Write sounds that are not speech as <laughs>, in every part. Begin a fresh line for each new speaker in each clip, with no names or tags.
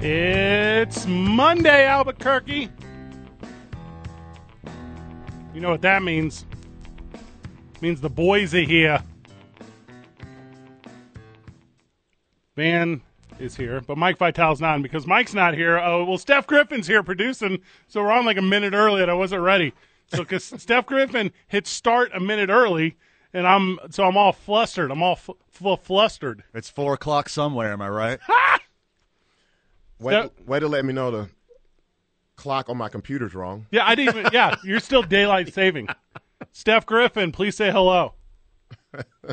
It's Monday, Albuquerque. You know what that means? means the boys are here. Van is here, but Mike Vitale's not and because Mike's not here. Oh, well, Steph Griffin's here producing, so we're on like a minute early, and I wasn't ready. So because <laughs> Steph Griffin hit start a minute early, and I'm so I'm all flustered. I'm all f- f- flustered.
It's four o'clock somewhere. Am I right?
Way,
Yep.
way to let me know the clock on my computer's wrong.
Yeah, I didn't even. Yeah, you're still daylight saving. Steph Griffin, please say hello.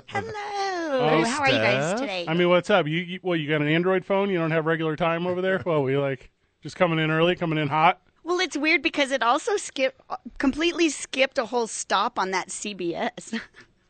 Hello. How are you guys today?
I mean, what's up? You, you well, you got an Android phone? You don't have regular time over there? Well, we like just coming in early, coming in hot.
well, it's weird because it also skipped completely skipped a whole stop on that CBS.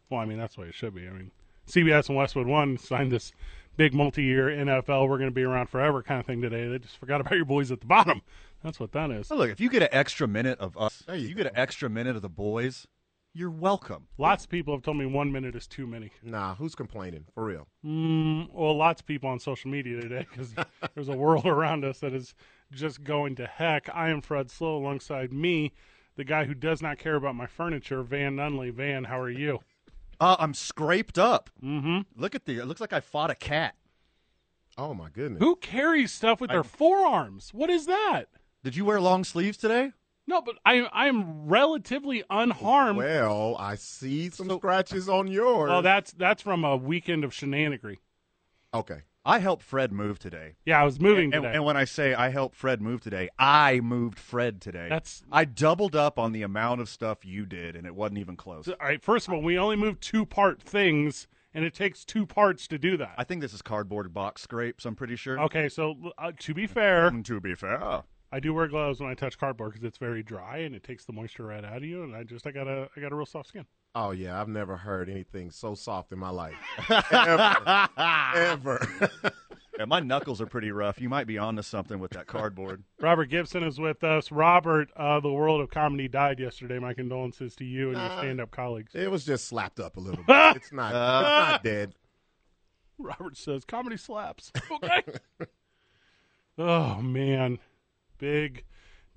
Well, I mean, that's the way it should be. I mean, CBS and Westwood One signed this big multi-year NFL. We're going to be around forever kind of thing today. They just forgot about your boys at the bottom. That's what that is.
Oh, look, if you get an extra minute of us,
There you
you get an extra minute of the boys. You're welcome.
Lots of people have told me one minute is too many.
Nah, who's complaining? For real.
Well, lots of people on social media today
<laughs>
because there's a world around us that is just going to heck. I am Fred Slow alongside me, the guy who does not care about my furniture, Van Nunley. Van, how are you?
Uh, I'm scraped up. Mm-hmm. Look at the. It looks like I fought a cat.
Oh my goodness.
Who carries stuff with their forearms? What is that?
Did you wear long sleeves today?
No, but I I'm relatively unharmed.
Well, I see some scratches on yours.
Oh, that's that's from a weekend of shenanigans.
okay.
I helped Fred move today.
Yeah, I was moving
And,
today.
and when I say I helped Fred move today, I moved Fred today.
That's-
I doubled up on the amount of stuff you did, and it wasn't even close.
all right, first of all, we only move two part things, and it takes two parts to do that.
I think this is cardboard box scrapes. I'm pretty sure.
Okay, so uh, to be fair,
And To be fair,
I do wear gloves when I touch cardboard because it's very dry and it takes the moisture right out of you. And I just I got a I got a real soft skin.
Oh yeah, I've never heard anything so soft in
<laughs>
my life. Ever.
Ah.
Ever. <laughs>
yeah, my knuckles are pretty rough. You might be onto something with that cardboard.
Robert Gibson is with us. Robert, uh, the world of comedy died yesterday. My condolences to you and your stand up colleagues.
it was just slapped up
<laughs>
a little bit. It's not
Ah.
it's not dead.
Robert says comedy slaps. <laughs> Okay. oh man, big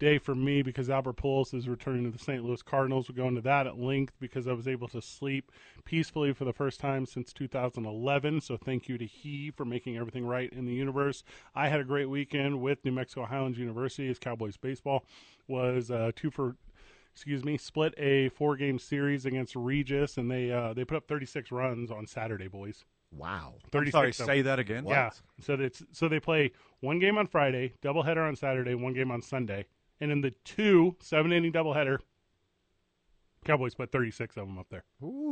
day for me because Albert Pujols is returning to the St. Louis Cardinals. We'll go into that at length because I was able to sleep peacefully for the first time since 2011. So thank you to he for making everything right in the universe. I had a great weekend with New Mexico Highlands University as Cowboys baseball was uh, two for excuse me, split a four game series against Regis, and they uh, they put up 36 runs on Saturday, boys.
Wow.
36
Sorry,
of them.
say that again.
Yeah. So that's so they play one game on Friday, doubleheader on Saturday, one game on Sunday, and in the two seven inning doubleheader, Cowboys put thirty six of them up there.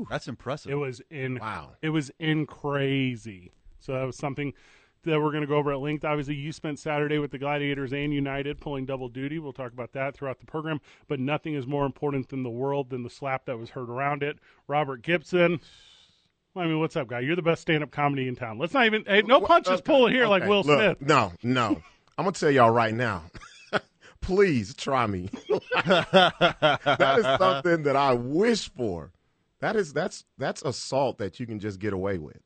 That's impressive.
It was in
Wow.
it was in crazy. So that was something that we're going to go over at length. Obviously, you spent Saturday with the Gladiators and United pulling double duty. We'll talk about that throughout the program. But nothing is more important than the world than the slap that was heard around it. Robert Gibson. I mean, what's up, guy? You're the best stand-up comedy in town. Let's not even. Hey, no punches pulled here like
Okay,
Will
look,
Smith.
No,
<laughs>
no. I'm gonna tell y'all right now. <laughs> Please try me. <laughs> that is something that I wish for. That is that's that's assault that you can just get away with.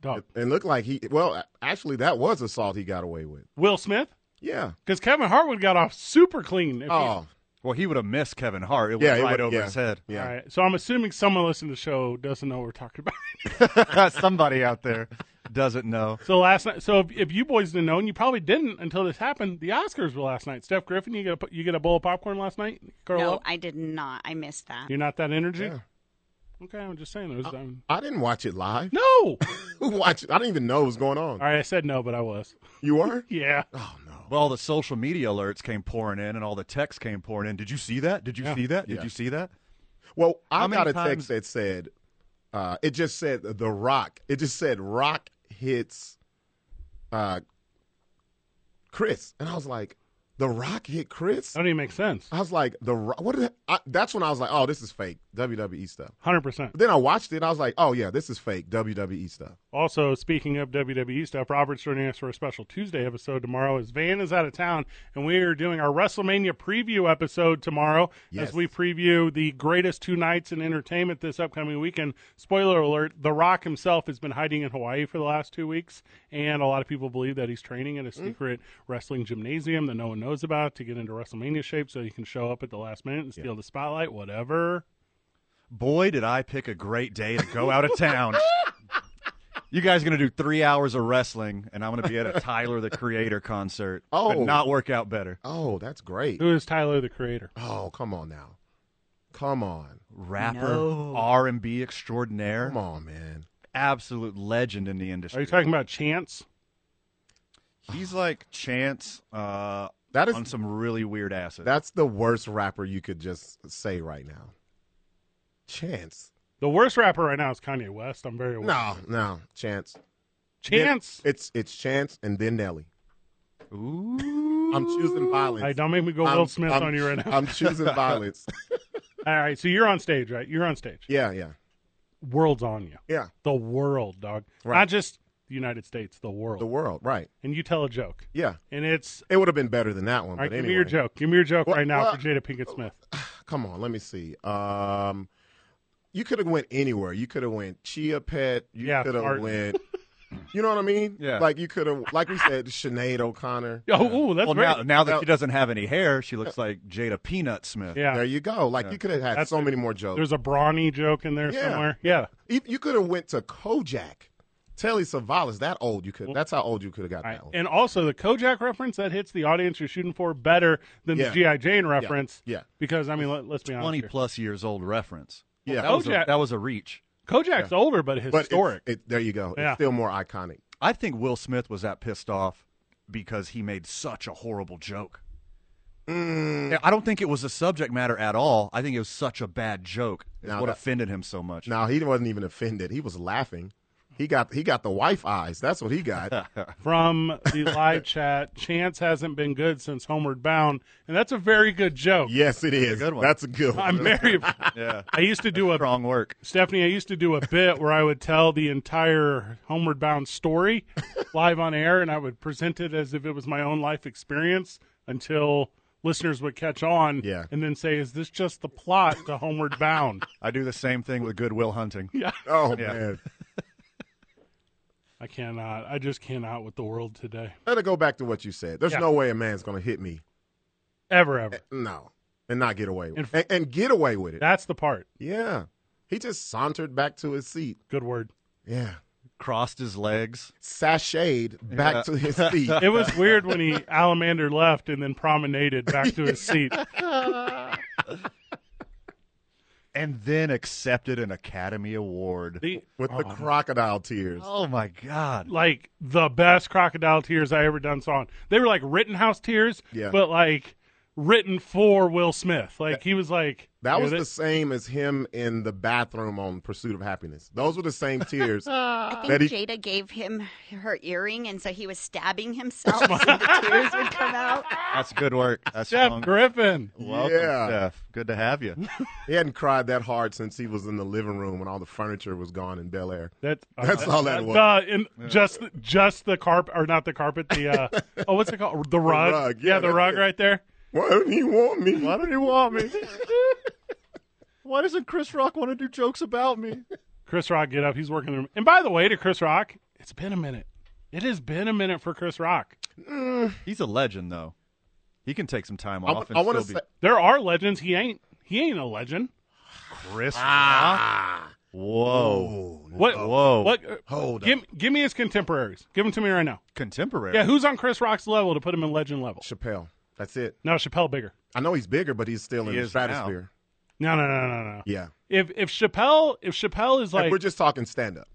Dog.
And look like he well, actually that was assault he got away with.
Will Smith?
Yeah.
Because Kevin Hartwood got off super clean. If he-
Oh.
Well, he would have missed Kevin Hart. It was
Yeah, it
right
would-
over
yeah.
his
<laughs>
head.
Yeah.
All right. So I'm assuming someone listening to the show doesn't know what we're talking about.
Somebody out there <laughs> doesn't know.
So last night, so if, if you boys didn't know, and you probably didn't until this happened, the Oscars were last night. Steph Griffin, you get a you get a bowl of popcorn last night. Girl
<laughs> no,
up?
I did not. I missed that.
you're not that energy.
Yeah.
Okay, I'm just saying. It was, um,
I didn't watch it live. <laughs>
no, <laughs> all
Who watched it? I didn't even know what was going on.
right, I said no, but I was. <laughs>
You were?
Yeah,
Oh no.
Well, all the social media alerts came pouring in, and all the texts came pouring in. Did you see that? Did you
Yeah.
see that?
Yeah.
Did you see that?
Well, I
How many
got a
times-
text that said uh it just said the rock. It just said rock hits uh, Chris, and I was like, The Rock hit Chris.
That
Oh,
don't even make sense.
I was like, The Rock. What? Did I, that's when I was like, Oh, this is fake WWE stuff.
Hundred percent.
But then I watched it. and I was like, Oh yeah, this is fake WWE stuff.
Also, speaking of WWE stuff, Robert's joining us for a special Tuesday episode tomorrow. As Van is out of town, and we are doing our WrestleMania preview episode tomorrow
Yes.
as we preview the greatest two nights in entertainment this upcoming weekend. Spoiler alert: The Rock himself has been hiding in Hawaii for the last two weeks, and a lot of people believe that he's training in a secret wrestling gymnasium that no one knows about to get into WrestleMania shape, so he can show up at the last minute and steal the spotlight. Whatever.
Boy, did I pick a great day to go out of
<laughs>
town. you guys are going to do three hours of wrestling, and I'm going to be at a Tyler the Creator concert.
Oh.
Could not work out better.
Oh, that's great.
Who is Tyler the Creator?
Oh, come on now, come on,
Rapper, R&B extraordinaire,
come on, man.
absolute legend in the industry.
Are you talking about Chance?
He's like Chance uh,
That is
on some really weird acid.
that's the worst rapper you could just say right now. Chance.
The worst rapper right now is Kanye West. I'm very aware.
No, no, Chance.
Chance.
Then- it's it's Chance and then Nelly.
Ooh.
I'm choosing violence.
Hey, don't make me go
I'm-
Will Smith
I'm-
on you right
<laughs>
now. <laughs>
I'm choosing violence.
All right, so you're on stage, right? You're on stage.
Yeah, yeah,
World's on you.
yeah.
The world, dog.
Right.
Not just the United States, the world.
The world, right?
and you tell a joke.
Yeah,
And it's
it would have been better than that one.
all right,
but
give
anyway,
me your joke. Give me your joke
Well,
right now
well-
for Jada Pinkett Smith.
come on, let me see. Um, you could have went anywhere. You could have went Chia Pet. You
Yeah,
could have
art.
went.
<laughs>
You know what I mean?
Yeah.
Like you could have, like we said, Sinead O'Connor.
Oh, ooh, that's
well,
great.
now, now that she doesn't have any hair, she looks like Jada Peanut Smith.
yeah.
There you go. Like you could have had
That's
so
the-
many more jokes.
There's a brawny joke in there
Yeah.
somewhere. Yeah.
You, you could have went to Kojak. Telly Savalas, that old you could. that's how old you could have got
All right.
that one.
And also the Kojak reference that hits the audience you're shooting for better than
Yeah.
the G.I. Jane reference.
yeah.
Because I mean let, let's be honest.
20
here.
plus years old reference.
Yeah.
That was, a,
Bojack-
that was a reach.
Kojak's older but
but it's-
historic.
It, there you go.
Yeah.
It's still more iconic.
I think Will Smith was that pissed off because he made such a horrible joke. Yeah, I don't think it was a subject matter at all. I think it was such a bad joke. Is
Now
what
that-
offended him so much.
Now he wasn't even offended. He was laughing. He got he got the wife eyes. That's what
<laughs>
he got.
from the live chat. Chance hasn't been good since Homeward Bound, and that's a very good joke.
yes, it is.
good one.
That's a good one.
I'm very. I used to do a
Strong work.
Stephanie. I used to do a bit where I would tell the entire Homeward Bound story live on air, and I would present it as if it was my own life experience until listeners would catch on,
Yeah.
and then say, "Is this just the plot to Homeward Bound?"
I do the same thing with Goodwill Hunting.
<laughs>
oh man.
I cannot. I just cannot with the world today.
Let it go back to what you said. There's
Yeah.
no way a man's gonna hit me.
Ever, ever.
No. And not get away with
And f-
it. And, and get away with it.
That's the part.
yeah. He just sauntered back to his seat.
Good word.
Yeah.
Crossed his legs.
Sashayed back to his seat.
<laughs> It was weird when he Alamander left and then promenaded back to his seat.
And then accepted an Academy Award.
The,
with the crocodile tears.
Oh my God.
like the best crocodile tears I ever done saw. They were like Rittenhouse tears,
Yeah.
but like written for Will Smith. Like he was like
That was
"Dude,
the same as him in the bathroom on Pursuit of Happiness. Those were the same tears.
I
That
think
he-
Jada gave him her earring, and so he
<laughs>
was stabbing himself, so the tears would come out.
That's good <laughs> work. That's
Jeff
strong-
Griffin.
Welcome,
Yeah.
Jeff. Good to have <laughs> you.
He hadn't cried that hard since he was in the living room when all the furniture was gone in Bel Air.
That, uh,
That's all that was.
The, in, just just the carpet or not the carpet the
<laughs>
uh, oh what's it called the rug,
rug,
yeah,
yeah,
the
that's
rug
it.
right there
Why don't you want me?
Why don't you want me? <laughs> Why doesn't Chris Rock want to do jokes about me?
Chris Rock get up he's working the room and by the way to Chris Rock it's been a minute it has been a minute for Chris Rock
He's a legend, though. He can take some time
I,
off. and
want to
still
say,
There are legends. He ain't. He ain't a legend.
be Chris Rock. Whoa,
What?
Whoa.
What? uh,
Hold
give, give me his contemporaries. Give them to me right now.
contemporary.
Yeah, who's on Chris Rock's level to put him in legend level?
Chappelle. That's it.
No, Chappelle bigger.
I know he's bigger, but he's still
He
in the
is now.
stratosphere.
No, no, no, no, no.
Yeah.
If if Chappelle if Chappelle is
And
like
we're just talking stand up.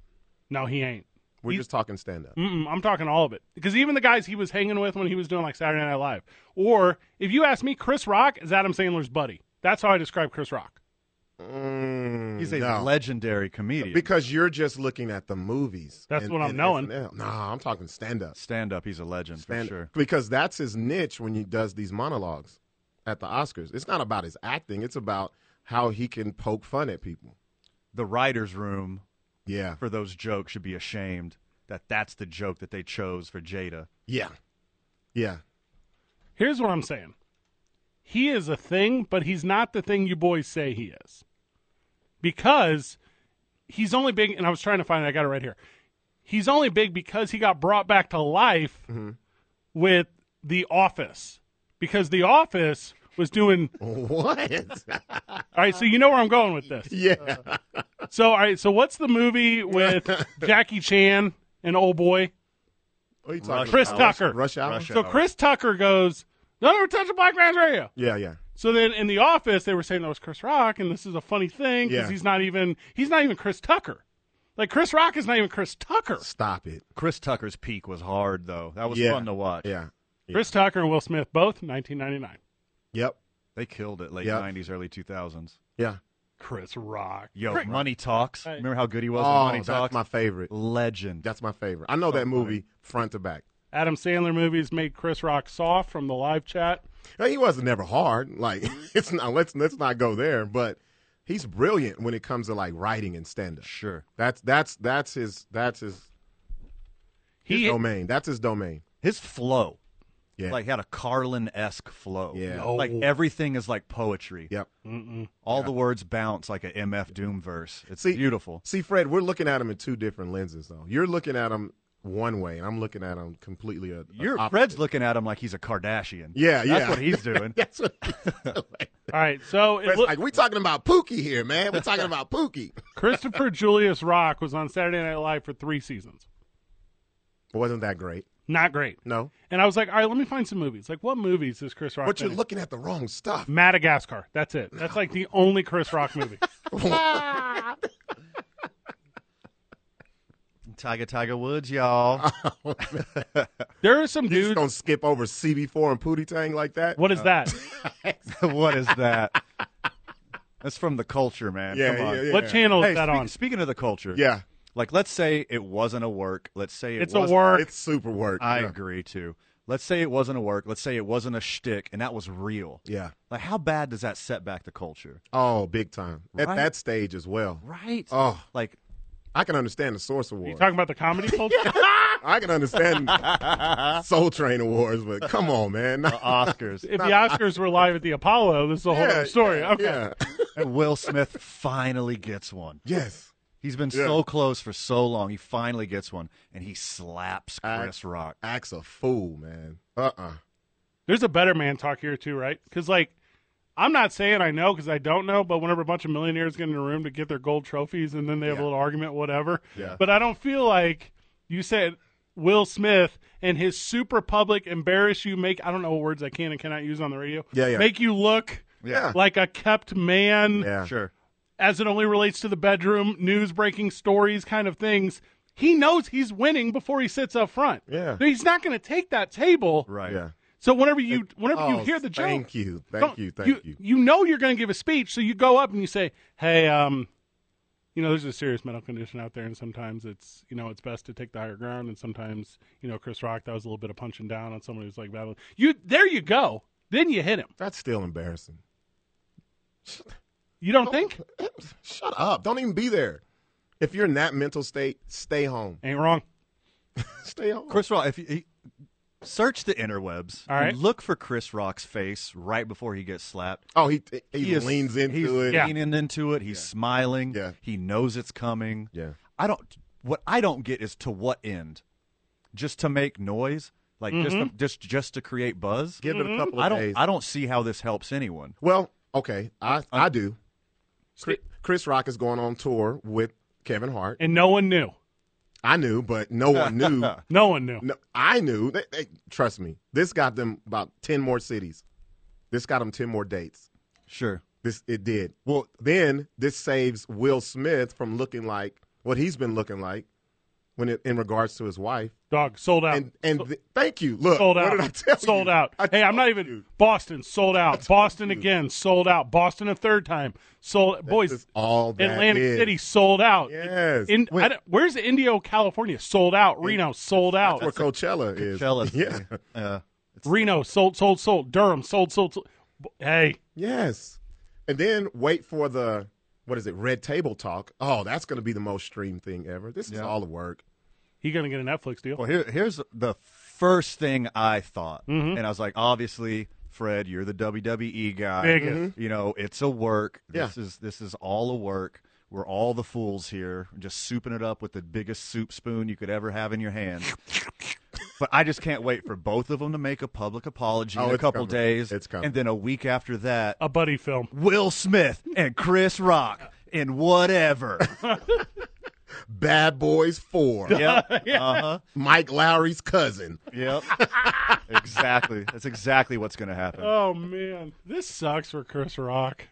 no, he ain't.
We're
He's-
just talking stand up.
Mm-mm, I'm talking all of it because even the guys he was hanging with when he was doing like Saturday Night Live, or if you ask me, Chris Rock is Adam Sandler's buddy. That's how I describe Chris Rock.
Mm,
Mm. He's a
no.
legendary comedian.
Because you're just looking at the movies.
That's what I'm knowing.
SNL. Nah, I'm talking stand up.
Stand up, he's a legend
Stand-
for sure.
Because that's his niche when he does these monologues at the Oscars. It's not about his acting, it's about how he can poke fun at people.
The writers' room
Yeah.
for those jokes should be ashamed that that's the joke that they chose for Jada.
Yeah. Yeah. <laughs>
Here's what I'm saying. He is a thing, but he's not the thing you boys say he is. Because he's only big and I was trying to find it, I got it right here. He's only big because he got brought back to life with The Office. Because The Office was doing
<laughs>
What?
All right, so you know where I'm going with this.
Uh,
yeah.
So all right, so what's the movie with Jackie Chan and old boy?
What are you talking
Chris
about?
Tucker.
Rush Hour?
Rush
So Chris Tucker goes, "Don't ever touch a black man's radio."
Yeah, yeah.
So then in the office, they were saying that was Chris Rock, and this is a funny thing because
Yeah.
he's not even he's not even Chris Tucker. Like Chris Rock is not even Chris Tucker.
Stop it.
Chris Tucker's peak was hard though. That was
Yeah.
fun to watch.
Yeah.
Chris Tucker and Will Smith both 1999.
Yep.
They killed it late
Yeah.
90s, early 2000s.
Yeah.
Chris Rock.
Yo, Money Talks.
Right.
Remember how good he was in
Oh,
Money
that's
Talks?
my favorite.
Legend.
That's my favorite. I know that movie front to back.
Adam Sandler movies made Chris Rock soft from the live chat.
Now, he wasn't never hard. Like <laughs> it's not. Let's let's not go there. But he's brilliant when it comes to like writing and stand up.
Sure.
That's that's that's his that's his, his
He
domain. That's his domain.
His flow.
Yeah.
Like had a Carlin esque flow.
Yeah.
Like everything is like poetry.
Yep.
All the words bounce like an MF Doom verse. It's
See-
beautiful.
See, Fred, we're looking at him in two different lenses, though. You're looking at him one way, and I'm looking at him completely. A, a
Your
opposite. <laughs>
Fred's looking at him like he's a Kardashian.
Yeah,
That's
<laughs> yeah.
what he's doing.
That's what. like,
all right, so it
Fred's
look,
like we talking about Pookie here, man. We're talking about Pookie. <laughs>
Christopher Julius Rock was on Saturday Night Live for three seasons.
Wasn't that great?
Not great.
No.
And I was like, all right, let me find some movies. Like, what movies is Chris Rock?
But you're
in?
looking at the
<laughs>
wrong stuff.
Madagascar. That's it. That's like the only Chris Rock
<laughs>
movie.
Tiger Tiger Woods,
<laughs>
y'all.
There are some
Just
dudes.
gonna skip over CB4 and Pootie Tang like that.
What is that?
what is that? That's from the culture, man.
Yeah,
Come on.
yeah, yeah.
What channel
Hey,
is that
speak-
on?
speaking of the culture,
Yeah,
Like, let's say it wasn't a work. Let's say it
It's a
was-
work.
it's super work.
I
yeah.
agree too. Let's say it wasn't a work. Let's say it wasn't a shtick, and that was real.
Yeah.
Like, how bad does that set back the culture?
Oh, big time at
Right.
that stage as well.
Right.
Oh,
Like,
I can understand the Source
you
Award.
talking about the
<laughs>
comedy culture? <laughs>
I can understand Soul Train Awards, but come on, man.
uh, Oscars. <laughs>
If the Oscars were live at the Apollo, this is a whole other story.
Yeah,
Okay.
<laughs> yeah.
and Will Smith finally gets one.
yes.
He's been
Yeah.
so close for so long. He finally gets one, and he slaps
I-
Chris Rock.
Axe a fool, man. Uh uh
There's a better man talk here too, right? Because like, I'm not saying I know because I don't know, but whenever a bunch of millionaires get in a room to get their gold trophies and then they have a little argument, whatever.
Yeah.
But I don't feel like you said Will Smith and his super public embarrass you make I don't know what words I can and cannot use on the radio.
Yeah, yeah.
Make you look
Yeah.
like a kept man.
Yeah.
Sure.
as it only relates to the bedroom, news breaking stories kind of things. He knows he's winning before he sits up front.
Yeah.
He's not going to take that table.
Right.
Yeah.
So whenever you whenever you
Oh,
hear the joke,
Thank you. Thank
don't-
you. Thank you.
You know you're going to give a speech, so you go up and you say, "Hey, um, you know, there's a serious medical condition out there, and sometimes it's you know it's best to take the higher ground, and sometimes you know Chris Rock that was a little bit of punching down on somebody who's like battling. You there you go. Then you hit him.
That's still embarrassing. <clears throat>
You
Oh.
don't think?
Shut up. Don't even be there. If you're in that mental state, stay home.
Ain't wrong.
Stay home.
Chris Rock. If you, he, search the interwebs,
All right.
and look for Chris Rock's face right before he gets slapped.
Oh, he he,
He is-
leans into
he's
it.
Yeah.
leaning into it. He's smiling.
Yeah.
He knows it's coming.
Yeah.
I don't. What I don't get is to what end? Just to make noise, like just to, just just to create buzz.
Give it a couple of
I don't.
days.
I don't see how this helps anyone.
Well, okay, I I do. Chri- Chris Rock is going on tour with Kevin Hart.
And no one knew.
I knew, but no one <laughs> knew.
No one knew.
No, I knew. They, they, trust me, this got them about ten more cities. This got them ten more dates.
Sure.
This it did. Well, then this saves Will Smith from looking like what he's been looking like when it, in regards to his wife.
Dog sold out.
And and th- thank you. Look,
sold
what
out.
did I tell you?
sold out.
I
hey, I'm not
told
even
you.
Boston sold out. Boston again sold out. Boston a third time sold. Boys,
is all that
Atlantic
is.
City sold out.
Yes.
In,
Wait.
I don't- where's Indio, California? Sold out. Reno sold out.
That's where Coachella is.
Jealous.
<laughs> Yeah.
Uh,
Reno sold, sold, sold. Durham sold, sold, sold. B- Hey,
Yes. And then wait for the what is it? Red Table Talk. Oh, that's going to be the most streamed thing ever. This is all the work.
he gonna get a Netflix deal?
Well, here, here's the first thing I thought,
Mm-hmm.
and I was like, obviously, Fred, you're the WWE guy.
Biggest.
Mm-hmm.
You know, it's a work. This is this is all a work. We're all the fools here, just souping it up with the biggest soup spoon you could ever have in your hand.
<laughs>
but I just can't wait for both of them to make a public apology
Oh,
in a
it's
couple
coming.
days,
It's coming.
and then a week after that,
A buddy film.
Mm.
Will Smith and Chris Rock in
<laughs>
whatever.
Bad Boys
<laughs>
4.
<laughs>
yep. Uh huh.
Mike Lowry's cousin.
Yep. exactly. That's exactly what's going to happen.
Oh man, this sucks for Chris Rock.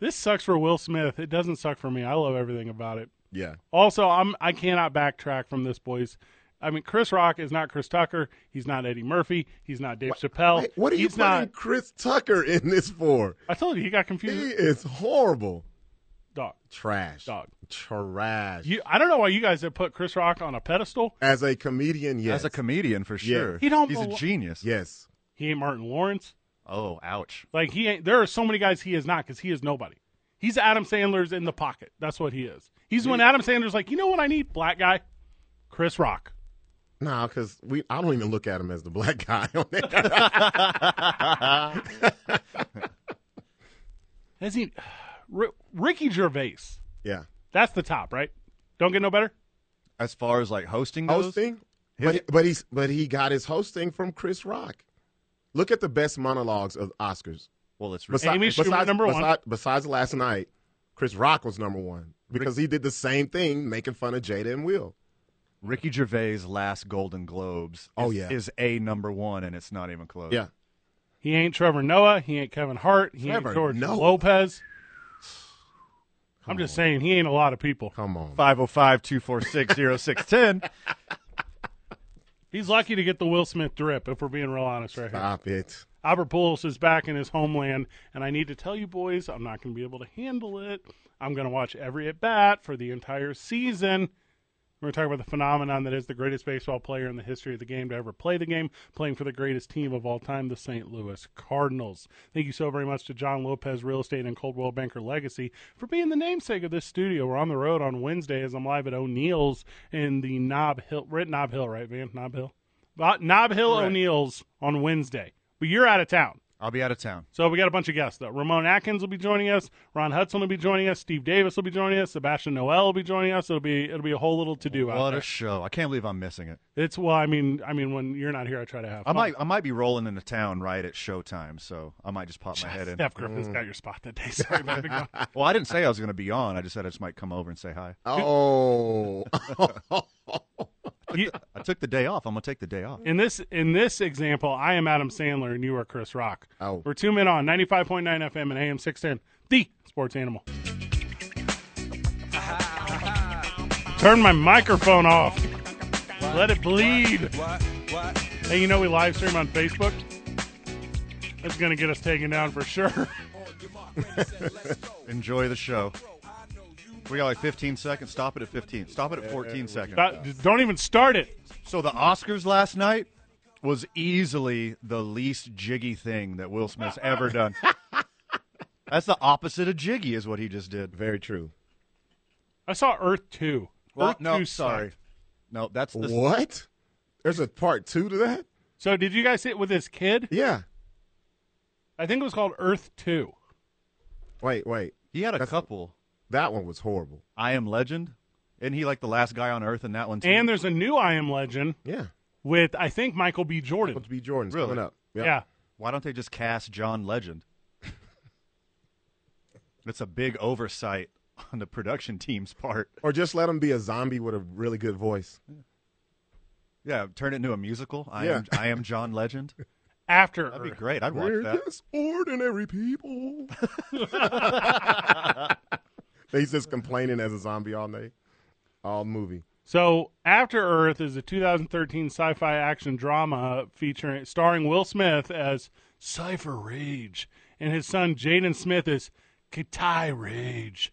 This sucks for Will Smith. It doesn't suck for me. I love everything about it.
Yeah.
Also, I'm I cannot backtrack from this, boys. I mean, Chris Rock is not Chris Tucker. He's not Eddie Murphy. He's not Dave Chappelle.
Hey, what are you
He's
putting
not?
Chris Tucker in this for?
I told you he got
He
confused.
is horrible.
Dog,
Trash.
Dog.
Trash.
you. I don't know why you guys have put Chris Rock on a pedestal.
As a comedian, yes.
As a comedian, for
Yeah.
sure.
He don't
He's
belo-
a genius.
yes.
He ain't Martin Lawrence.
Oh, ouch.
Like he ain't. There are so many guys he is not because he is nobody. He's Adam Sandler's in the pocket. That's what he is. He's when Adam Sandler's like, you know what I need, black guy, Chris Rock.
Nah, because we I don't even look at him as the black guy on that.
Has he? <sighs> R- Ricky Gervais.
<laughs> yeah.
That's the top, right? Don't get no better.
As far as like hosting goes,
Hosting? But, but he's but he got his hosting from Chris Rock. Look at the best monologues of Oscars.
well, it's
Besi-
Amy Schumer, number one.
besi- Besides last night, Chris Rock was number one because he did the same thing, making fun of Jada and Will.
Ricky Gervais' last Golden Globes. Is,
Oh, yeah.
is a number one, and it's not even close.
Yeah,
He ain't Trevor Noah. He ain't Kevin Hart. He
Trevor
ain't George
Noah.
Lopez. I'm just saying, he ain't a lot of people.
come on.
505 246
<laughs>
0610.
He's lucky to get the Will Smith drip, if we're being real honest right here.
Stop it.
Albert Pujols is back in his homeland, and I need to tell you, boys, I'm not going to be able to handle it. I'm going to watch every at bat for the entire season. We're going to talk about the phenomenon that is the greatest baseball player in the history of the game to ever play the game, playing for the greatest team of all time, the St. Louis Cardinals. Thank you so very much to John Lopez Real Estate and Coldwell Banker Legacy for being the namesake of this studio. We're on the road on Wednesday as I'm live at O'Neill's in the Knob Hill, right? Knob Hill, right, Van? Knob Hill? Uh, Knob Hill O'Neill's on Wednesday. But you're out of town.
I'll be out of town.
So we got a bunch of guests though. Ramon Atkins will be joining us. Ron Hudson will be joining us. Steve Davis will be joining us. Sebastian Noel will be joining us. It'll be it'll be a whole little to do out
What
there.
a show. I can't believe I'm missing it.
it's well, I mean, I mean, when you're not here, I try to have.
I
fun.
might I might be rolling into town right at showtime, so I might just pop my head in.
Steph Griffin's got your spot that day. Sorry about
<laughs>
the gun.
Well, I didn't say I was going to be on. I just said I just might come over and say hi.
Oh,
You-
I took the day off. I'm going to take the day off.
in this in this example, I am Adam Sandler and you are Chris Rock.
Oh.
We're two men on 95.9 FM and AM 610, the sports animal. Turn my microphone off. Let it bleed. Hey, you know we live stream on Facebook? That's going to get us taken down for sure. <laughs>
Enjoy the show. We got like 15 seconds. Stop it at 15. Stop it at 14 seconds.
Not- Don't even start it.
So the Oscars last night was easily the least jiggy thing that Will Smith's ever done. That's the opposite of jiggy, is what he just did.
very true.
I saw Earth 2.
Well,
Earth
no,
2
sorry,
sucked.
no, that's the
What? There's a part two to that?
So, did you guys see it with this kid?
Yeah.
I think it was called Earth 2.
Wait, wait.
he had a
That's-
couple.
That one was horrible.
I am Legend, and he like the last guy on Earth in that one too.
And there's a new I Am Legend
Yeah.
with I think Michael B. Jordan.
Supposed to be Jordan's
Really?
coming up. Yep.
Yeah.
Why don't they just cast John Legend? <laughs> That's a big oversight on the production team's part.
Or just let him be a zombie with a really good voice.
Yeah, turn it into a musical. I am
Yeah.
I am John Legend.
After
That'd be
Earth.
great. I'd watch
We're
that.
just ordinary people. He's just complaining as a zombie all night, all movie.
So, After Earth is a 2013 sci-fi action drama featuring starring Will Smith as Cypher Rage and his son Jaden Smith as Kitai Rage.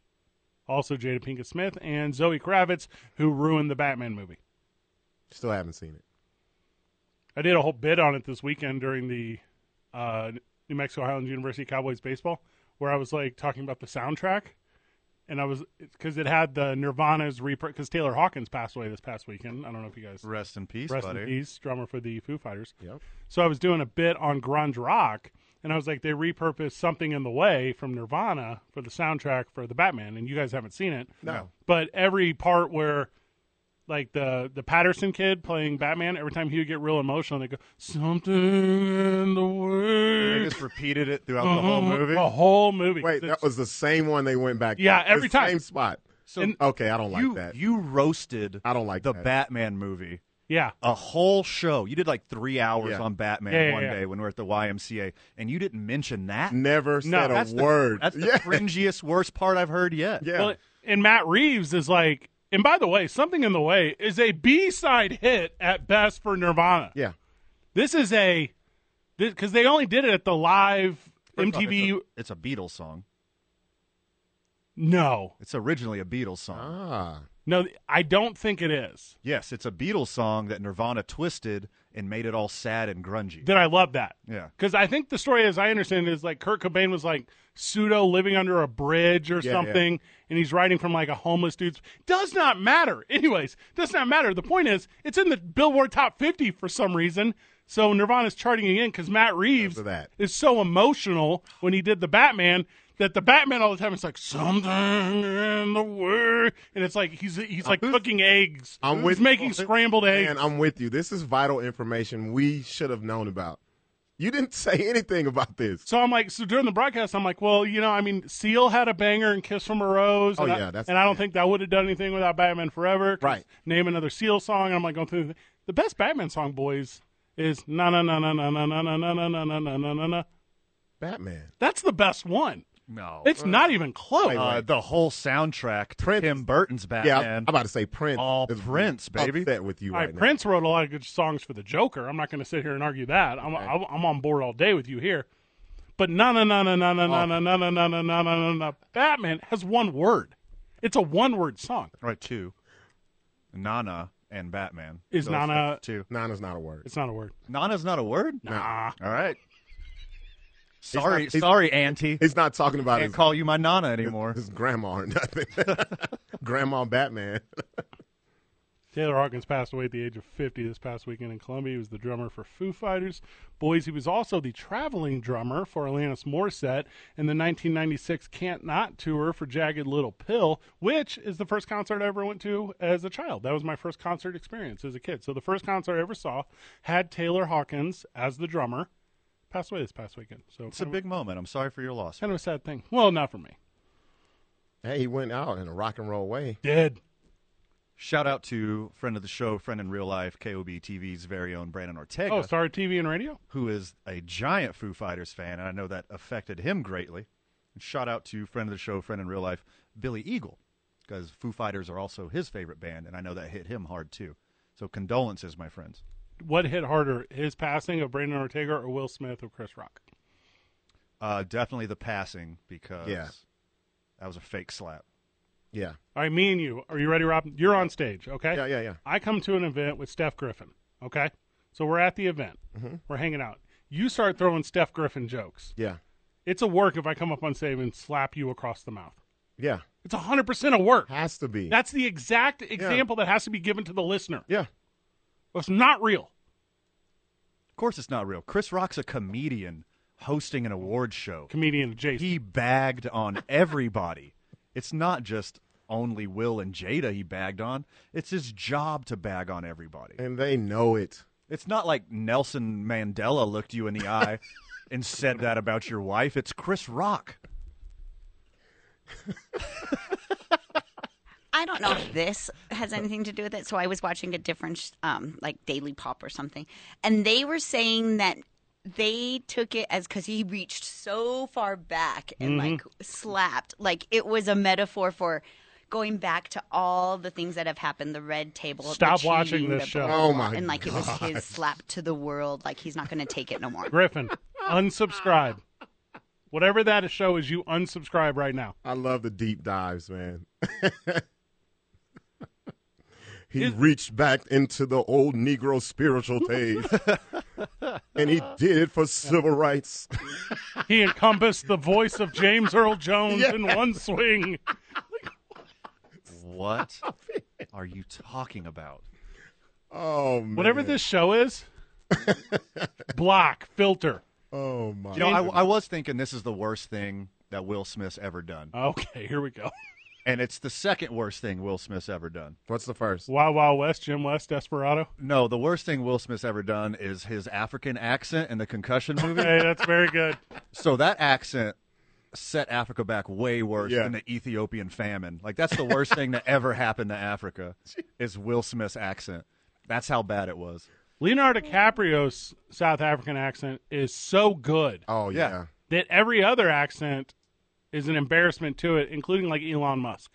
Also Jada Pinkett Smith and Zoe Kravitz, who ruined the Batman movie.
Still haven't seen it.
I did a whole bit on it this weekend during the uh, New Mexico Highlands University Cowboys baseball, where I was like talking about the soundtrack, and I was because it had the Nirvana's repro because Taylor Hawkins passed away this past weekend. I don't know if you guys
Rest in peace,
rest
buddy.
in peace, drummer for the Foo Fighters.
Yep.
So I was doing a bit on grunge rock, and I was like, they repurposed something in the way from Nirvana for the soundtrack for the Batman, and you guys haven't seen it.
No.
But every part where, like the the Patterson kid playing Batman, every time he would get real emotional, they go something in the
They
way.
just repeated it throughout the whole movie.
The whole movie.
Wait, that was the same one they went back. to.
Yeah,
The
every time.
same spot.
So
And-
Okay, I don't like
you
that.
you roasted
I don't like
the
that.
Batman movie.
yeah.
A whole show. You did like three hours
Yeah.
on Batman
Yeah, yeah,
one
yeah.
day when we are at the YMCA, and you didn't mention that.
Never said a
that's the-
word.
that's the
<laughs> yeah,
cringiest, worst part I've heard yet.
yeah.
Well, and Matt Reeves is like, and by the way, something in the way is a B side hit at best for Nirvana.
yeah.
This is a because they only did it at the live
First off,
MTV.
It's a, it's a Beatles song.
no,
It's originally a Beatles song.
Ah,
no, I don't think it is.
Yes, it's a Beatles song that Nirvana twisted and made it all sad and grungy.
Then I love that.
Yeah.
because I think the story, as I understand, it, is like Kurt Cobain was like pseudo living under a bridge or
Yeah,
something, and he's writing from like a homeless dude's. Does not matter. <laughs> Anyways, does not matter. The point is, it's in the Billboard Top 50 for some reason. So Nirvana's charting again because Matt Reeves
Because of that.
is so emotional when he did the Batman that the Batman all the time is like something in the way, and it's like he's he's like cooking eggs.
Uh, I'm
he's
with-
making scrambled eggs.
man, I'm with you. This is vital information we should have known about. You didn't say anything about this.
So I'm like, so during the broadcast, I'm like, well, you know, I mean, Seal had a banger and Kiss from a Rose.
Oh,
and I,
yeah, that's-
and I don't
yeah.
think that would have done anything without Batman Forever. 'cause
Right.
Name another Seal song. And I'm like, going through the- the best Batman song, boys, is na na na na na na na na na na na na na na na na.
Batman.
That's the best one.
No.
It's not even close.
uh, the whole soundtrack to
Prince-
Tim Burton's
Yeah,
Batman.
I- I'm about to say Prince.
All
is
Prince, baby.
Upset with you
all
right,
right,
now.
Prince wrote a lot of good songs for the Joker. I'm not going to sit here and argue that. I'm I'm I'm on board all day with you here. But na na na na na na na
Oh.
na na na na na na na na Batman has one word. It's a one word song.
Right, two. Nana and Batman.
Is
it's
Nana-
like two?
Nana's not a word.
It's not a word. Ah.
Nana's not a word.
Nah.
All right. Sorry,
not- he's-
sorry, Auntie.
He's not talking about
Can't
his,
call you my Nana anymore.
his grandma or nothing. <laughs> grandma Batman.
Taylor Hawkins passed away at the age of 50 this past weekend in Columbia. He was the drummer for Foo Fighters. Boys, he was also the traveling drummer for Alanis Morissette and the 1996 Can't Not tour for Jagged Little Pill, which is the first concert I ever went to as a child. That was my first concert experience as a kid. So the first concert I ever saw had Taylor Hawkins as the drummer. Passed away this past weekend. So
It's a big moment. I'm sorry for your loss.
kind of a sad thing. Well, not for me.
Hey, he went out in a rock and roll way.
Dead.
Shout out to friend of the show, friend in real life, KOB TV's very own Brandon Ortega,
Oh, sorry, TV and radio?
who is a giant Foo Fighters fan, and I know that affected him greatly. And shout out to friend of the show, friend in real life, Billy Eagle, because Foo Fighters are also his favorite band, and I know that hit him hard too. So condolences, my friends.
What hit harder, his passing of Brandon Ortega or Will Smith or Chris Rock?
Uh, definitely the passing because
Yeah.
that was a fake slap.
Yeah.
All right, me and you. Are you ready, Rob? You're on stage, okay?
Yeah, yeah, yeah.
I come to an event with Steph Griffin, okay? So we're at the event. We're hanging out. You start throwing Steph Griffin jokes.
Yeah.
It's a work if I come up on stage and slap you across the mouth.
Yeah.
It's 100% a work.
Has to be.
That's the exact example that has to be given to the listener.
yeah.
It's not real.
Of course, it's not real. Chris Rock's a comedian hosting an award show.
Comedian adjacent.
He bagged on everybody. It's not just only Will and Jada he bagged on. It's his job to bag on everybody.
And they know it.
It's not like Nelson Mandela looked you in the eye and said that about your wife. It's Chris Rock.
I don't
<coughs>
know if this has anything to do with it. So I was watching a different, sh- um, like Daily Pop or something, and they were saying that they took it as because he
Mm-hmm.
reached so far back and like slapped, like it was a metaphor for going back to all the things that have happened the red table. the
Stop watching
cheating,
this
the
show.
blah, blah,
Oh,
blah,
my
And like it was his slap to the world. Like he's not going to take
<laughs>
it no more.
Griffin, unsubscribe. Whatever that show is, you unsubscribe right now.
I love the deep dives, man. <laughs> he
Is-
reached back into the old
<laughs>
Negro spiritual days, and he did it for
<laughs>
civil rights.
He encompassed the voice of James Earl Jones in one swing.
What are you talking about?
Oh man!
Whatever this show is, block, filter.
Oh my!
You know, I, I was thinking this is the worst thing that Will Smith's ever done,
Okay, here we go.
and it's the second worst thing Will Smith's ever done.
What's the first?
Wow, wow, West, Jim West, Desperado.
No, the worst thing Will Smith's ever done is his African accent in the concussion
<laughs>
movie.
Hey, that's very good.
so that accent set Africa back way worse
Yeah.
than the Ethiopian famine. Like that's the worst thing that ever happened to Africa is Will Smith's accent. That's how bad it was.
Leonardo DiCaprio's South African accent is so good
Oh yeah.
Yeah.
that every other accent is an embarrassment to it, including like Elon Musk.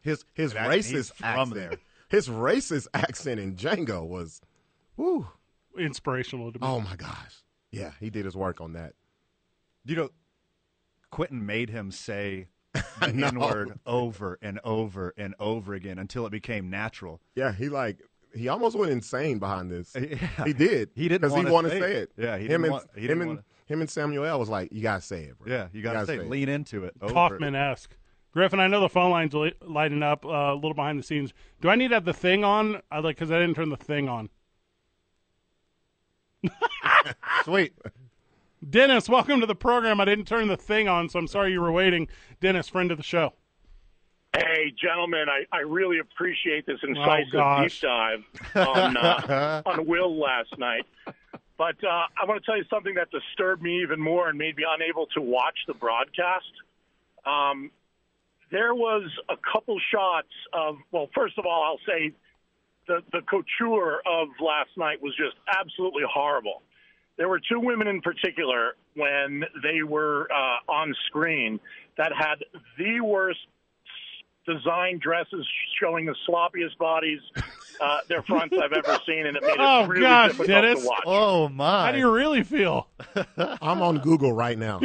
His his
That- he's
racist
from
accent.
there.
His racist <laughs> accent in Django was, woo!
Inspirational to me.
Oh my gosh! Yeah, he did his work on that.
You know, Quentin made him say the
know.
N word over and over and over again until it became natural.
Yeah, he like he almost went insane behind this.
<laughs> Yeah.
He did.
He didn't
because he
wanna
wanted
say
to say
it.
it.
Yeah, he
him
didn't
and
want- he
him
didn't
and
wanna-
him and Samuel L was like, "You gotta say it, bro.
Yeah, you gotta, say,
it."
lean into it. Over.
Kaufman esque. Griffin, I know the phone lines li- lighting up uh, a little behind the scenes. Do I need to have the thing on? I like because I didn't turn the thing on.
Sweet.
Dennis, welcome to the program. I didn't turn the thing on, so I'm sorry you were waiting. Dennis, friend of the show.
Hey, gentlemen, I, I really appreciate this incisive
gosh.
deep dive on, uh, on Will last night. But uh, I want to tell you something that disturbed me even more and made me unable to watch the broadcast. Um, there was a couple shots of, well, first of all, I'll say the, the couture of last night was just absolutely horrible. There were two women in particular when they were uh, on screen that had the worst design dresses showing the sloppiest bodies, uh, their fronts I've ever seen, and it made it
<laughs> Oh,
really
gosh,
difficult
Dennis.
to watch.
Oh my.
How do you really feel?
<laughs> I'm on Google right now.
<laughs>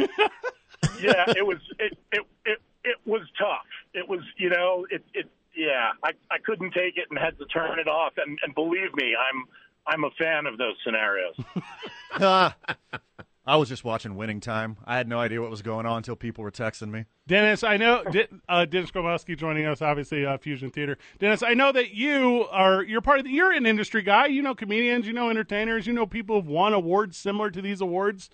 yeah, it was it, it it it was tough. It was you know it it yeah. I I couldn't take it and had to turn it off. And and believe me, I'm I'm a fan of those scenarios.
Ah. I was just watching Winning Time. I had no idea what was going on until people were texting me.
Dennis, I know Di- uh, Dennis Gromowski joining us, obviously uh, Fusion Theater. Dennis, I know that you are you're part of the, you're an industry guy. You know comedians, you know entertainers, you know people who've won awards similar to these awards.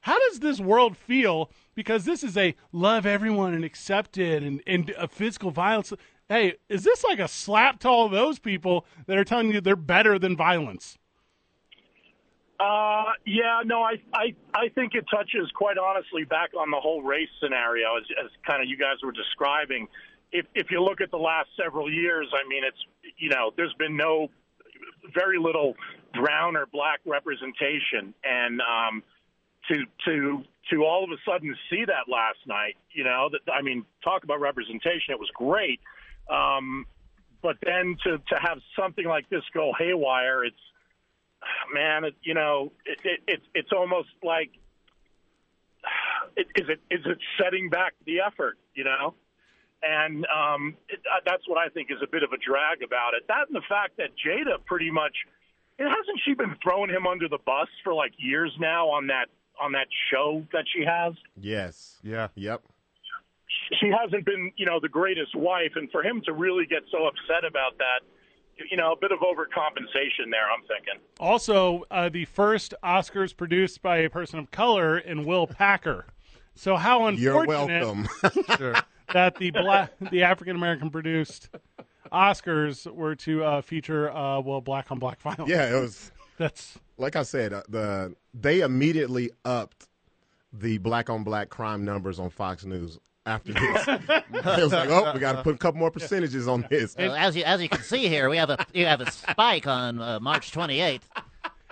How does this world feel? Because this is a love everyone and accepted and and uh, physical violence. Hey, is this like a slap to all those people that are telling you they're better than violence?
Uh, yeah, no, I, I, I think it touches, quite honestly, back on the whole race scenario, as, as kind of you guys were describing. If, if you look at the last several years, I mean, it's, you know, there's been no, very little brown or black representation. And, um, to, to, to all of a sudden see that last night, you know, that, I mean, talk about representation. It was great. Um, but then to, to have something like this go haywire, it's, man, it, you know, it, it, it's it's almost like <sighs> it, is it is it setting back the effort, you know? And um, it, uh, that's what I think is a bit of a drag about it. That and the fact that Jada pretty much it hasn't she been throwing him under the bus for like years now on that on that show that she has.
yes.
Yeah.
Yep.
She hasn't been, you know, the greatest wife, and for him to really get so upset about that, you know, a bit of overcompensation there. I'm thinking.
Also, uh, the first Oscars produced by a person of color in Will Packer. So how
You're
unfortunate <laughs>
welcome. <laughs>
Sure.
that the black, the African American produced Oscars were to uh, feature uh, well black on black violence.
yeah, it was
that's
like I said. Uh, the they immediately upped the black on black crime numbers on Fox News
<laughs>
after this. it was like, oh, we got to put a couple more percentages on this.
Uh, as you as you can see here, we have a you have a spike on uh, March 28th.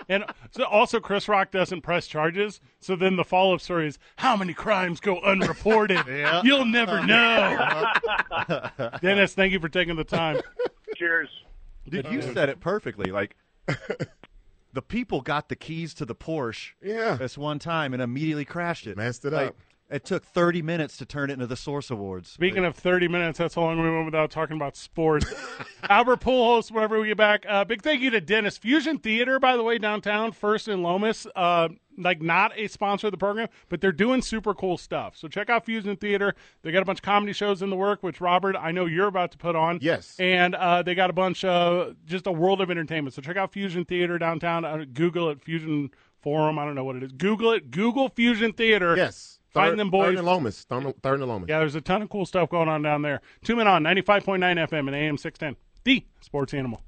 And so also, Chris Rock doesn't press charges. So then the follow up story is how many crimes go unreported?
Yeah.
You'll never know. Dennis, thank you for taking the time.
Cheers.
Dude, you said it perfectly.
<laughs>
Like the people got the keys to the Porsche
Yeah.
this one time and immediately crashed it.
Messed it
Like,
up.
It took 30 minutes to turn it into the Source Awards.
Speaking of 30 minutes, that's how long we went without talking about
<laughs>
sports. Albert Pujols, whenever we get back. Uh, big thank you to Dennis. Fusion Theater, by the way, downtown, First and Lomas. Uh, like, not a sponsor of the program, but they're doing super cool stuff. So check out Fusion Theater. They got a bunch of comedy shows in the work, which, Robert, I know you're about to put on.
Yes.
And uh, they got a bunch of just a world of entertainment. So check out Fusion Theater downtown. Uh, Google it, Fusion Forum. I don't know what it is. Google it. Google Fusion Theater.
Yes.
Find
Third-
them boys.
Third and Lomas. Third, third and Lomas.
Yeah, there's a ton of cool stuff going on down there. Two men on 95.9 FM and AM 610, the sports animal.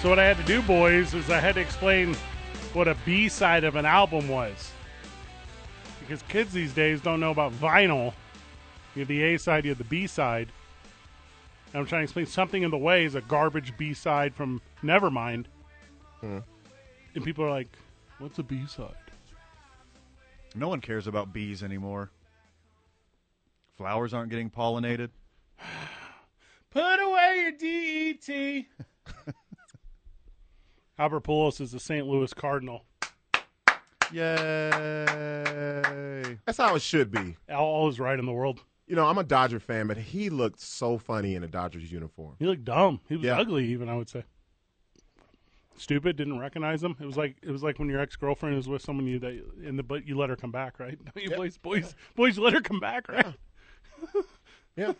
So, what I had to do, boys, is I had to explain what a B side of an album was. Because kids these days don't know about vinyl. You have the A side, you have the B side. And I'm trying to explain something in the way is a garbage B side from Nevermind. And people are like, what's a B side?
No one cares about bees anymore. Flowers aren't getting pollinated.
Put away E your DET. <laughs> Albert Pujols is the St. Louis Cardinal.
Yay!
That's how it should be.
All, all is right in the world.
You know, I'm a Dodger fan, but he looked so funny in a Dodgers uniform.
He looked dumb. He was
Yeah.
ugly, even I would say. Stupid. Didn't recognize him. It was like it was like when your ex girlfriend is with someone you that in the but you let her come back, right? <laughs> Don't you boys, boys, boys, let her come back, right?
Yeah.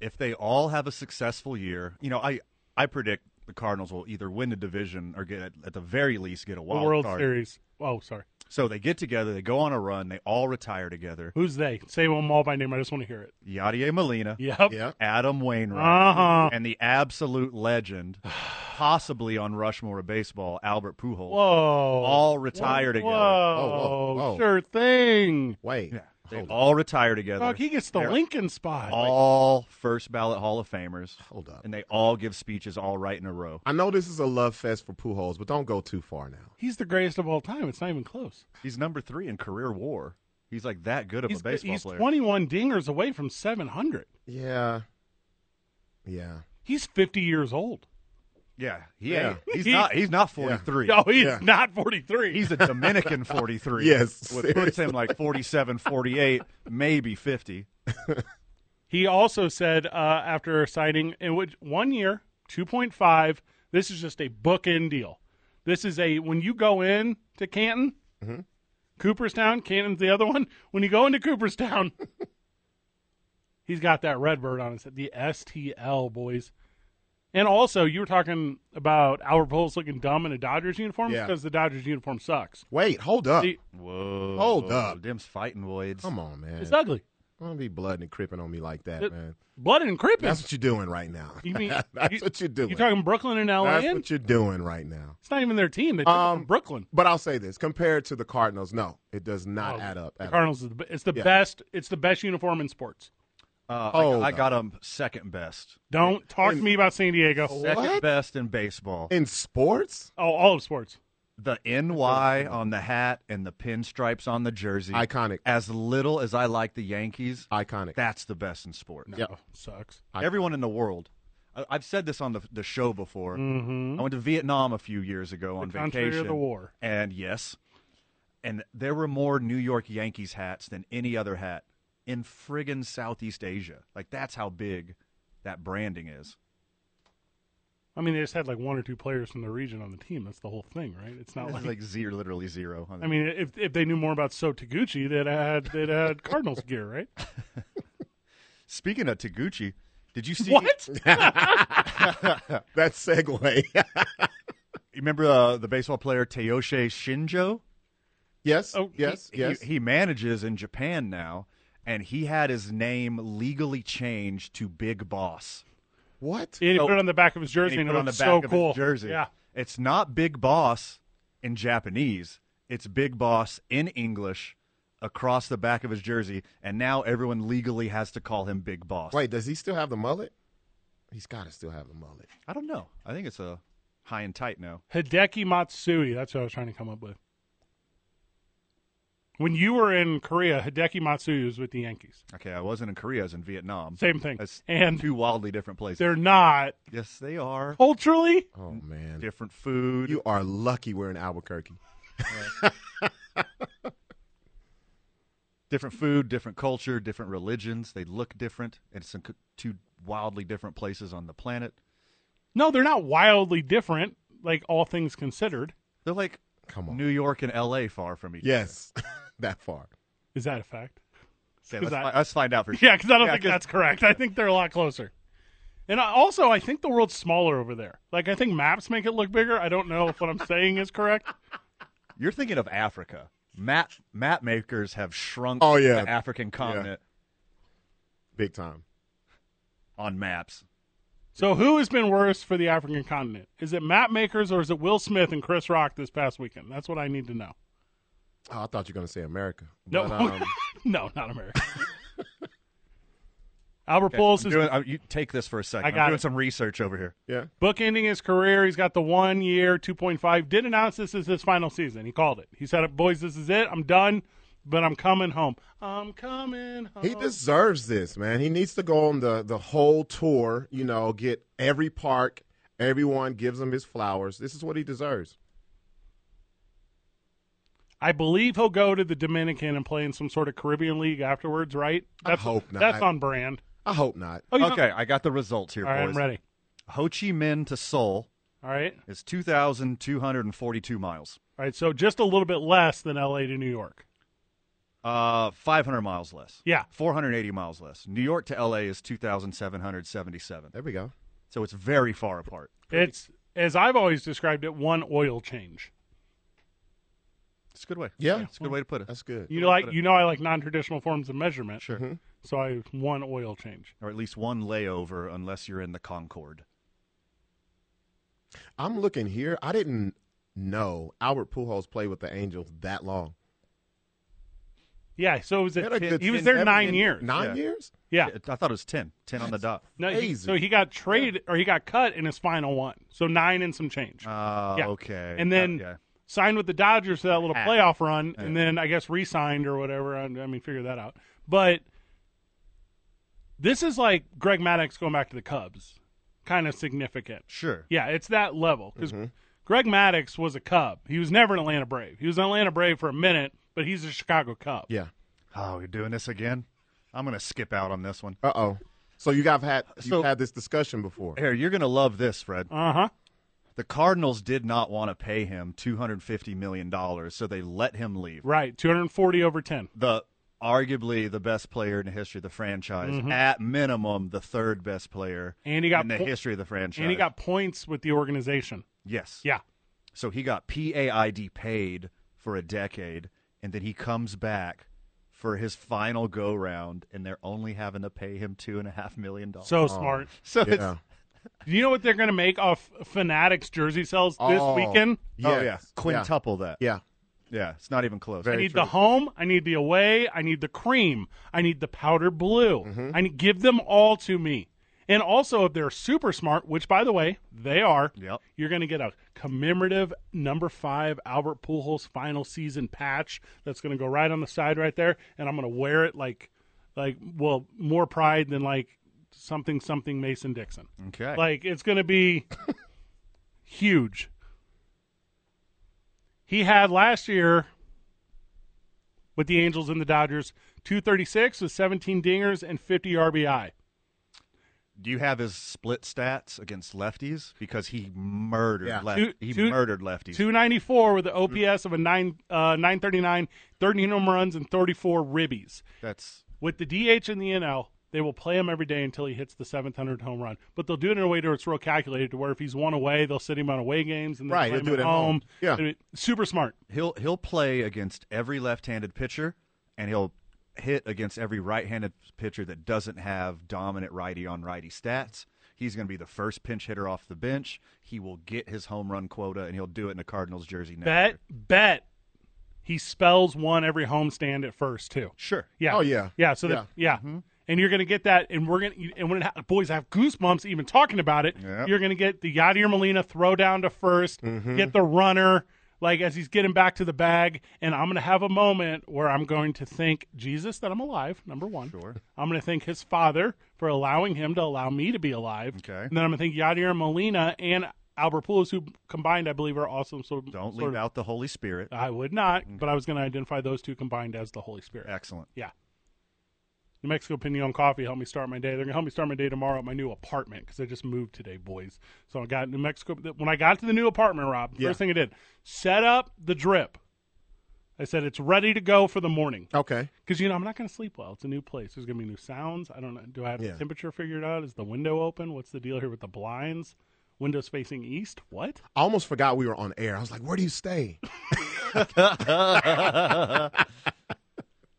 If they all have a successful year, you know, I I predict the Cardinals will either win the division or get at the very least get a
The
wild
World
card.
Series. Oh, sorry.
So they get together, they go on a run, they all retire together.
Who's they? Say them all by name. I just want to hear it.
Yadier Molina,
Yep.
Yeah.
Adam Wainwright,
Uh huh.
and the absolute legend, <sighs> possibly on Rushmore of baseball, Albert Pujols,
Whoa.
all retire
Whoa.
together. Oh,
whoa, whoa.
Sure thing.
Wait.
Yeah, they
Hold, up.
all retire together.
Dog, he gets the
They're
Lincoln spot.
all first ballot Hall of Famers,
Hold up.
and they all give speeches all right in a row.
I know this is a love fest for Pujols, but don't go too far now.
He's the greatest of all time. It's not even close.
He's number three in career WAR. He's like that good of
He's,
a baseball
he's
player.
21 dingers away from 700.
Yeah. Yeah.
He's 50 years old.
Yeah, he
Yeah.
ain't- He's
<laughs> He-
not. He's not forty three.
No, he's
Yeah.
not 43.
He's a Dominican 43.
<laughs> Yes,
Which puts him like 47, 48, maybe 50.
he also said uh, after signing in which one year, 2.5. This is just a bookend deal. This is a when you go in to Canton,
Mm-hmm.
Cooperstown. Canton's the other one. When you go into Cooperstown, <laughs> he's got that red bird on his head, the STL boys. And also, you were talking about Albert Pujols looking dumb in a Dodgers uniform
Yeah.
because the Dodgers uniform sucks.
Wait, hold up.
See,
Whoa.
Hold up.
Dim's fighting voids.
Come on, man.
It's ugly.
Don't be blooding and cripping on me like that,
It-
man.
Blood and cripping.
That's what you're doing right now.
You
<laughs>
mean-
That's
you-
what you're doing.
You're talking Brooklyn and LA.
That's what you're doing right now.
It's not even their team. They took it from
Um,
Brooklyn.
But I'll say this: compared to the Cardinals, no, it does not
Oh,
add up.
The
at all.
Cardinals is the, it's the
Yeah.
best. It's the best uniform in sports.
Uh,
Hold
I, I
up.
got him second best.
Don't talk to me about San Diego.
Second
What?
best in baseball.
in sports,
Oh, all of sports.
the NY on the hat and the pinstripes on the jersey.
iconic,
as little as I like the Yankees,
iconic.
that's the best in sport.
Yeah.
Oh, sucks.
I-
Everyone in the world. I- I've said this on the, the show before.
Mm-hmm.
I went to Vietnam a few years ago on
country of
vacation.
the war.
And yes, and there were more New York Yankees hats than any other hat in friggin' Southeast Asia. Like, that's how big that branding is.
I mean, they just had like one or two players from the region on the team. That's the whole thing, right? It's not <laughs>
It's
like.
like zero, literally zero.
I mean, if if they knew more about So Taguchi, they'd had they'd
<laughs>
had Cardinals gear, right?
speaking of Taguchi, did you see?
What?
that segue. <laughs>
You remember uh, the baseball player Teoshe Shinjo?
yes,
Oh,
yes,
He-
yes.
He, manages in Japan now, and he had his name legally changed to Big Boss.
what?
And he
Oh.
put it on the back of his
And
jersey,
he
and,
put
it
on the
looked
back
so
of his
cool.
jersey.
Yeah.
It's not Big Boss in Japanese. It's Big Boss in English across the back of his jersey, and now everyone legally has to call him Big Boss.
Wait, does he still have the mullet? He's got to still have the mullet.
I don't know. I think it's a high and tight now.
Hideki Matsui. That's what I was trying to come up with. When you were in Korea, Hideki Matsui was with the Yankees.
Okay, I wasn't in Korea, I was in Vietnam.
Same thing.
That's
and
two wildly different places.
they're not
Yes, they are.
culturally.
Oh man,
Different food.
you are lucky we're in Albuquerque.
different food, different culture, different religions. They look different. It's in co- two wildly different places on the planet.
No, they're not wildly different. Like all things considered,
They're like
Come on.
New York and L.A. far from each
yes, <laughs> that far.
is that a fact? <laughs>
other. Okay, let's,
that-
fi- let's find out for sure.
Yeah, because I don't
Yeah,
think
'cause-
that's correct. I think they're a lot closer. And I, also, I think the world's smaller over there. Like, I think maps make it look bigger. I don't know if what I'm saying is correct.
You're thinking of Africa. Map map makers have shrunk
Oh, yeah.
the African continent
Big time.
on maps.
So, who has been worse for the African continent? Is it map makers or is it Will Smith and Chris Rock this past weekend? That's what I need to know.
Oh, I thought you were going to say America.
No, <laughs>
But, um,
no, not
<laughs>
America. Albert
Okay,
Pujols
I'm
is
doing- I- you take this for a second.
I got
am doing
it.
some research over here.
yeah.
bookending his career. He's got the one year, 2.5. Did announce this is his final season. He called it. He said, Boys, this is it. I'm done, but I'm coming home. I'm coming home.
He deserves this, man. He needs to go on the, the whole tour, you know, get every park. Everyone gives him his flowers. This is what he deserves.
I believe he'll go to the Dominican and play in some sort of Caribbean league afterwards, right?
I
That's,
hope not.
That's on brand.
I hope not.
Oh, you don't-
Okay, I got the results here,
All right,
boys.
I'm ready.
Ho Chi Minh to Seoul
All right.
is 2,242 miles,
All right. So just a little bit less than LA to New York.
uh, 500 miles less.
Yeah.
480 miles less. New York to LA is 2,777.
There we go.
So it's very far apart.
It's, as I've always described it, one oil change.
It's a good way.
Yeah.
It's a good way to put it.
That's good. Mm-hmm.
You know, like you know, I like non-traditional forms of measurement. Sure. So I one oil change.
Or at least one layover, unless you're in the Concorde.
I'm looking here. I didn't know Albert Pujols played with the Angels that long.
Yeah. So it was
He had a
a,
good
he was
ten-
there
every-
nine years.
Nine
Yeah.
years?
yeah.
I thought it was 10. 10 on the dot.
No, he,
crazy.
so he got traded or he got cut in his final one. So nine and some change.
Uh,
Ah,
Yeah.
okay.
And then
Okay.
signed with the Dodgers for that little
Ah.
playoff run, and then I guess re-signed or whatever. I, I mean, figure that out. But this is like Greg Maddox going back to the Cubs, kind of significant.
Sure.
Yeah, it's that level because
Mm-hmm.
Greg Maddox was a Cub. He was never an Atlanta Brave. He was an Atlanta Brave for a minute, but he's a Chicago Cub.
Yeah.
Oh, you're doing this again? I'm going to skip out on this one.
Uh oh. So you have had you've
So-
had this discussion before.
Here, you're going to love this, Fred.
Uh huh.
The Cardinals did not want to pay him $250 million, so they let him leave.
Right. Two hundred forty over ten.
The arguably the best player in the history of the franchise, at minimum the third best player
Mm-hmm. And he got
in the
po-
history of the franchise.
And he got points with the organization.
yes.
Yeah.
So he got PAID paid for a decade, and then he comes back for his final go round, and they're only having to pay him two and a half million dollars.
So smart.
<laughs> so
Yeah.
it's oh,
Do you know what they're going to make off Fanatics jersey sales this
Oh,
weekend?
Yes.
oh yeah, quintuple that.
Yeah.
yeah, it's not even close.
I
Very
need
true.
the home. I need the away. I need the cream. I need the powder blue. I need give them all to me. And also, if they're super smart, which by the way they are,
Yep.
you're going to get a commemorative number five Albert Pujols final season patch that's going to go right on the side right there, and I'm going to wear it like, like well, more pride than like something something Mason Dixon.
Okay,
Like it's going to be huge. He had last year with the Angels and the Dodgers 236 with 17 dingers and 50 RBI.
do you have his split stats against lefties? Because he murdered
Yeah.
left.
Two-
he
two-
murdered lefties.
294 with an
Mm-hmm.
OPS of a 9 uh, 939, 13 home runs and 34 ribbies.
That's
With the DH and the NL, they will play him every day until he hits the 700 home run. But they'll do it in a way to where it's real calculated, to where if he's one away, they'll sit him on away games and then
Right,
play
they'll
him
do it
at
at home.
home.
Yeah.
It'll be super smart.
he'll he'll play against every left-handed pitcher, and he'll hit against every right-handed pitcher that doesn't have dominant righty on righty stats. He's going to be the first pinch hitter off the bench. He will get his home run quota, and he'll do it in a Cardinals jersey. Next
Bet,
year.
bet. He spells one every homestand at first too.
sure.
Yeah.
Oh, yeah.
Yeah. So that, yeah. and you're going to get that. And we're going to and when it ha- boys I have goosebumps even talking about it.
Yeah.
You're going to get the Yadier Molina throw down to 1st get the runner like as he's getting back to the bag, and I'm going to have a moment where I'm going to thank Jesus that I'm alive. Number one, sure. I'm going to thank his father for allowing him to allow me to be alive.
Okay.
and then I'm going to thank Yadier Molina and. Albert Pujols, who combined, I believe, are also some
Don't
sort
leave
of Uh,
out the Holy Spirit.
I would not, but I was going to identify those two combined as the Holy Spirit.
Excellent.
Yeah. New Mexico Pinion Coffee helped me start my day. They're going to help me start my day tomorrow at my new apartment because I just moved today, boys. So I got New Mexico. When I got to the new apartment, Rob,
Yeah.
first thing I did, set up the drip. I said, it's ready to go for the morning.
Okay.
Because, you know, I'm not going to sleep well. It's a new place. There's going to be new sounds. I don't know. Do I have
Yeah.
the temperature figured out? Is the window open? What's the deal here with the blinds? Windows facing east? What?
I almost forgot we were on air. I was like, where do
<laughs>
you stay?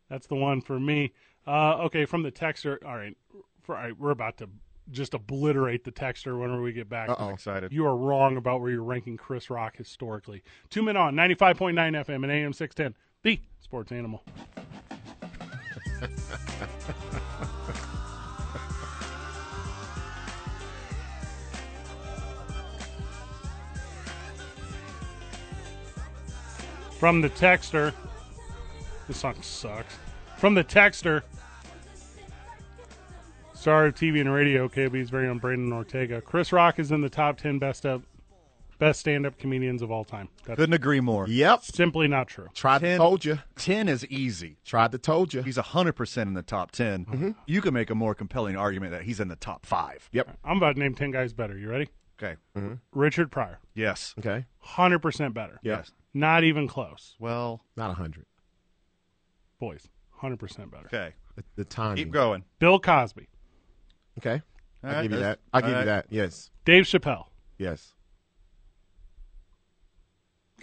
That's the one for me. Uh, okay, from the texter. All right, for, all right, we're about to just obliterate the texter whenever we get back.
I'm excited.
You are wrong about where you're ranking Chris Rock historically. Two men on 95.9 FM and AM 610, the sports animal. <laughs> From the texter, this song sucks. From the texter, star of TV and radio, KB's very own Brandon Ortega. Chris Rock is in the top 10 best up, best stand up comedians of all time. That's
Couldn't agree more.
Yep.
simply not true.
Tried to
Ten-
told you.
10 is easy. Mm-hmm.
Tried to told you.
He's 100% in the top 10. You can make a more compelling argument that he's in the top five.
Yep.
I'm about to name 10 guys better. You ready?
Okay.
Richard Pryor,
Yes.
Okay.
100% better.
Yep.
Yes.
Not even close.
Well,
Not a hundred.
Boys, 100% better.
okay.
The, the timing.
Keep going. Uh,
Bill Cosby,
Okay.
All right,
I'll give you
that's-
that. I'll give
all
you
right.
that. Yes.
Dave Chappelle.
Yes.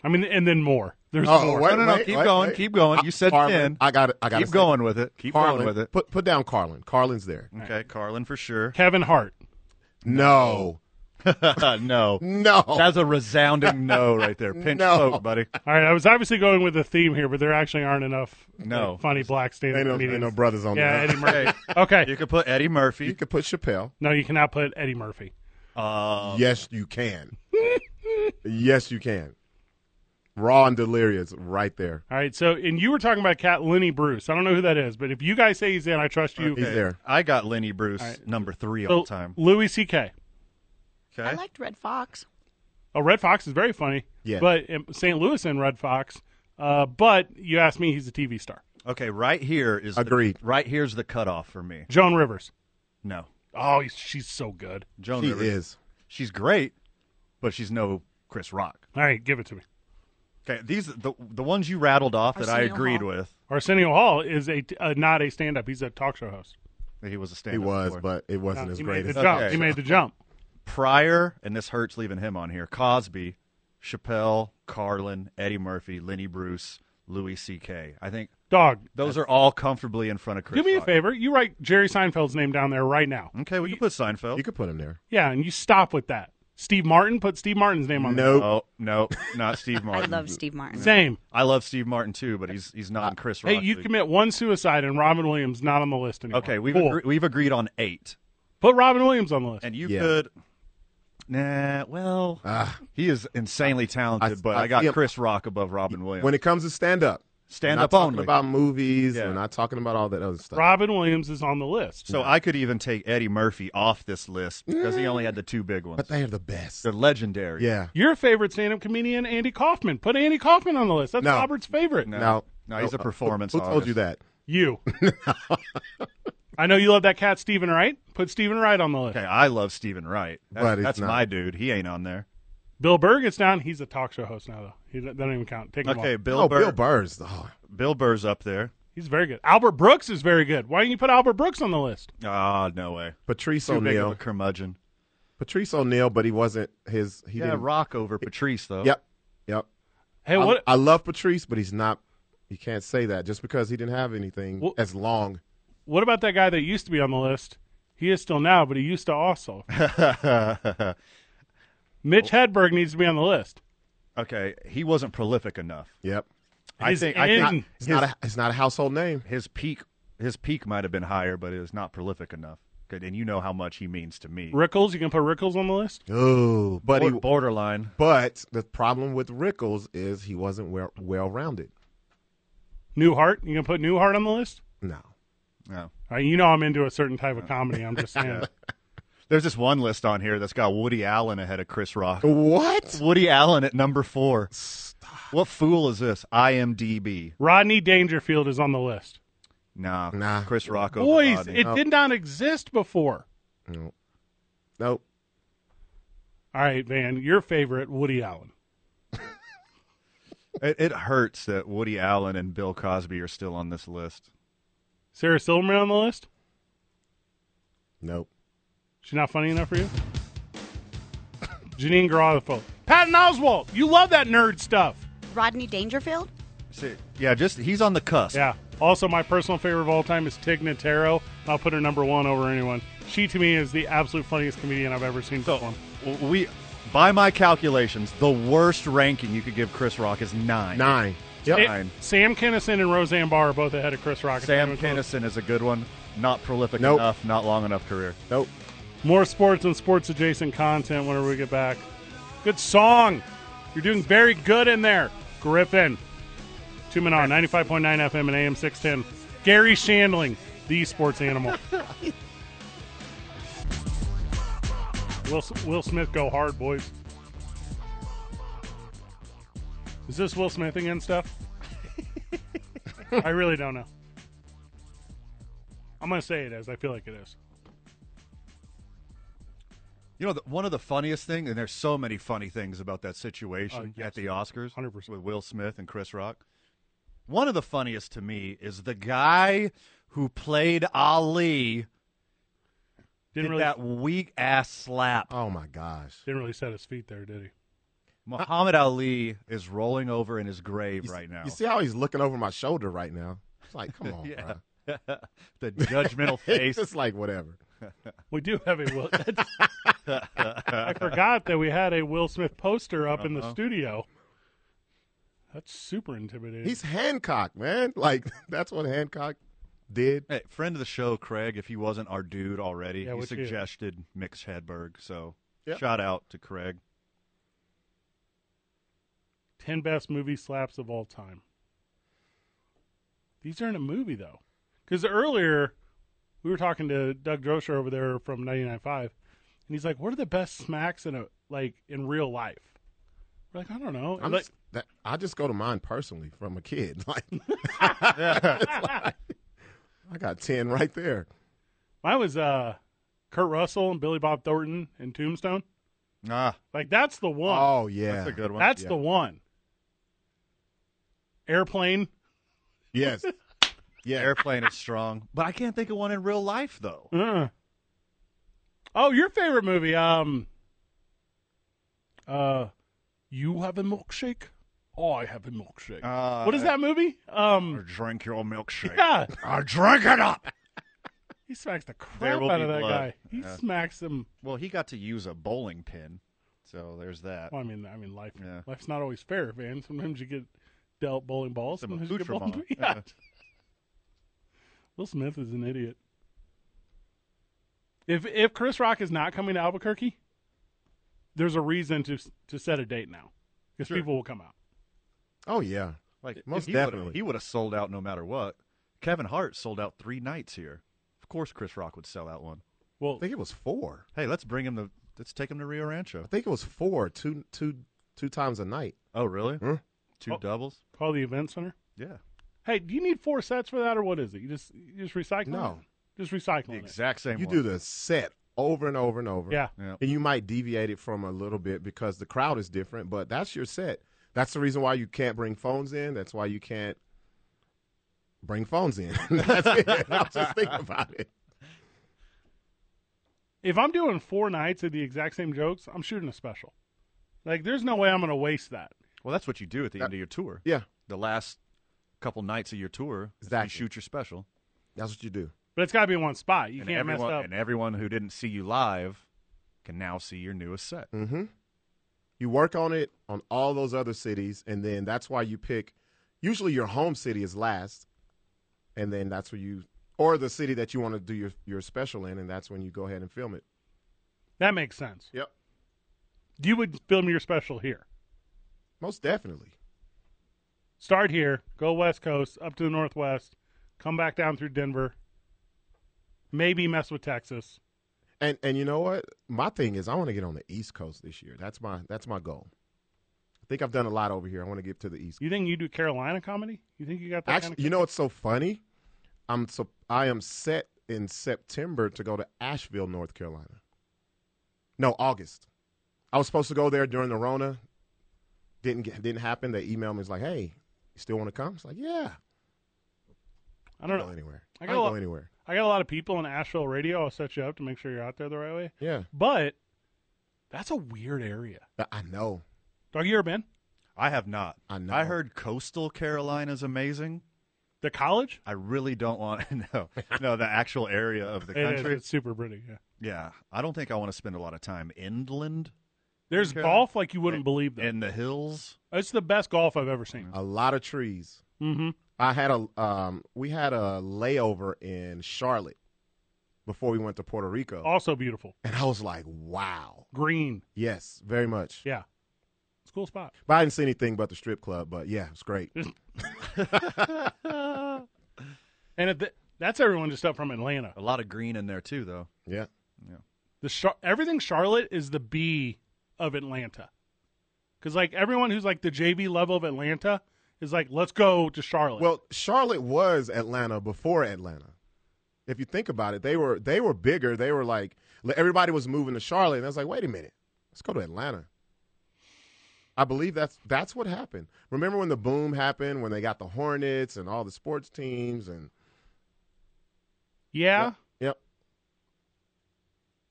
I mean, and then more. There's more.
wait,
No, no, no.
wait,
keep
wait,
going.
wait.
Keep going.
I-
You said
Harlan,
10.
I got it. I got
Keep going with it. Keep
Carlin,
going with it.
Put put down Carlin. Carlin's there.
Okay. Carlin for sure.
Kevin Hart.
No.
<laughs> no.
No.
<laughs> That's a resounding no right there. Pinch
No.
vote, buddy.
All right, I was obviously going with the theme here, but there actually aren't enough
No.
like, funny black stand-up
ain't no,
comedians.
ain't no brothers on
yeah,
there.
Eddie Murphy.
Okay.
Okay,
You could put Eddie Murphy.
You could put Chappelle.
no, you cannot put Eddie Murphy.
Uh,
yes, you can. yes, you can. Raw and delirious, right there.
All right, so and you were talking about Cat Lenny Bruce. I don't know who that is, but if you guys say he's in, I trust you.
He's there.
I got Lenny Bruce number three
So,
Uh, all time.
Louis C.K.
Okay.
I liked Red Fox.
Oh, Red Fox is very funny.
Yeah.
But um, St. Louis and Red Fox. Uh, but you asked me, he's a TV star.
okay. Right here is
Agreed.
The, right here's the cutoff for me.
Joan Rivers.
No,
Oh, he's, she's so good.
Joan
He
Rivers.
is.
She's great, but she's no Chris Rock.
All right, give it to me.
Okay. These the the ones you rattled off that I
Arsenio
agreed
Hall.
with.
Arsenio Hall is a t- uh, not a stand-up. He's a talk show host.
That he was a stand.
He was, but it wasn't
No,
as
he
great
made
as
the jump.
Okay.
He made the jump.
Pryor, and this hurts leaving him on here. Cosby, Chappelle, Carlin, Eddie Murphy, Lenny Bruce, Louis C.K. I think
Dog,
those are all comfortably in front of Chris.
do me a
Rock.
favor. You write Jerry Seinfeld's name down there right now.
Okay, we can put Seinfeld.
You could put him there.
Yeah, and you stop with that. Steve Martin, put Steve Martin's name on there.
Nope.
Oh no, not
<laughs>
Steve
I
Martin.
love Steve Martin.
Same.
I love Steve Martin too, but he's he's not in Chris Rock.
Hey, you
league.
commit one suicide and Robin Williams not on the list anymore.
Okay, we've
Cool.
agree- we've agreed on eight,
put Robin Williams on the list.
and you
Yeah.
could. Nah, well,
Ah.
he is insanely talented,
I-
but I,
I
got
feel-
Chris Rock above Robin Williams.
When it comes to stand up,
Stand
not
up
talking
only.
about movies.
Yeah.
We're not talking about all that other stuff.
Robin Williams is on the list.
so I could even take Eddie Murphy off this list because he only had the two big ones.
But they are the best.
They're legendary.
Yeah.
Your favorite stand-up comedian, Andy Kaufman. Put Andy Kaufman on the list. That's
No.
Robert's favorite.
No,
Now,
no, he's a
uh,
performance
Who, who told
artist.
you that?
<laughs>
You. I know you love that cat, Stephen Wright. Put Stephen Wright on the list.
Okay, I love Stephen Wright. That's,
But he's
that's
not.
my dude. He ain't on there.
Bill Burr gets down. He's a talk show host now, though. He that don't even count. Take him
Okay,
off.
Bill
oh,
Burr.
Bill Burr's. Oh,
Bill Burr's up there.
He's very good. Albert Brooks is very good. Why didn't you put Albert Brooks on the list?
Ah, no way.
Patrice
Too big of a
O'Neill.
curmudgeon.
Patrice O'Neill, but he wasn't his. He
Yeah,
didn't.
Rock over Patrice though.
Yep. Yep.
Hey,
Um,
I-
what?
I, love Patrice, but he's not. You can't say that just because he didn't have anything
Well-
as long.
What about that guy that used to be on the list? He is still now, but he used to also. Mitch Hedberg needs to be on the list.
<laughs> Okay, he wasn't prolific enough.
Yep.
I
His
think I
end-
think
It's not. A, it's not a household name.
his peak his peak might have been higher, but it was not prolific enough. Good, and you know how much he means to me.
Rickles, you can put Rickles on the list.
Oh, but he,
Bor- borderline.
but the problem with Rickles is he wasn't well well rounded.
Newhart, you can put Newhart on the list.
No,
No.
Uh, you know I'm into a certain type of comedy. I'm just saying.
There's this one list on here that's got Woody Allen ahead of Chris Rock.
what?
Woody Allen at number four. What fool is this? IMDb.
Rodney Dangerfield is on the list.
Nah.
Nah.
Chris Rock over
Boys,
Rodney.
it did not exist before.
Nope.
All right, Van, your favorite Woody Allen.
It, it hurts that Woody Allen and Bill Cosby are still on this list.
Sarah Silverman on the list.
Nope.
She's not funny enough for you. Janine Garofalo, Patton Oswalt. You love that nerd stuff.
Rodney Dangerfield?
See, yeah, just he's on the cusp.
Yeah. Also, my personal favorite of all time is Tig Notaro. I'll put her number one over anyone. She to me is the absolute funniest comedian I've ever seen perform.
W- We, by my calculations, the worst ranking you could give Chris Rock is nine.
Nine. Yep.
It-
Fine.
Sam Kinison and Roseanne Barr are both ahead of Chris Rock.
Sam
It's kind of
Kinison is a good one. Not prolific
Nope.
enough. Not long enough career.
Nope.
close. More sports and sports adjacent content whenever we get back. Good song. You're doing very good in there, Griffin. Two men on 95.9 FM and AM 610. Gary Shandling, the sports animal. Will, Will Smith go hard, boys. Is this Will Smith again stuff? I really don't know. I'm going to say it is. I feel like it is.
You know, the, one of the funniest things, and there's so many funny things about that
Oh,
situation
yes.
at the Oscars
100%.
with Will Smith and Chris Rock. One of the funniest to me is the guy who played Ali
Didn't
did
really
that weak ass slap.
Oh my gosh.
Didn't really set his feet there, did he?
Muhammad Ali is rolling over in his grave
You s-
right now.
You see how he's looking over my shoulder right now? It's like,
<laughs>
come on,
yeah.
bro.
<laughs> the judgmental
<laughs> It's
face.
just like whatever.
We do have a Will. I forgot that we had a Will Smith poster up in the studio. That's super intimidating.
He's Hancock, man. <laughs> Like that's what Hancock did.
Hey, friend of the show, Craig, if he wasn't our dude already,
Yeah,
he
what's he-
suggested Mix Hedberg. So
Yep.
shout out to Craig.
ten best movie slaps of all time. These aren't a movie though, because earlier we were talking to Doug Drosher over there from 99.5, and he's like, "What are the best smacks in a like in real life?" We're like, "I don't know."
I'm
like,
just, that, I just go to mine personally from a kid. <laughs>
<laughs>
Like, I got ten right there.
mine was uh, Kurt Russell and Billy Bob Thornton and Tombstone.
Ah,
Like that's the one.
Oh yeah,
that's a good one. <laughs>
That's
Yeah.
the one. Airplane.
yes, yeah.
Airplane is strong, but I can't think of one in real life though.
Uh. Oh, your favorite movie? Um. Uh, you have a milkshake. Oh, I have a milkshake.
Uh,
what is that movie? Um.
Drink your milkshake. <laughs>
Yeah,
I drink it up.
he smacks the
There
crap
will
out
be
of that
blood.
guy. He
Yeah.
smacks him.
Well, he got to use a bowling pin, so there's that.
Well, I mean, I mean, life.
Yeah.
Life's not always fair, man. Sometimes you get dealt bowling balls.
Some
sometimes you get <laughs>
accoutrement.
bowling- Yeah. Will Smith is an idiot. If if Chris Rock is not coming to Albuquerque, there's a reason to to set a date now because people will come out.
Oh yeah.
Like
Most
he would've-
definitely.
he would have sold out no matter what. Kevin Hart sold out three nights here. Of course, Chris Rock would sell out one.
Well,
I think it was four.
Hey, let's bring him to. Let's take him to Rio Rancho.
I think it was four. Two, two, two times a night.
Oh, really?
Hmm?
Two
Oh.
doubles?
call the event center.
Yeah.
Hey, do you need four sets for that, or what is it? You just you just recycling?
No.
it? just recycling.
The
it.
exact same
You
one.
do the set over and over and over.
Yeah.
Yeah.
And you might deviate it from a little bit because the crowd is different, but that's your set. That's the reason why you can't bring phones in. That's why you can't bring phones in. <laughs> that's it. I was just thinking about it.
If I'm doing four nights of the exact same jokes, I'm shooting a special. Like, there's no way I'm going to waste that.
Well, that's what you do at the end of your tour.
Yeah.
The last couple nights of your tour, is
Exactly.
you shoot your special.
That's what you do.
But it's got to be in one spot. You
and
can't
everyone,
mess up.
And everyone who didn't see you live can now see your newest set.
Mm-hmm. You work on it on all those other cities, and then that's why you pick. Usually, your home city is last, and then that's where you or the city that you want to do your, your special in, and that's when you go ahead and film it.
That makes sense.
Yep,
You would film your special here.
most definitely.
Start here, go west coast, up to the northwest, come back down through Denver, maybe mess with Texas.
And and you know what? My thing is I want to get on the East Coast this year. That's my that's my goal. I think I've done a lot over here. I want to get to the East.
You think you do Carolina comedy? You think you got that?
Actually,
kind of
you know what's so funny? I'm so I am set in September to go to Asheville, North Carolina. No, August. I was supposed to go there during the Rona. Didn't get, didn't happen. They emailed me. It's like, hey, you still want to come? It's like, yeah.
I don't
go
know.
anywhere.
I
I,
got
can
a
go
lot-
anywhere.
I got a lot of people in Asheville radio. I'll set you up to make sure you're out there the right way.
Yeah,
But that's a weird area.
I- I know.
Dog, you ever been?
I have not.
I know.
I heard coastal Carolina's amazing.
The college?
I really don't want <laughs> to know. No, the actual area of the
<laughs> It is.
country.
It's super pretty. Yeah.
Yeah, I don't think I want to spend a lot of time inland
There's
Okay.
golf like you wouldn't believe though.
in the hills.
It's the best golf I've ever seen.
A lot of trees.
Mm-hmm.
I had a um, we had a layover in Charlotte before we went to Puerto
Oh.
Rico,
Also beautiful.
and I was like, "Wow,
Green.
yes, very much."
Yeah. It's a cool spot.
But I didn't see anything but the strip club, but yeah, it's great.
And at the, that's everyone just up from Atlanta.
A lot of green in there too, though.
Yeah,
The Char- everything Charlotte is the B of Atlanta. Cuz like everyone who's like the JV level of Atlanta is like let's go to Charlotte.
well, Charlotte was Atlanta before Atlanta. If you think about it, they were they were bigger. They were like everybody was moving to Charlotte, and I was like, "Wait a minute, let's go to Atlanta." I believe that's that's what happened. Remember when the boom happened when they got the Hornets and all the sports teams and
yeah.
Yep.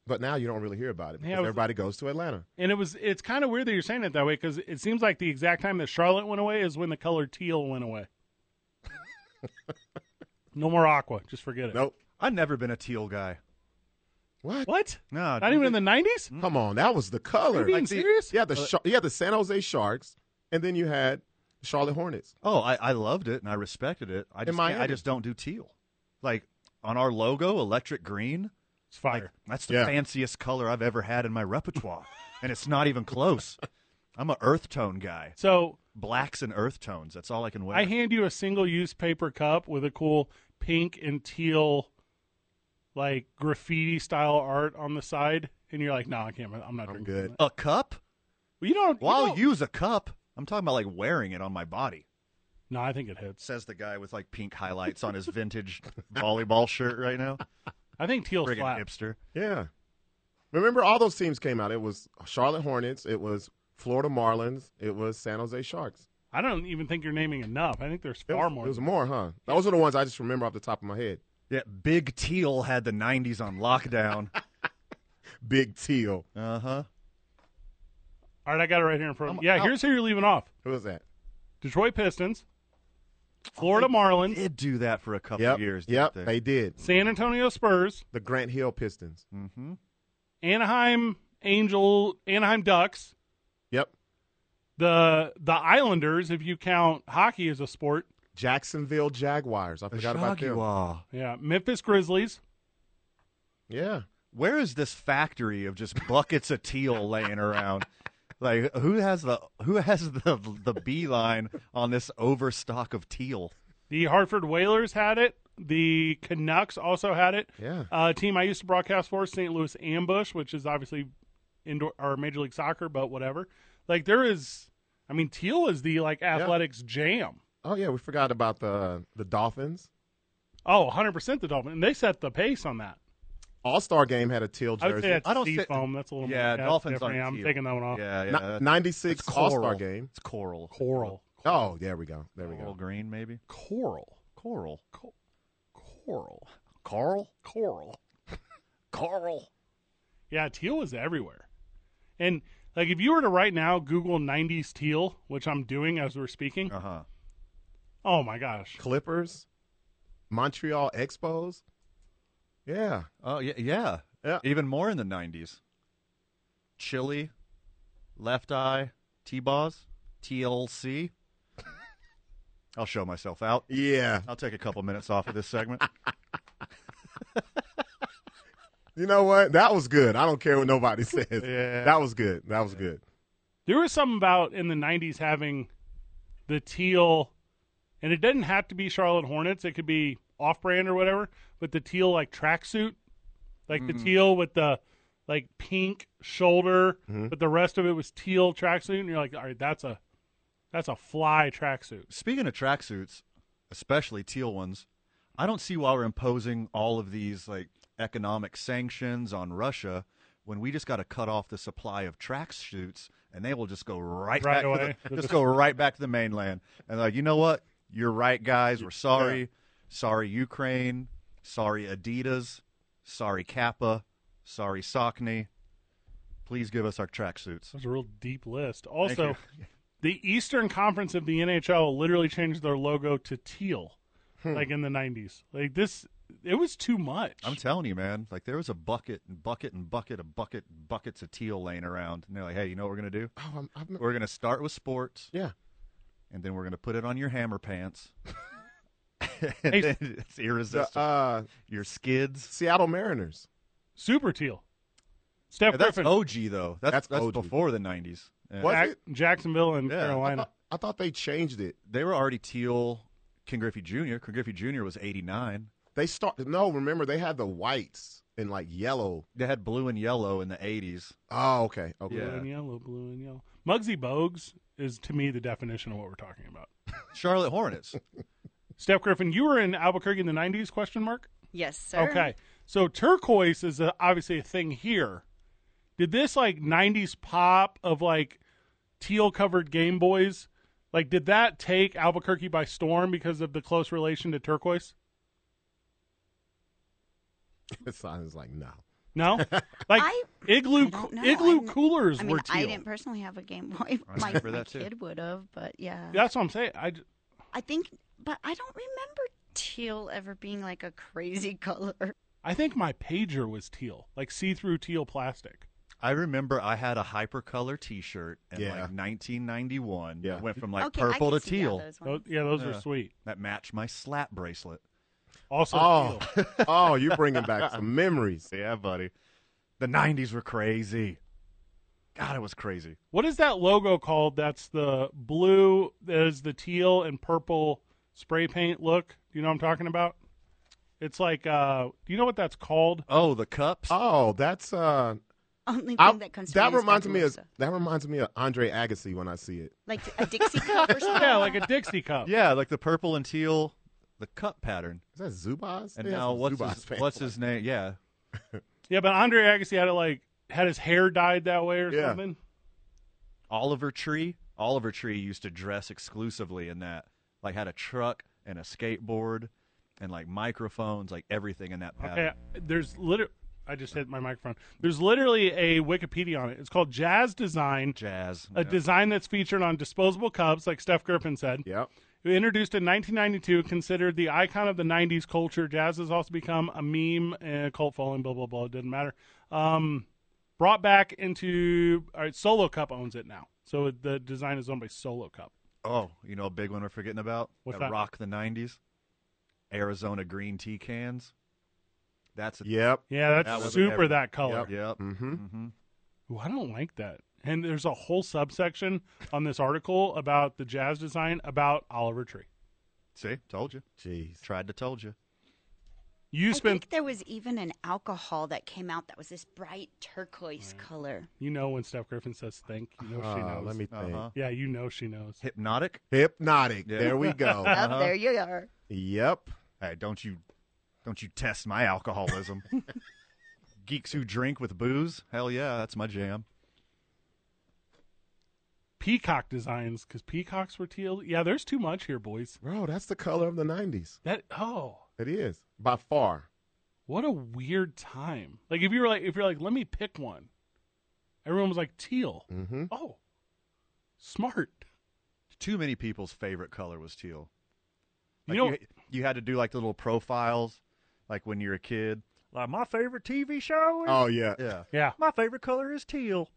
But now you don't really hear about it because
I was-
everybody goes to Atlanta.
And it was it's kind of weird that you're saying it that way cuz it seems like the exact time that Charlotte went away is when the color teal went
<laughs>
away. no more aqua, just forget it.
Nope.
I've never been a teal guy.
What?
What?
No,
Not even in the 90s?
Come on, that was the color.
Are you Mm-hmm. being
the,
serious? Uh,
Yeah, the Char- yeah the San Jose Sharks, and then you had Charlotte Hornets.
Oh, I, I loved it and I respected it. I just can't- I
Miami.
just don't do teal. Like on our logo, electric green.
It's fire.
That's the
Yeah.
fanciest color I've ever had in my
<laughs>
repertoire, and it's not even close. I'm a earth tone guy.
So
Blacks and earth tones. That's all I can wear.
I hand you a single use paper cup with a cool pink and teal, like graffiti style art on the side, and you're like, "No, I can't. I'm not
I'm
drinking."
good.
a cup?
Well, you don't.
Well,
you
I'll
don't-
use a cup. I'm talking about like wearing it on my body.
No, I think it hits.
Says the guy with like pink highlights on his
<laughs>
vintage volleyball shirt right now.
I think teal
Friggin'
slaps.
hipster.
Yeah. Remember, all those teams came out. It was Charlotte Hornets. It was Florida Marlins. It was San Jose Sharks.
I don't even think you're naming enough. I think there's
It
far
was,
more.
It was more, huh? Those are the ones I just remember off the top of my head.
Yeah, Big Teal had the '90s on
<laughs>
lockdown.
Big Teal.
Uh huh.
All right, I got it right here in front. of me. Yeah, here's who you're leaving off:
Who was that?
Detroit Pistons, Florida Marlins,
Did do that for a couple
Yep.
years. didn't
yep.
they?
They did.
San Antonio Spurs,
The Grant Hill Pistons.
Mm. Anaheim Angel, Anaheim Ducks,
Yep.
the the Islanders, if you count hockey as a sport.
Jacksonville Jaguars. I forgot about them.
Ashagua.
Yeah, Memphis Grizzlies.
Yeah.
Where is this factory of just buckets of teal laying around? Like who has the who has the the beeline on this overstock of teal?
The Hartford Whalers had it. The Canucks also had it.
Yeah.
Uh, a team I used to broadcast for, St. Louis Ambush, which is obviously indoor or Major League Soccer, but whatever. Like there is, I mean, teal is the like athletics jam.
Oh yeah, we forgot about the the Dolphins.
Oh, 100 percent the Dolphins, and they set the pace on that.
All Star game had a teal
I would say
jersey.
that's
I don't
sea
think-
foam. That's a little
yeah,
more, that's
dolphins
different.
aren't
I'm
teal.
taking that one off.
Yeah, yeah.
Ni- 96
It's
All-Star
coral.
game.
It's coral.
Coral,
Oh, there we go. There we
Coral
go.
green, maybe.
coral,
Coral.
Co- coral,
Carl.
coral.
Carl.
Yeah, teal is everywhere. And like if you were to right now Google 90s teal, which I'm doing as we're speaking,
Uh huh.
oh my gosh.
Clippers, Montreal Expos. Yeah,
Oh yeah, yeah,
Yeah.
Even more in the '90s. Chili, Left Eye, T-Boz, TLC. I'll show myself out.
yeah.
I'll take a couple minutes off of this segment.
You know what? That was good. I don't care what nobody <laughs> says. That was good. That was good.
There was something about in the '90s having the teal, and it doesn't have to be Charlotte Hornets. It could be off-brand or whatever, but the teal like tracksuit, like the teal with the like pink shoulder, but the rest of it was teal tracksuit, and you're like, all right, that's a that's a fly tracksuit.
Speaking of tracksuits, especially teal ones, I don't see why we're imposing all of these like economic sanctions on Russia when we just got to cut off the supply of tracksuits and they will just go right,
Right
back
away.
to the, <laughs> just go right back to the mainland and like you know what you're right guys we're sorry sorry Ukraine sorry Adidas sorry Kappa sorry Saucony please give us our tracksuits
That's a real deep list. Also, <laughs> the Eastern Conference of the NHL literally changed their logo to teal, like in the '90s. Like this, it was too much.
I'm telling you, man. Like there was a bucket and bucket and bucket of bucket and buckets of teal laying around, and they're like, "Hey, you know what we're gonna
<laughs>
do?
Oh, I'm, I'm,
We're gonna start with sports,
yeah.
and then we're gonna put it on your hammer pants. <laughs> and
Hey,
then it's irresistible.
The, uh,
your skids.
Seattle Mariners.
Super teal. Steph
Yeah, that's oh,
Griffin,
OG though. That's that's,
That's OG.
before the '90s. Yeah.
What?
Jack- Jacksonville, and
Yeah.
I,
<laughs>
Carolina.
thought- I thought they changed it.
They were already teal. King Griffey Jr. King Griffey Jr. was '89.
They started. No, remember they had the whites and like yellow.
They had blue and yellow in the '80s.
Oh, okay. Okay.
Blue
<laughs>
Yeah.
and yellow, blue and yellow. Muggsy Bogues is to me the definition of what we're talking about.
Charlotte
<laughs>
Hornets.
Steph Griffin, you were in Albuquerque in the '90s? Question mark.
Yes, sir.
Okay, so turquoise is a, obviously a thing here. Did this like '90s pop of like teal covered Game Boys, like did that take Albuquerque by storm because of the close relation to turquoise?
It sounds like no.
<laughs>
No, like
I-
igloo
I don't know.
igloo
I'm-
coolers
I mean,
were teal.
I didn't personally have a Game Boy.
I
<laughs> My,
remember
my
that, too.
kid would have, but yeah.
That's what I'm saying. I j-
I think, but I don't remember teal ever being like a crazy <laughs> color.
I think my pager was teal, like see through teal plastic.
I remember I had a hypercolor T-shirt in
Yeah.
like 1991.
Yeah.
went from like
okay, I
purple
can
to
see how
teal.
those
Tho-
ones-
Oh, yeah, those were
Yeah.
sweet.
That matched my slap bracelet.
Also,
Oh,
teal.
<laughs> oh, you're bringing back
<laughs>
some memories.
Yeah, buddy. The '90s were crazy. God, it was crazy.
what is that logo called? That's the blue, that is the teal and purple spray paint look. You know what I'm talking about? It's like, uh, do you know what that's called?
Oh, the cups.
Oh, that's uh.
Only thing
I-
that comes to
that
mind is
reminds me of
Fabulosa.
that reminds me of Andre Agassi when I see it.
like a Dixie
<laughs>
cup or something.
Yeah, like a Dixie cup.
Yeah, like the purple and teal, the cup pattern.
Is that Zubaz?
And
They had
now
some
what's
Zubaz
his,
fans.
what's his name? Yeah,
Yeah, but Andre Agassi had it like had his hair dyed that way or
Yeah.
something.
Oliver Tree. Oliver Tree used to dress exclusively in that. Like had a truck and a skateboard, and like microphones, like everything in that pattern.
Okay, there's literally. I just hit my microphone. There's literally a Wikipedia on it. It's called Jazz Design,
Jazz.
a design that's featured on disposable cups, like Steph Griffin said.
Yep.
Introduced in 1992, considered the icon of the 90s culture, jazz has also become a meme and a cult following, blah, blah, blah. It doesn't matter. Um, brought back into. All right, Solo Cup owns it now. So the design is owned by Solo Cup.
Oh, you know a big one we're forgetting about
What's that?
rock the '90s. Arizona green tea cans. That's a
Yep.
Yeah,
That
that's
was
super
every-
that color.
Yep.
Mm-hmm.
Ooh, I don't like that. And there's a whole subsection on this article about the jazz design about Oliver Tree.
See, told you.
Jeez.
Tried to told you.
You
I
spent,
think there was even an alcohol that came out that was this bright turquoise
Mm.
color.
you know, when Steph Griffin says think, you know she
Uh,
knows.
let me think.
Uh-huh.
Yeah, you know she knows.
Hypnotic.
Hypnotic.
Yeah.
There
<laughs>
we go.
Uh-huh.
Up Oh, there you are.
yep.
Hey, don't you, don't you test my
<laughs>
alcoholism. Geeks who drink with booze. Hell yeah, that's my jam.
Peacock designs because peacocks were teal. Yeah, there's too much here, boys.
Bro, that's the color of the '90s.
That oh,
It is by far.
what a weird time. Like if you were like if you're like, let me pick one. Everyone was like teal.
Mm-hmm.
Oh, smart.
Too many people's favorite color was teal.
You
Like,
know,
you, had to do like the little profiles, like when you're a kid. Like my favorite TV show. Is...
Oh yeah.
yeah.
yeah.
<laughs> My favorite color is teal.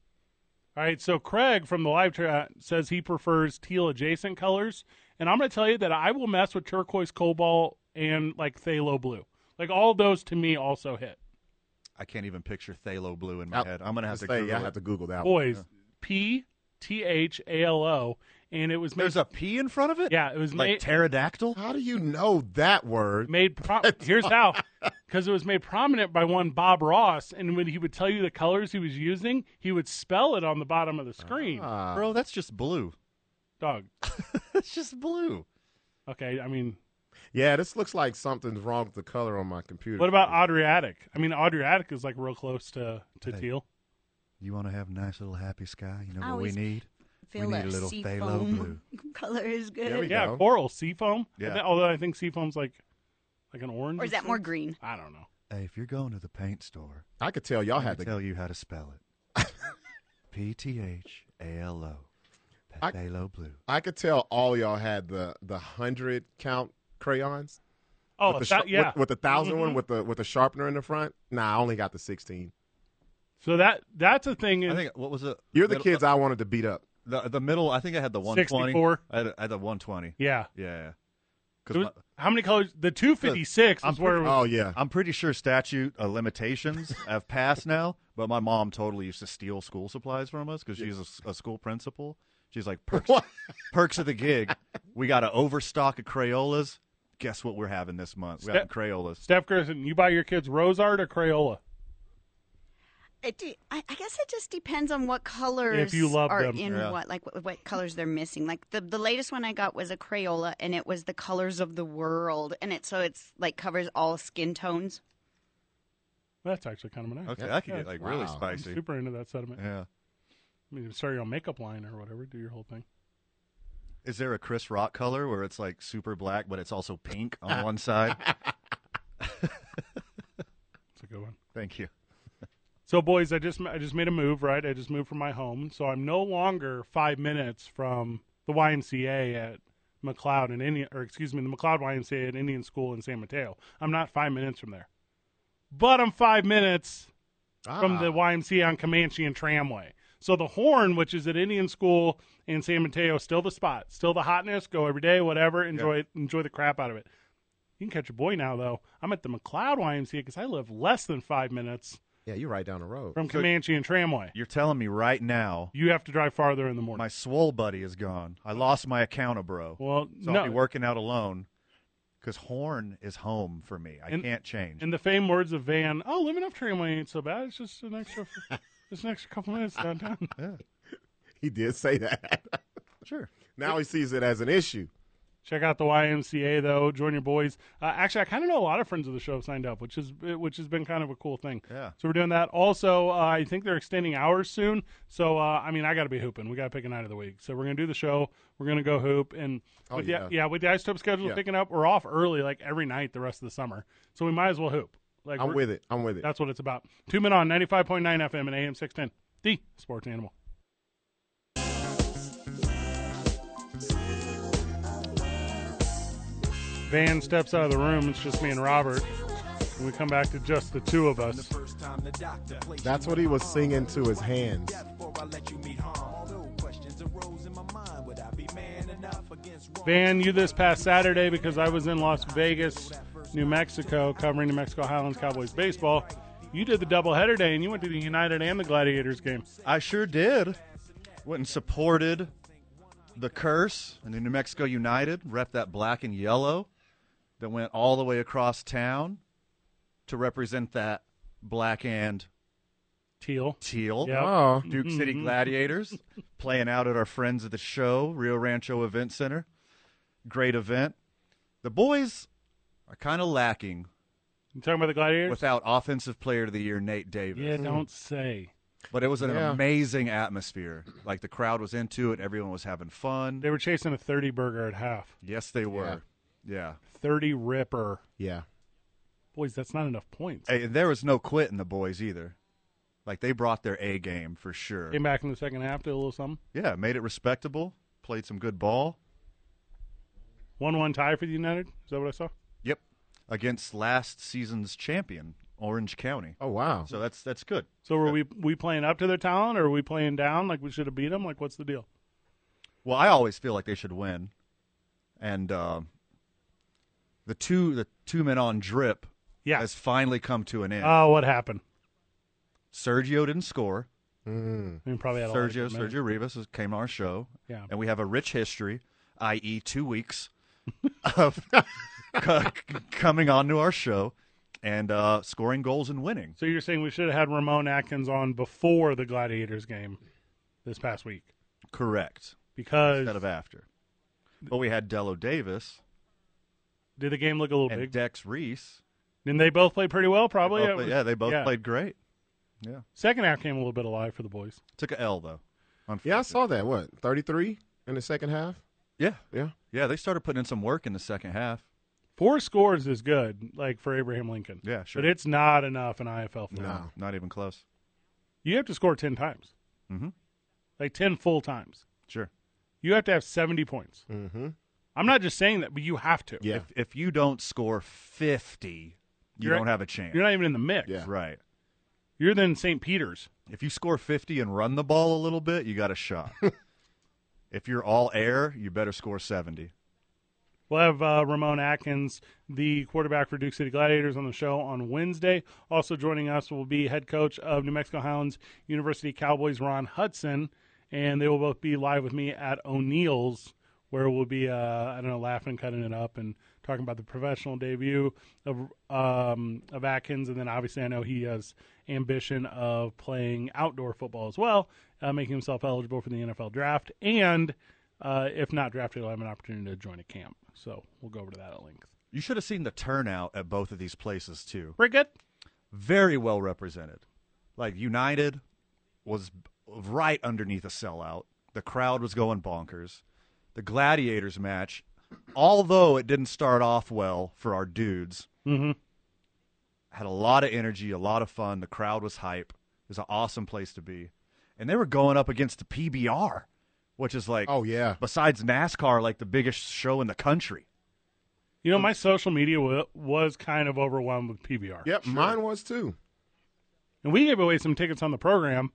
All right, so Craig from the live chat says he prefers teal adjacent colors, and I'm going to tell you that I will mess with turquoise, cobalt, and like phthalo blue. Like all those to me also hit.
I can't even picture Thalo Blue in my
I'll-
head. I'm gonna have
Just
to.
say,
Google
I
it.
have to Google that. one.
Boys, P T H A L O, and it was made.
There's a P in front of it.
yeah, it was
like
made.
pterodactyl.
How do you know that word?
made pro- here's how because it was made prominent by one bob ross and when he would tell you the colors he was using he would spell it on the bottom of the screen
Ah.
Bro, that's just blue. <laughs>
dog
That's just blue.
okay i mean
Yeah, this looks like something's wrong with the color on my computer.
what about adriatic i mean adriatic is like real close to to
Hey.
teal
You want to have a nice little happy sky? You know
I
what we
always
need?
Feel
need
that
a little
sea
phthalo
foam
blue.
<laughs> color is good.
There we
yeah
go.
coral seafoam I
Yeah.
thi- although i think seafoam's like like an orange
Or is that
sort?
more green?
i don't know
Hey, if you're going to the paint store,
I could tell y'all
I
had
can
to.
tell you how to spell
<laughs>
it. P T H A L O.
I-
Phthalo blue.
I could tell all y'all had the the hundred count crayons.
oh
with the,
that-
shar-
yeah Mm-hmm.
with, with the 1000 one with the with the sharpener in the front. Nah, I only got the sixteen.
so that that's a thing is,
I think what was it?
You're the
middle- uh,
kids I wanted to beat up.
The, the middle. I think I had the 120.
64.
I had, I had the 120.
yeah
Yeah.
It
Because
was- how many colors the 256
I'm
is where it was-
Oh yeah,
I'm pretty sure statute
<laughs>
uh, limitations have passed now, but my mom totally used to steal school supplies from us because she's a s- a, school principal. She's like, perks, <laughs> perks of the gig. We got an overstock of Crayolas. Guess what we're having this month? We're having
Ste-
Crayolas.
steph Gerson, you buy your kids rose art or crayola
It de- I, I guess it just depends on what colors
If you love
are
them,
in
yeah.
what, like what, what colors they're missing. Like the the latest one I got was a Crayola, and it was the colors of the world, and it so it's like covers all skin tones.
that's actually kind of nice
Okay, that could get like really
Wow.
I'm
spicy.
super into that sediment.
Yeah.
I mean, start your own makeup line or whatever. Do your whole thing.
Is there a Chris Rock color where it's like super black, but it's also pink
<laughs>
on one side?
It's a good one.
Thank you.
So, boys, I just I just made a move, right? I just moved from my home, so I'm no longer five minutes from the YMCA at McLeod and Indian, or excuse me, the McLeod YMCA at Indian School in San Mateo. I'm not five minutes from there, but I'm five minutes from
Uh-uh.
Ah.
the YMCA on Comanche and Tramway. So the Horn, which is at Indian School in San Mateo, still the spot, still the hotness. Go every day, whatever. Enjoy it, enjoy the crap out of it. You can catch a boy now though. I'm at the McLeod YMCA because I live less than five minutes
yeah, you're right down the road.
from Comanche and Tramway.
You're telling me right now
You have to drive farther in the morning.
my swole buddy is gone. I lost my account, bro.
well,
So I'll be
no.
working out alone because Horn is home for me. I
And-
can't change.
In the fame words of Van, "Oh, living off Tramway ain't so bad. It's just an extra, <laughs> just an extra couple minutes downtown."
He did say that. <laughs>
sure.
now he sees it as an issue.
Check out the YMCA though. Join your boys. Uh, actually, I kind of know a lot of friends of the show have signed up, which is which has been kind of a cool thing.
Yeah.
So we're doing that. Also, uh, I think they're extending hours soon. So uh, I mean, I got to be hooping. We got to pick a night of the week. So we're gonna do the show. We're gonna go hoop and
Oh,
with
yeah.
the, yeah, with the ice tub schedule
Yeah.
picking up, we're off early like every night the rest of the summer. So we might as well hoop. Like
I'm
we're-
with it. I'm with it.
That's what it's about. Two men on ninety five point nine FM and AM six ten. The Sports Animal. Van steps out of the room. It's just me and Robert. And we come back to just the two of us.
That's what he was singing to his hands.
Van, you this past Saturday because I was in Las Vegas, New Mexico, covering New Mexico Highlands Cowboys baseball. You did the doubleheader day and you went to the United and the Gladiators game.
I sure did. Went and supported the curse and the New Mexico United, rep that black and yellow that went all the way across town to represent that black and
Teal.
teal.
Yep. Mm-hmm.
Oh,
Duke City Gladiators playing out at our friends at the show, Rio Rancho Event Center. Great event. The boys are kind of lacking
You talking about the Gladiators?
without Offensive Player of the Year Nate Davis.
yeah, don't say.
But it was an
Yeah.
amazing atmosphere. Like the crowd was into it, everyone was having fun.
They were chasing a 30 burger at half.
yes, they were. Yeah.
30 ripper.
yeah.
Boys, that's not enough points.
Hey, and there was no quit in the boys either. Like they brought their A game for sure.
Came back in the second half, did a little something.
Yeah, made it respectable, played some good ball.
1 1 tie for the United. Is that what I saw?
Yep. Against last season's champion, Orange County.
Oh wow.
So that's that's good.
So were we we playing up to their talent or are we playing down like we should have beat them? Like, what's the deal?
Well, I always feel like they should win, and uh, the two the two men on drip
Yeah.
has finally come to an end.
Oh, what happened?
Sergio didn't score.
I mean, probably had all
Sergio
these minutes.
Sergio Rivas is- came to our show,
Yeah.
and we have a rich history, i.e., two
<laughs>
weeks of <laughs> c- coming onto our show and uh, scoring goals and winning.
So you're saying we should have had Ramon Atkins on before the Gladiators game this past week
Correct
because
instead of after. But we had Dello Davis
did the game look a little
and
big?
Dex Reese.
Didn't they both play pretty well?
They
Probably.
both
It
play-
was-
yeah, they both
yeah.
played great.
Second half came a little bit alive for the boys.
Took a L though.
Yeah, I
unfortunately.
saw that. What, 33 in the second half?
Yeah,
Yeah.
yeah. They started putting in some work in the second half.
Four scores is good, like for Abraham Lincoln.
Yeah, sure.
But it's not enough in IFL. football.
No.
Not even close.
You have to score ten times,
Mm-hmm.
Mhm.
like ten full times.
Sure.
You have to have seventy points.
Mm-hmm.
I'm not just saying that, but you have to.
Yeah.
If if you don't score fifty, you
You're-
don't have a chance.
You're not even in the mix.
Yeah.
right.
You're then St. Peter's.
If you score 50 and run the ball a little bit, you got
<laughs>
a shot. if you're all air, you better score 70.
We'll have uh, Ramon Atkins, the quarterback for Duke City Gladiators, on the show on Wednesday. Also joining us will be head coach of New Mexico Highlands University Cowboys, Ron Hudson, and they will both be live with me at O'Neill's, where we'll be, uh, I don't know, laughing, cutting it up, and talking about the professional debut of um, of Atkins, and then obviously I know he has ambition of playing outdoor football as well, uh, making himself eligible for the NFL draft, and uh, if not drafted, I'll have an opportunity to join a camp. So we'll go over to that at length.
You should have seen the turnout at both of these places, too.
Pretty good.
Very well represented. Like United was b- right underneath a sellout, the crowd was going bonkers. The Gladiators match, although it didn't start off well for our dudes,
Mm-hmm.
had a lot of energy, a lot of fun. The crowd was hype. It was an awesome place to be. And they were going up against the PBR, which is like,
Oh, yeah.
besides NASCAR, like the biggest show in the country.
You know, my social media w- was kind of overwhelmed with PBR.
Yep, mine was too. <laughs>
And we gave away some tickets on the program,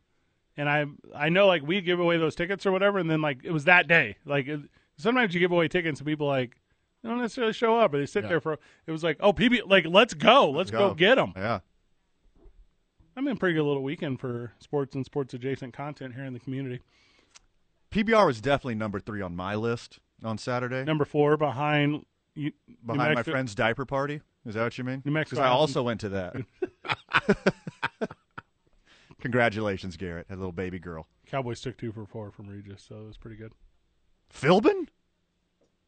and I I know like we give away those tickets or whatever, and then like it was that day. Like it, sometimes you give away tickets and people like they don't necessarily show up, or they sit there for. It was like oh PB like let's go, let's go,
go.
get 'em. get them.
Yeah.
I'm in a pretty good little weekend for sports and sports adjacent content here in the community.
PBR was definitely number three on my list on Saturday.
Number four behind you,
behind
New
my
Mexico-
friend's diaper party. Is that what you mean?
New Mexico
'Cause I
Island.
also went to that. <laughs> Congratulations, Garrett. Had a little baby girl.
Cowboys took two for four from Regis, so it was pretty good.
Philbin?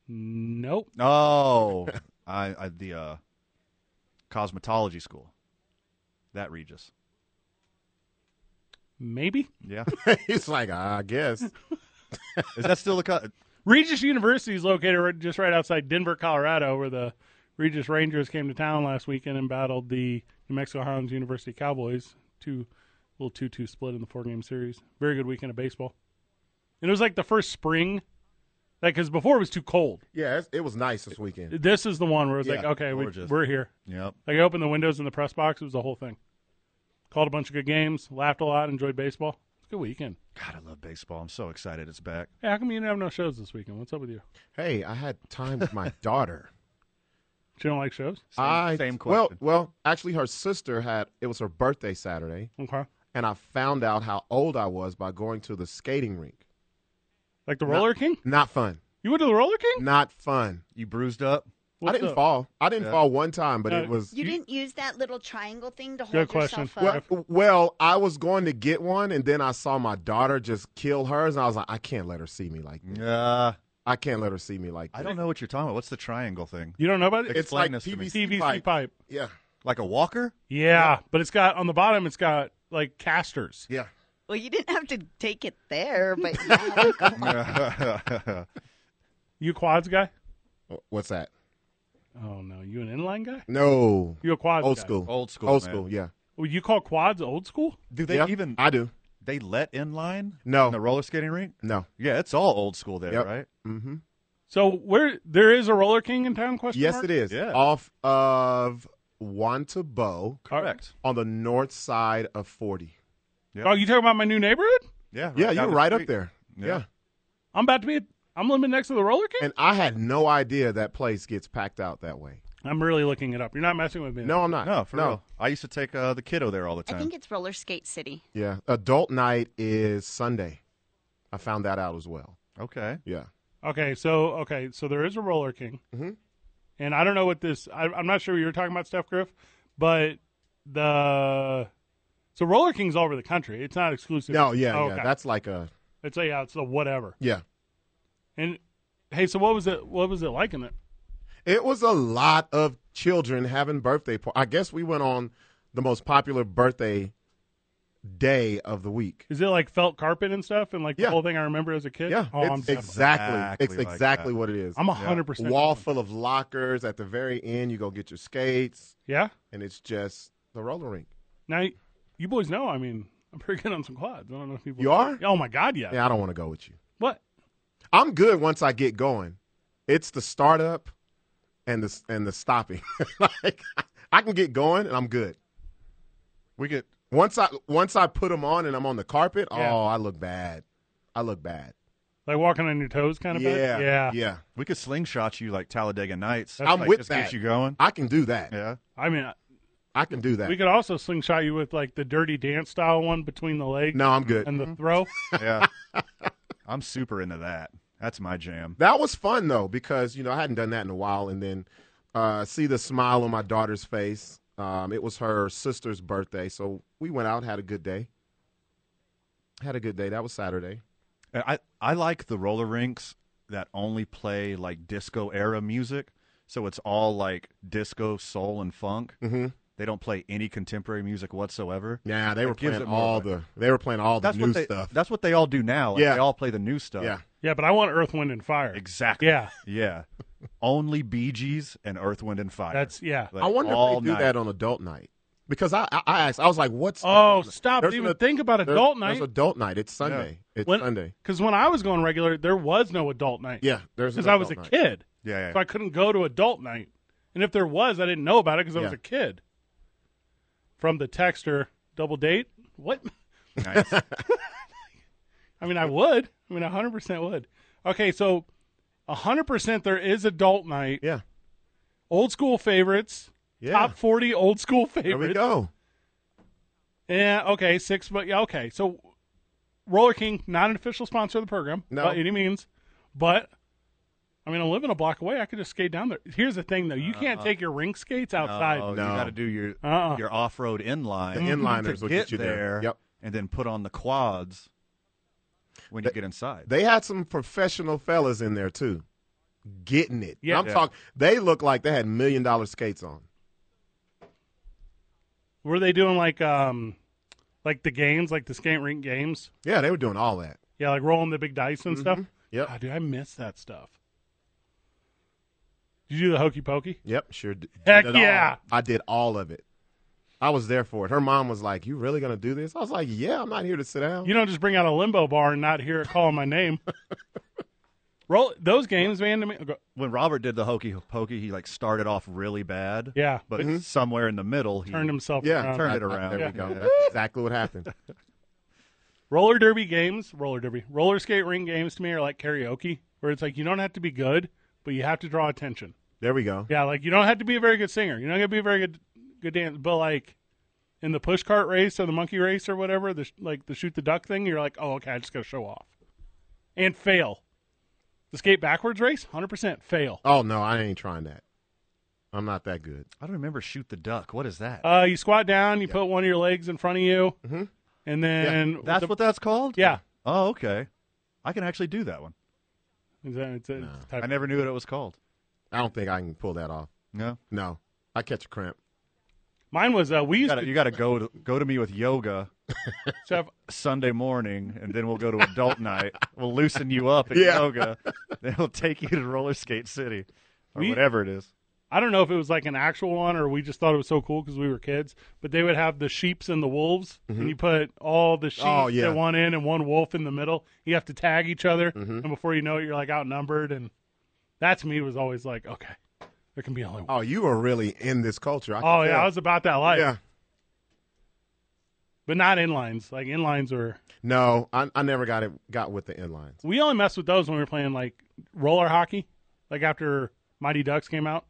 Nope.
Oh, <laughs> I, I the uh, cosmetology school. That Regis.
Maybe.
Yeah.
it's like, I guess.
Is that still the cut?
Regis University is located right- just right outside Denver, Colorado, where the Regis Rangers came to town last weekend and battled the New Mexico Highlands University Cowboys. Two little two-two split in the four-game series. Very good weekend of baseball. And it was like the first spring, like because before it was too cold.
Yeah, it, it was nice this weekend.
This is the one where it was like,
Yeah,
okay, we,
gorgeous.
we're here.
<laughs> Yep.
Like I opened the windows in the press box. It was the whole thing. Called a bunch of good games, laughed a lot, enjoyed baseball. It's a good weekend.
God, I love baseball. I'm so excited it's back.
Hey, how come you didn't have no shows this weekend? What's up with you?
Hey, I had time with my daughter.
You don't like shows?
<laughs> Same,
I
same
well,
question.
well, actually, her sister had it was her birthday Saturday,
Okay.
and I found out how old I was by going to the skating rink.
Like the Roller King?
Not fun.
You went to the Roller King?
Not fun.
you bruised up?
I
What's
didn't
up?
fall. I didn't
Yeah. Uh,
fall one time, but it
No.
was
You, didn't use that little triangle thing to hold
Good question.
yourself
well,
up.
well, I was going to get one, and then I saw my daughter just kill hers, and I was like, I can't let her see me like this.
Uh,
I can't let her see me like
I
this.
don't know what you're talking about. What's the triangle thing?
You don't know about it?
It's
Explain
like
this to me.
PVC,
PVC pipe.
pipe. Yeah,
Like a walker? <laughs>
Yeah, but it's got on the bottom. It's got like casters.
yeah.
Well, you didn't have to take it there, <laughs> but yeah.
You quads guy?
What's that?
Oh no, you an inline guy?
No,
You a quads?
old
guy.
school.
Old school,
Old
man.
school. Yeah.
Well, you call quads old school?
Do they
Yeah,
even
I do.
they let in line?
No.
In the roller skating rink?
No.
Yeah, it's all old school there,
Yep.
right?
Mm-hmm.
So where there is a Roller King in town? Question
Yes,
mark?
it is.
Yeah.
Off of Wantabo
Correct.
on the north side of 40.
Oh, you talking about my new neighborhood?
Yeah.
Yeah,
down
you're
the
right up
street.
there.
Yeah.
Yeah.
I'm about to be. I'm living next to the Roller King.
And I had no idea that place gets packed out that way.
I'm really looking it up. You're not messing with me.
No, I'm not.
No, for real. I used to take uh, the kiddo there all the
I
time.
think it's Roller Skate City.
Yeah, adult night is Sunday. I found that out as well.
okay.
Yeah,
Okay, so okay, so there is a roller king,
Mhm.
and I don't know what this. I, I'm not sure what you were talking about, Steph Griff, but the so roller king's all over the country. It's not exclusive. Oh,
no, yeah,
Oh,
okay.
yeah. That's like a
it's a yeah, it's the whatever.
yeah.
And hey, so what was it? What was it like in it?
It was a lot of children having birthday. Par- I guess we went on the most popular birthday day of the week.
Is it like felt carpet and stuff, and like the
Yeah.
whole thing I remember as a kid?
Yeah,
oh, I'm
it's exactly,
Exactly
it's
like
exactly
that.
what it is.
I'm a hundred percent
wall full of lockers. At the very end, you go get your skates,
Yeah.
and it's just the roller rink.
Now you boys know. I mean, I'm pretty good on some quads. I don't know if people.
You are?
Oh my god, yeah.
Yeah, I don't want to go with you.
What?
I'm good once I get going. It's the startup and the and the stopping. <laughs> like I can get going and I'm good.
We get
Once I once I put them on and I'm on the carpet,
Yeah.
oh, I look bad. I look bad.
Like walking on your toes, kind of.
yeah,
bad?
yeah,
we could slingshot you like Talladega Nights.
I'm
Like,
with
just
that.
Gets you going.
I can do that.
Yeah.
I mean,
I can do that.
We could also slingshot you with like the dirty dance style one between the legs
no, I'm good.
and the throw.
Yeah. <laughs> I'm super into that. That's my jam.
That was fun though because you know I hadn't done that in a while, and then uh, see the smile on my daughter's face. Um, it was her sister's birthday, so we went out, had a good day. Had a good day. That was Saturday.
And I I like the roller rinks that only play like disco era music. So it's all like disco, soul, and funk. Mm-hmm. They don't play any contemporary music whatsoever.
Yeah, they
That
were
gives
playing
it more
all
of a-
the they were playing all the
That's
new
what they.
stuff.
That's what they all do now. Like,
Yeah.
They all play the new stuff.
yeah,
yeah, but I want Earth, Wind, and Fire.
Exactly.
Yeah,
<laughs>
Yeah. Only Bee Gees and Earth, Wind, and Fire.
that's yeah.
Like,
I wonder
all
if they do
night.
that on adult night because I I, I asked I was like, what's
Oh, stop!
There's
even
an-
think about
there-
adult night.
There's adult night. It's Sunday. It's Sunday.
Because when I was going regular, there was no adult night.
Yeah, there's an
because I was a
adult night.
kid,
Yeah.
so I couldn't go to adult night. And if there was, I didn't know about it because I was
Yeah.
a kid. From the texter, double date. What?
yeah. Nice. <laughs>
I
<laughs>
mean, I would. I mean, hundred percent would. Okay, so hundred percent there is adult night.
Yeah,
Old school favorites.
yeah.
Top forty old school
there
favorites.
we go.
Yeah, okay, six, but yeah, okay. So, Roller King, not an official sponsor of the program
No.
by any means, but I mean, I'm living a block away. I could just skate down there. Here's the thing, though: you can't take your rink skates outside.
Oh,
Uh-huh. No.
you got to do your
Uh-uh.
your off road inline.
The
<laughs>
inliners
to
will
get
get you there. Yep.
And then put on the quads when you get inside.
They had some professional fellas in there too, getting it.
Yeah.
I'm
Yeah.
talking. They look like they had million dollar skates on.
Were they doing like um, like the games, like the skate rink games?
Yeah, they were doing all that.
Yeah, like rolling the big dice
Mm-hmm.
and stuff.
Yep.
God, dude, I miss that stuff. Did you do the hokey pokey?
Yep, sure. d-
Heck
did it all.
yeah.
I did all of it. I was there for it. Her mom was like, "You really gonna do this?" I was like, "Yeah, I'm not here to sit down."
You don't just bring out a limbo bar and not hear it calling my name. Roll those games, man. to me-
when Robert did the hokey pokey, he like started off really bad.
Yeah.
But
Mm-hmm.
somewhere in the middle, he
Turned himself
yeah,
around.
turned it
I- I-
around.
there
Yeah.
we go.
Yeah.
That's exactly what happened.
Roller derby games, roller derby, roller skate ring games to me are like karaoke, where it's like you don't have to be good, but you have to draw attention.
There we go.
Yeah, like you don't have to be a very good singer. You're not gonna be a very good good dance, but like in the push cart race or the monkey race or whatever, the sh- like the shoot the duck thing, you're like, oh okay, I just gotta show off and fail. The skate backwards race, hundred percent fail.
Oh no, I ain't trying that. I'm not that good.
I don't remember shoot the duck. What is that?
Uh, you squat down, you put one of your legs in front of you, and then with
that's
the-
what that's called.
Yeah.
Oh, okay. I can actually do that one.
Is that- it's a- it's a type-
I never knew what it was called.
I don't think I can pull that off.
No.
No, I catch a cramp.
Mine was uh, we
You
used
gotta,
to
you gotta go to go to me with yoga
<laughs> have
Sunday morning, and then we'll go to adult night. We'll loosen you up at
Yeah.
yoga. Then we'll take you to roller skate city or
We-
whatever it is.
I don't know if it was like an actual one or we just thought it was so cool because we were kids, but they would have the sheeps and the wolves, and you put all the sheep
Oh, yeah.
at one end and one wolf in the middle. You have to tag each other, and before you know it, you're like outnumbered. And that to me was always like, okay, there can be only one.
Oh, you are really in this culture. I can
Oh, yeah,
tell.
I was about that life,
yeah.
but not inlines. Like inlines are,
No, I, I never got it. Got with
<laughs>
the inlines.
we only messed with those when we were playing like roller hockey, like after Mighty Ducks came out.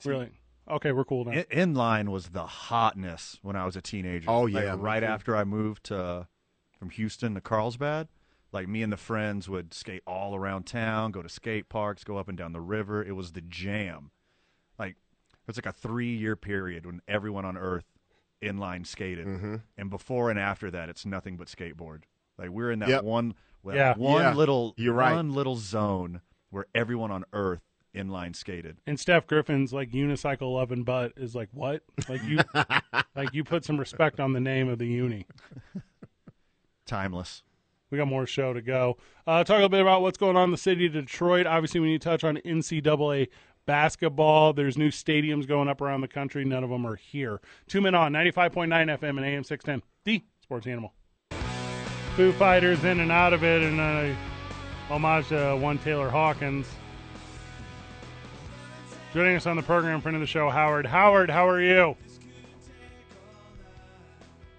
teen-
Really? Okay, we're cool now.
in- inline was the hotness when I was a teenager.
Oh,
Like,
yeah, me
right
too.
after I moved to from Houston to Carlsbad, like me and the friends would skate all around town, go to skate parks, go up and down the river. It was the jam. Like it's like a three year period when everyone on Earth inline skated,
Mm-hmm.
and before and after that, it's nothing but skateboard. Like we're in that
Yep.
one, that
Yeah.
one
Yeah.
little,
You're right.
one little zone where everyone on Earth inline skated.
and Steph Griffin's like unicycle loving butt is like what? Like you, like you put some respect on the name of the uni.
Timeless.
We got more show to go. Uh, talk a little bit about what's going on in the city of Detroit. Obviously, we need to touch on NCAA basketball. There's new stadiums going up around the country. None of them are here. Two men on 95.9 FM and AM 610. The Sports Animal. Foo Fighters in and out of it, and a homage to one Taylor Hawkins. Joining us on the program, friend of the show, Howard. Howard, how are you?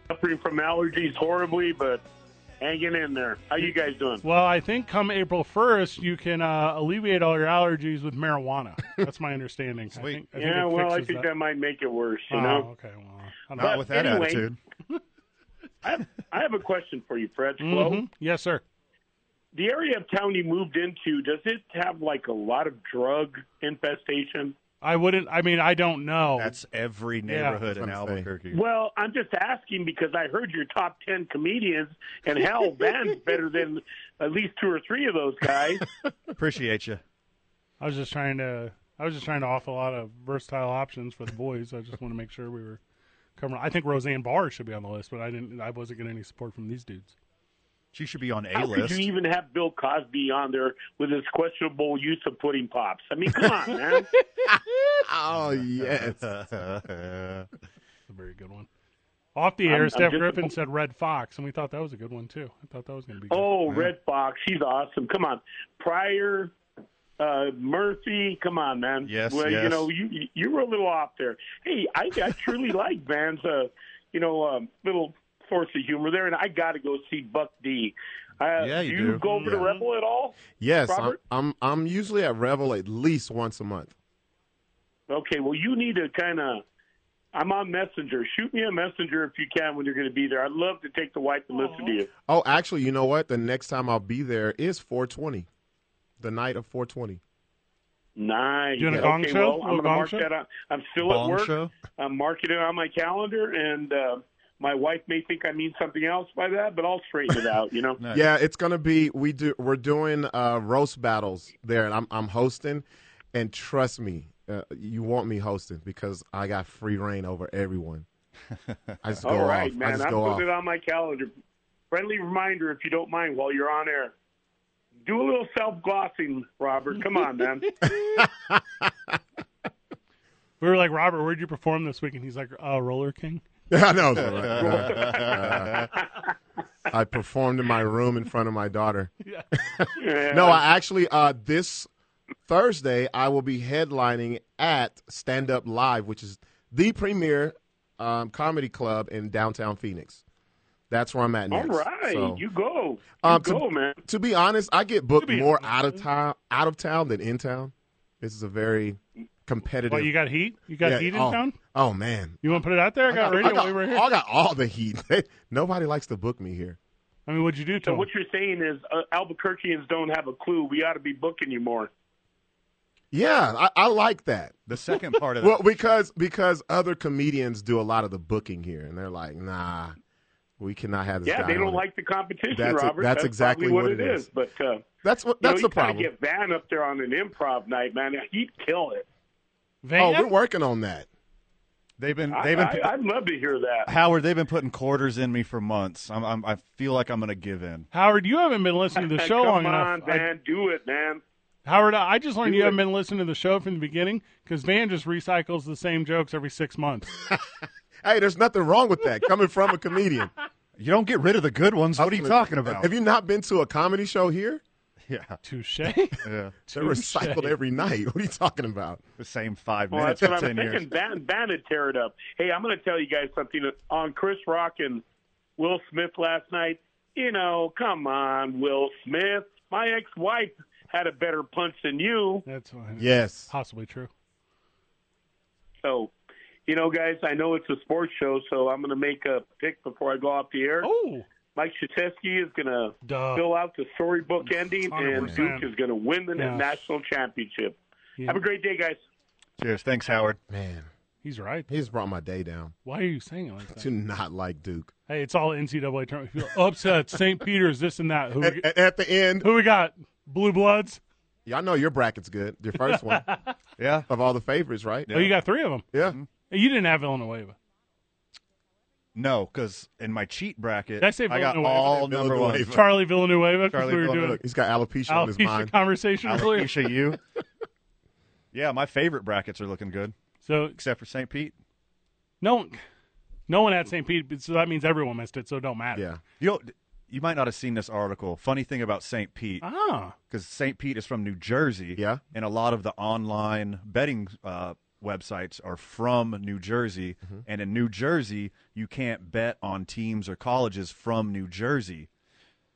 Suffering from allergies horribly, but hanging in there. Uh, How you guys doing?
Well, I think come April 1st, you can uh, alleviate all your allergies with marijuana. That's my understanding. I think, I think
Yeah,
it
well, I
fixes
think
that.
that might make it worse. You
Oh,
know,
okay. Well, I don't know.
Not with that
anyway-
attitude.
I have, I have a question for you, Fred. Flo.
Mhm. Yes, sir.
The area of town you moved into, does it have like a lot of drug infestation?
I wouldn't. I mean, I don't know.
That's every neighborhood in
That's what I'm saying.
Albuquerque.
Well, I'm just asking because I heard your top ten comedians, and <laughs> hell, Van's better than at least two or three of those <laughs> guys.
Appreciate you.
I was just trying to. I was just trying to offer a lot of versatile options for the boys. I just want to make sure we were covering. I think Roseanne Barr should be on the list, but I didn't. I wasn't getting any support from these dudes.
She should be on
How
a
could
list. <laughs>
you even have Bill Cosby on there with his questionable use of pudding pops? I mean, come on, man.
<laughs>
Oh yes.
That's a very good one. Off the air,
I'm- I'm
Steph
just-
Griffin said Red Fox, and we thought that was a good one too. I thought that was going to be. Good.
Oh, Red Fox, she's awesome. Come on, Pryor, uh, Murphy, come on, man.
Yes,
well, you
yes.
know you you were a little off there. Hey, I, I
<laughs>
truly like Van's, uh, you know, um, little source of humor there, and I got to go see Buck D. Uh,
Yeah, you
you
do.
go over to
Yeah.
Rebel at all?
Yes, I'm,
Robert?
I'm I'm usually at Revel at least once a month.
Okay, well, you need to kind of. I'm on Messenger. Shoot me a messenger if you can when you're going to be there. I'd love to take the wife and listen to you.
Oh, actually, you know what? The next time I'll be there is 420, the night of 420.
Nice.
Doing a
okay,
gong show?
Well,
Little
I'm going to
gong
mark
show?
that out. I'm still
Bong
at work.
show?
I'm marking it on my calendar, and uh, my wife may think I mean something else by that, but I'll straighten it out.
<laughs>
You know.
Nice.
Yeah, it's gonna be we do we're doing uh, roast battles there, and I'm I'm hosting, and trust me, uh, you want me hosting because I got free reign over everyone. I just go
All right,
off. I
man.
just
I'm
go
putting
off.
it
<laughs>
on my calendar. Friendly reminder, if you don't mind, while you're on air, do a little self glossing, Robert. Come
<laughs>
on, man.
We were like, Robert, where'd you perform this week? And he's like, uh, Roller King.
I know. it's all right.
<laughs>
Uh, <laughs> I performed in my room in front of my daughter.
Yeah.
No, I actually uh, this Thursday I will be headlining at Stand Up Live, which is the premier um, comedy club in downtown Phoenix. That's where I'm at
All
next.
right,
So-
you go. You
Um, to-
go, man.
to be honest, I get booked more out of town, out of town than in town. This is a very competitive.
What you got heat? You got
Yeah,
heat in
oh,
town?
Oh man,
You want to put it out there? I got, radio.
I got, oh,
we were here.
I got all the heat. <laughs> Nobody likes to book me here.
I mean, what'd you do to
So
him?
what you're saying is uh, Albuquerqueans don't have a clue. We ought to be booking you more.
Yeah, I, I like that.
The second part of that.
Well, because because other comedians do a lot of the booking here, and they're like, nah, we cannot have this.
Yeah,
guy
they
on
don't
it.
like the competition,
That's it.
Robert.
That's exactly
probably
what
what
it is.
But uh,
That's what. That's the
you know, you gotta
problem.
Get Van up there on an improv night, man. He'd kill it.
Van?
Oh, we're working on that.
they've been,
I,
they've been,
I, would love to
<laughs>
hear that.
Howard, they've been putting quarters in me for months. I'm, I'm, I feel like I'm going to give in.
Howard, you haven't been listening
<laughs>
to the show
Come
long
on,
enough. I-
Van, do it, man.
Howard, I just learned
Do
you
it.
haven't been listening to the show from the beginning because Van just recycles the same jokes every six months.
Hey, there's nothing wrong with that coming from a comedian.
You don't get rid of the good ones. <laughs> What are you talking about?
Have you not been to a comedy show here?
<laughs> yeah,
Touche.
yeah.
They're recycled every night. <laughs> What are you talking about?
The same five
Well,
minutes
that's what
for
I'm
10 years.
thinking. Van, Van would tear it up. Hey, I'm going to tell you guys something on Chris Rock and Will Smith last night. You know, come on, Will Smith. My ex-wife had a better punch than you.
That's uh,
Yes.
possibly true.
So, you know, guys, I know it's a sports show, so I'm going to make a pick before I go off the air.
Oh,
Mike Krzyzewski is going to
Duh.
fill out the storybook ending, and
100%.
Duke is going to win the
Yes.
national championship. Have a great day, guys.
Cheers. Thanks, Howard.
Man,
he's right.
he just brought my day down.
Why are you saying it like
To
that?
not like Duke.
Hey, it's all NCAA tournament. If you're upset, St. Peter's, this and that. Who
<laughs>
we,
At, at the end,
who we got? Blue Bloods.
y'all know your bracket's good. Your first one
Yeah.
of all the favorites, right?
Oh, you got three of them.
Yeah.
You didn't have Illinois.
No, because in my cheat bracket,
Did I say
got
Villanueva?
all number one.
Villanueva.
<laughs>
Charlie Villanueva. 'cause
Charlie
we were doing
Villanueva.
He's got alopecia on his
alopecia
mind.
conversation earlier.
Alopecia, you. Yeah, my favorite brackets are looking good,
So
except for St. Pete.
no, one- no one had St. Pete, so that means everyone missed it. So it don't matter.
Yeah.
You know, you might not have seen this article. Funny thing about St. Pete,
Ah,
because St. Pete is from New Jersey.
Yeah.
And a lot of the online betting uh, websites are from New Jersey.
Mm-hmm.
And in New Jersey, you can't bet on teams or colleges from New Jersey.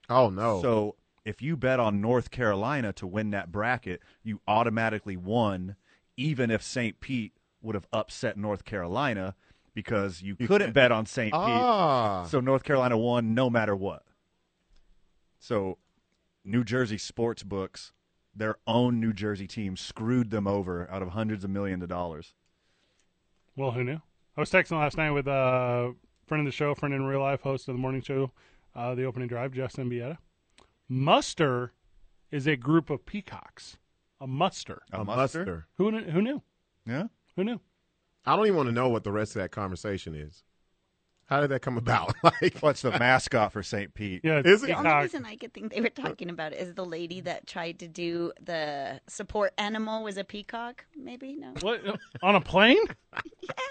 Oh no.
So if you bet on North Carolina to win that bracket, you automatically won, even if St. Pete would have upset North Carolina because you, couldn't bet on St.
ah,
Pete. So North Carolina won no matter what. So New Jersey sports books, their own New Jersey team screwed them over out of hundreds of millions of dollars.
well, who knew? I was texting last night with a friend of the show, friend in real life, host of the morning show, uh, the opening drive, Jeff Symbieta. Muster is a group of peacocks. A muster.
A,
a
muster?
muster.
Who kn- who knew?
Yeah.
Who knew?
I don't even want to know what the rest of that conversation is. How did that come about? <laughs> like,
What's the mascot for St. Pete?
Yeah,
Is it?
The
peacock.
only reason I could think they were talking about it is the lady that tried to do the support animal was a peacock. Maybe no.
What on a plane?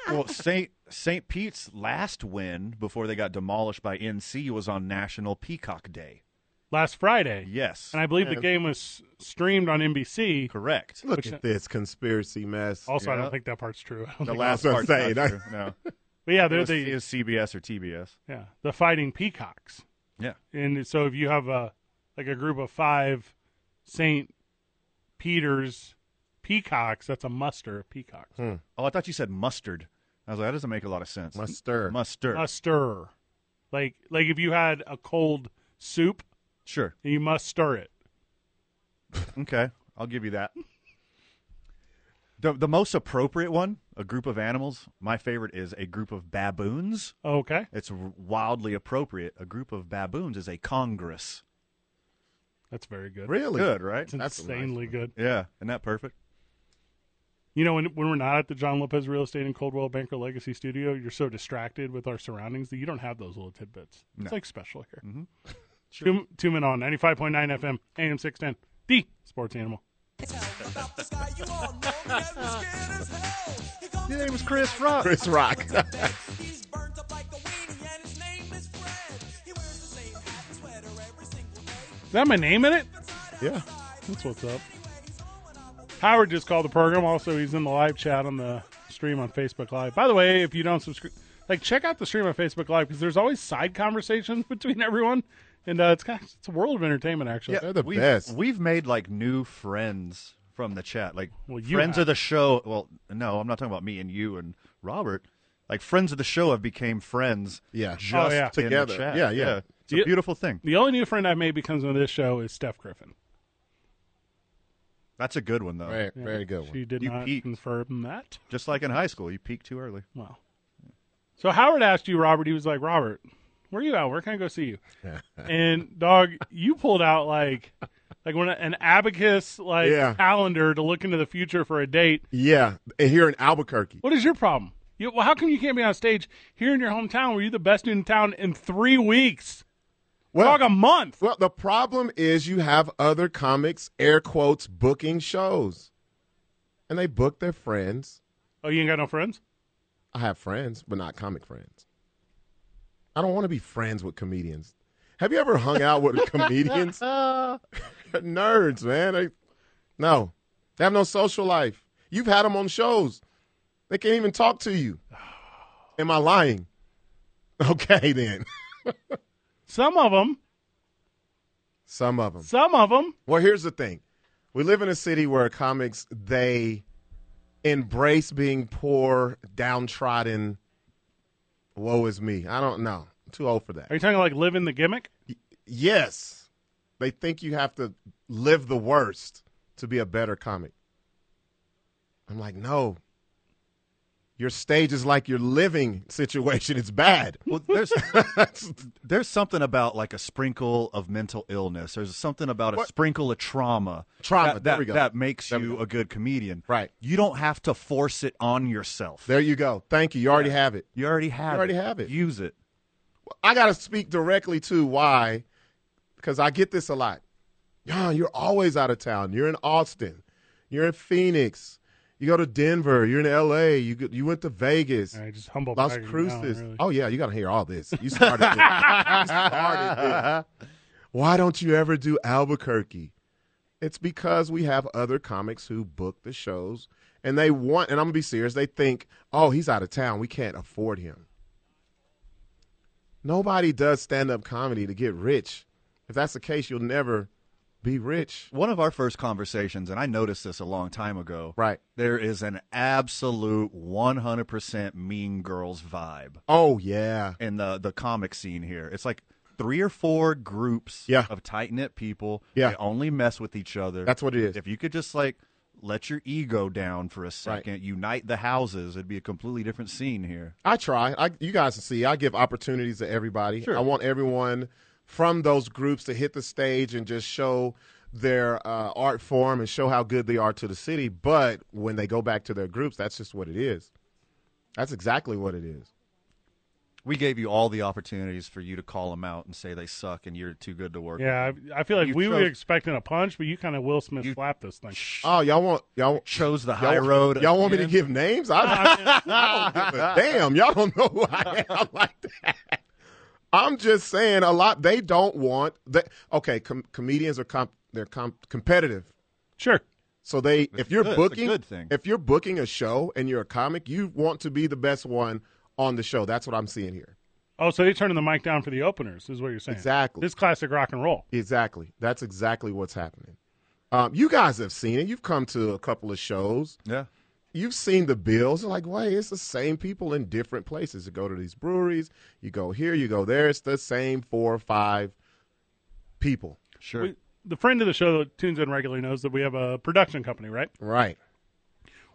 Well, Saint Saint Pete's last win before they got demolished by NC was on National Peacock Day.
Last Friday,
Yes,
and I believe the game was streamed on NBC.
correct.
look at this conspiracy mess.
Also, I
Yeah.
don't think that part's true. <laughs> I don't
The
think-
last
I was
part.
gonna say, that-
no,
but yeah, they're
it was,
the
it was CBS or TBS.
Yeah, the fighting peacocks.
Yeah.
And so if you have a like a group of five Saint Peter's peacocks, that's a muster of peacocks.
Oh, I thought you said mustard. I was like, that doesn't make a lot of sense.
Muster.
Mustard.
A stir, like like if you had a cold soup,
Sure.
you must stir it.
Okay, I'll give you that. The, the most appropriate one, a group of animals. My favorite is a group of baboons.
Okay,
It's wildly appropriate. A group of baboons is a congress.
that's very good.
really?
Good, right?
It's insanely good.
Yeah, isn't that perfect?
You know, when when we're not at the John Lopez Real Estate and Coldwell Banker Legacy Studio, you're so distracted with our surroundings that you don't have those little tidbits. It's like special here. <laughs> Two, two men on 95.9 FM, AM 610, the sports animal.
His name was Chris Rock.
<laughs>
<laughs>
Chris Rock.
He's burnt up like a weenie and his name is Fred. He wears the same hat and sweater every single day.
Is that my name in it?
yeah.
That's what's up. Howard just called the program. Also, he's in the live chat on the stream on Facebook Live. By the way, if you don't subscribe, like check out the stream on Facebook Live because there's always side conversations <laughs> between everyone, and uh, it's kind of, it's a world of entertainment actually.
They're the
we've,
best.
We've made like new friends from the chat, like
Well, you
friends
have.
of the show. Well, no, I'm not talking about me and you and Robert. Like friends of the show have became friends.
Yeah.
just
Oh, yeah.
in the
Together.
chat.
Yeah, yeah.
It's a
Yeah.
beautiful thing.
The only new friend I've made because of this show is Steph Griffin.
That's a good one though.
Very, very good one.
She did
You
not
peaked.
confirm that.
Just like in high school, you peak too early.
Well, so Howard asked you, Robert. He was like, Robert, where you at? Where can I go see
<laughs>
you? and dog, you pulled out like like when an abacus like
Yeah.
calendar to look into the future for a date.
Yeah. And here in Albuquerque.
What is your problem? You, well, how come you can't be on stage here in your hometown? Were you the best dude in town in three weeks? Dog, a month.
Well, the problem is you have other comics, air quotes, booking shows. And they book their friends.
Oh, you ain't got no friends?
I have friends, but not comic friends. I don't want to be friends with comedians. Have you ever hung out with comedians? <laughs> Nerds, man. They, no, they have no social life. You've had them on shows. They can't even talk to you. Am I lying? <laughs> Okay, then.
Some of them.
Some of them.
Some of them.
Well, here's the thing. We live in a city where comics they embrace being poor, downtrodden. Woe is me. I don't know. I'm too old for that.
Are you talking like living the gimmick?
Yes, they think you have to live the worst to be a better comic. I'm like, no. Your stage is like your living situation. It's bad.
Well, there's there's something about like a sprinkle of mental illness. There's something about a
What?
sprinkle of trauma.
Trauma,
that
there
that,
we go.
that makes
There we
you
go.
a good comedian.
<laughs> Right.
You don't have to force it on yourself.
There you go. Thank you. You already have it.
you already have.
already
it.
have it.
Use it.
I got to speak directly to why, because I get this a lot. Yon, you're always out of town. You're in Austin. You're in Phoenix. You go to Denver. You're in L.A. You go, you went to Vegas.
All right, just humble
Las
bragging now,
Cruces.
Oh, really.
Oh yeah, you got to hear all this. You started. this. You started this. Why don't you ever do Albuquerque? It's because we have other comics who book the shows, and they want. And I'm gonna be serious. They think, oh, he's out of town. We can't afford him. Nobody does stand up comedy to get rich. If that's the case, you'll never be rich.
One of our first conversations, and I noticed this a long time ago.
Right.
There is an absolute 100% Mean Girls vibe
Oh yeah,
in the the comic scene here. It's like three or four groups
Yeah.
of tight knit people.
Yeah.
They only mess with each other.
That's what it is.
If you could just like let your ego down for a second, unite the houses, it'd be a completely different scene here.
I try. I, you guys can see I give opportunities to everybody. I want everyone from those groups to hit the stage and just show their uh, art form and show how good they are to the city. But when they go back to their groups, that's just what it is. That's exactly what it is.
We gave you all the opportunities for you to call them out and say they suck and you're too good to work.
Yeah, I, I feel like
You
we were
chose-
expecting a punch, but you kind of Will Smith
You-
slapped this thing.
Oh, y'all want y'all
Chose the
y'all,
high road.
Y'all want me to
again?
give names? I, <laughs> I don't give a damn. Y'all don't know who I am like that. I'm just saying a lot. They don't want that. Okay, com- comedians are comp- they're comp- competitive.
Sure.
So they, if you're
good. It's a
booking,
good thing.
if you're booking a show and you're a comic, you want to be the best one on the show. That's what I'm seeing here.
Oh, so they turning the mic down for the openers is what you're saying?
Exactly.
This classic rock and roll.
Exactly. That's exactly what's happening. Um, you guys have seen it. You've come to a couple of shows.
Yeah.
You've seen the bills. Like, why? It's the same people in different places. You go to these breweries. You go here. You go there. It's the same four or five people.
Sure.
We- the friend of the show that tunes in regularly knows that we have a production company, right?
Right.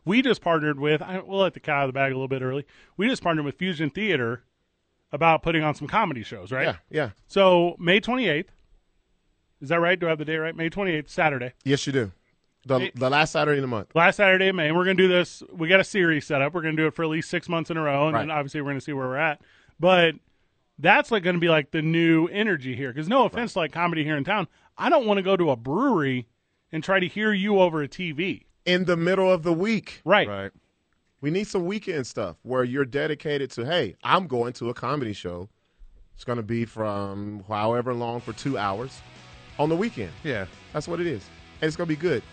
We just partnered with. I, we'll let the cat out of the bag a little bit early. We just partnered with Fusion Theater about putting on some comedy shows, right?
Yeah. Yeah.
So May 28th. Is that right? Do I have the day right? May 28th, Saturday.
Yes, you do. The the last Saturday of the month.
Last Saturday of May. And we're going to do this. We got a series set up. We're going to do it for at least six months in a row. And then
Right.
obviously we're going to see where we're at. But that's like going to be like the new energy here. Because no offense, like comedy here in town, I don't want to go to a brewery and try to hear you over a TV.
In the middle of the week.
Right.
right.
We need some weekend stuff where you're dedicated to, hey, I'm going to a comedy show. It's going to be from however long for two hours on the weekend.
Yeah.
That's what it is. And it's going to be good.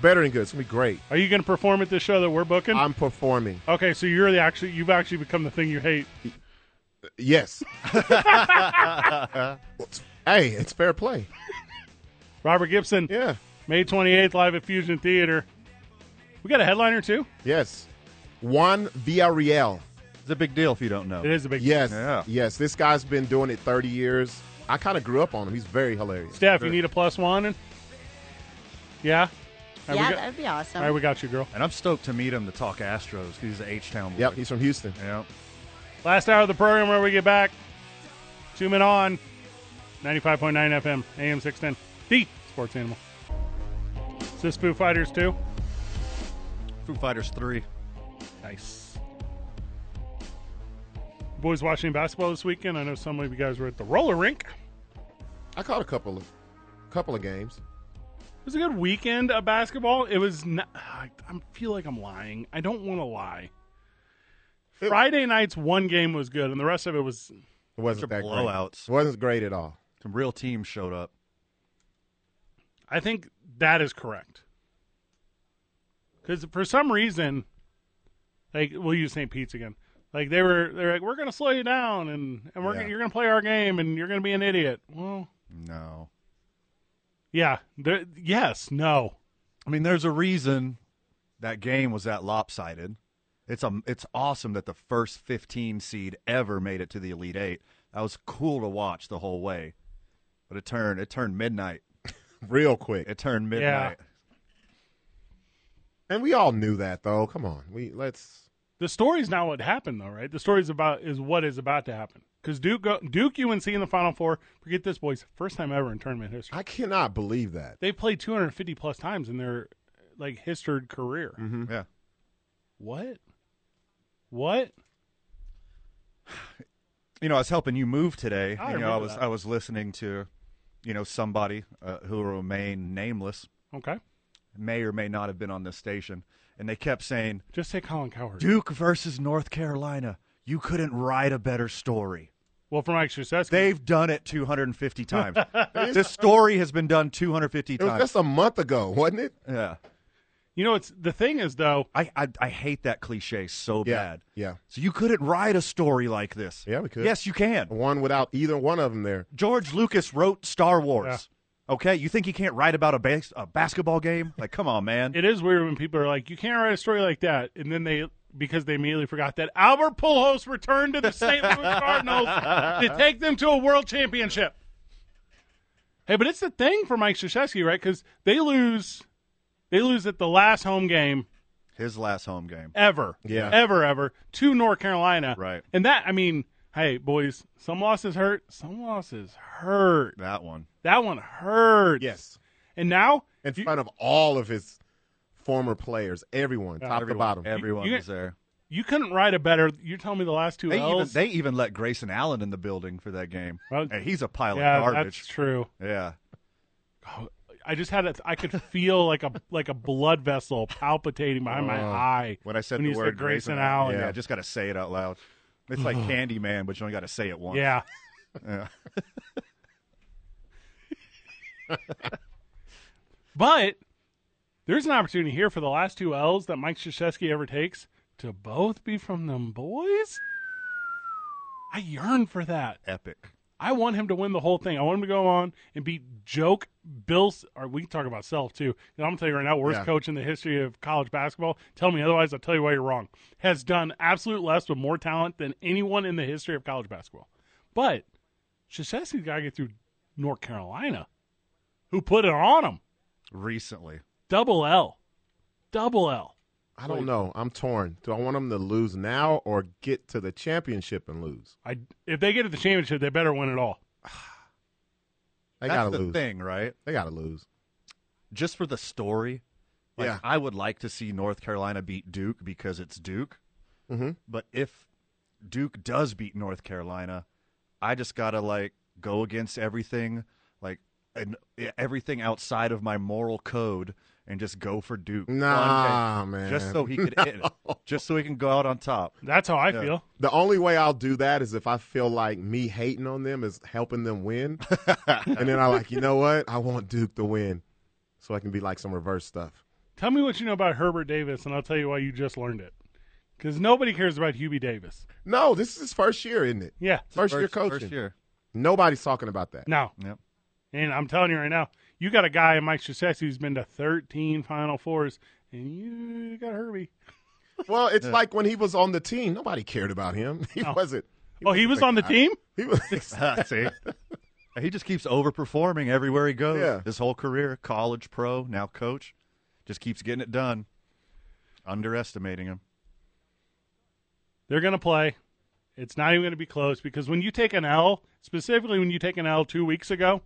Better than good. It's going to be great.
Are you going to perform at this show that we're booking?
I'm performing.
okay, so you're the actually you've actually become the thing you hate.
Yes. <laughs> hey, it's fair play.
Robert Gibson,
Yeah.
May 28th, live at Fusion Theater. We got a headliner too.
Yes. Juan Villarreal.
It's a big deal if you don't know.
It is a big
Yes.
Yeah.
Yes. This guy's been doing it 30 years. I kind of grew up on him. He's very hilarious.
Steph, you need a plus one? And... Yeah? All right,
yeah,
we got,
that would be
all
awesome.
right, we got you, girl.
And I'm stoked to meet him to talk Astros because he's an H town boy.
Yep. He's from Houston.
Yep.
Last hour of the program where we get back. Two men on 95.9 FM, AM 610, the sports animal. Is this Foo Fighters too?
Foo Fighters three.
Nice. Boys watching basketball this weekend. I know some of you guys were at the roller rink.
I caught a couple of couple of games.
It was a good weekend of basketball. It was. Not, I I feel like I'm lying. I don't want to lie. Friday night's one game was good, and the rest of it was.
It wasn't
Bunch
that
of blowouts.
great. It wasn't great at all.
Some real teams showed up.
I think that is correct. Because for some reason, like we'll use St. Pete's again. Like they were, they're like, we're gonna slow you down, and and we're
Yeah.
gonna, you're gonna play our game, and you're gonna be an idiot. Well,
No.
yeah, there- yes, no,
I mean, there's a reason that game was that lopsided. It's um, it's awesome that the first 15 seed ever made it to the Elite Eight. That was cool to watch the whole way, but it turned it turned midnight.
real quick.
It turned midnight.
And we all knew that though. Come on. We let's
The story's not what happened though, right? The story's about is what is about to happen. Because Duke go, Duke UNC in the Final Four. Forget this, boys. First time ever in tournament history.
I cannot believe that.
They played 250 plus times in their like historied career.
Yeah,
What? What?
you know, I was helping you move today.
I
you know, I
remember
was
that.
I was listening to, you know, somebody uh, who will remain nameless,
Okay.
may or may not have been on this station, and they kept saying
Just say Colin Cowherd.
Duke versus North Carolina. You couldn't write a better story.
Well, from Mike Krzyzewski.
They've done it
<laughs>
250 times. this story has been done 250
It was
times.
just a month ago, <laughs> wasn't it?
yeah.
you know, it's the thing is though.
I, I I hate that cliche so
Yeah.
bad.
Yeah.
So you couldn't write a story like this.
Yeah, we could.
Yes, you can.
One without either one of them there.
George Lucas wrote Star Wars. Okay, you think he can't write about a, bas- a basketball game? Like, come on,
<laughs>
man.
It is weird when people are like, "You can't write a story like that," and then they because they immediately forgot that Albert Pujols returned to the St. Louis
<laughs>
Cardinals to take them to a World Championship. Hey, but it's the thing for Mike Krzyzewski, right? Because they lose, they lose at the last home game
His last home game.
ever,
Yeah.
ever, ever to North Carolina,
Right.
And that, I mean, hey, boys, some losses hurt, some losses hurt.
That one.
That one hurts.
Yes.
and now
In
you-
front of all of his former players, everyone, top to
Everyone-
bottom.
Everyone
You- you-
was there.
You couldn't write a better. You're telling me the last two
They even,
L's.
they even let Grayson Allen in the building for that game.
Well,
Hey, he's a pile
yeah,
of
that's
garbage.
true.
Yeah.
I just had a. I could feel like a like a blood vessel palpitating behind
Uh,
my eye
When I said
when
the
you
word
said Grayson
Allen,
Allen. Oh.
yeah, I just got to say it out loud. It's like Candyman, but you only got to say it once.
Yeah.
Yeah. <laughs>
But there's an opportunity here for the last two L's that Mike Krzyzewski ever takes to both be from them boys. I yearn for that.
Epic.
I want him to win the whole thing. I want him to go on and beat joke Bill. Or we can talk about self too. And I'm gonna tell you right now, worst
Yeah.
coach in the history of college basketball. Tell me otherwise, I'll tell you why you're wrong. Has done absolute less with more talent than anyone in the history of college basketball. But Shashesky's got to get through North Carolina, who put it on him.
Recently.
Double L, double L.
I don't know. I'm torn. Do I want them to lose now or get to the championship and lose?
I if they get to the championship, they better win it all.
They
That's
gotta
the
lose.
thing, right?
They gotta lose.
Just for the story. Like,
Yeah.
I would like to see North Carolina beat Duke because it's Duke.
Mhm.
But if Duke does beat North Carolina, I just gotta like go against everything, like and e, everything outside of my moral code, and just go for Duke. one
Nah,
day,
man.
Just so
<laughs>
he could, just so he can go out on top.
That's how I
Yeah.
feel.
The only way I'll do that is if I feel like me hating on them is helping them
<laughs>
win. and then I like, you know what? I want Duke to win. So I can be like some reverse stuff.
Tell me what you know about Herbert Davis, and I'll tell you why you just learned it. Because nobody cares about Hubie Davis.
No, this is his first year, isn't it?
Yeah.
First, year coaching.
First
<laughs>
year. <laughs>
Nobody's talking about that.
No.
Yep.
And I'm telling you right now, you got a guy in Mike Shissetti who's been to 13 Final Fours, and you got Herbie.
Well, it's like when he was on the team, nobody cared about him. <laughs> He wasn't.
oh, he was on the team?
He was.
See, he just keeps overperforming everywhere he goes.
Yeah.
His whole career, college, pro, now coach, just keeps getting it done. Underestimating him.
They're going to play. It's not even going to be close because when you take an L, specifically when you take an L two weeks ago,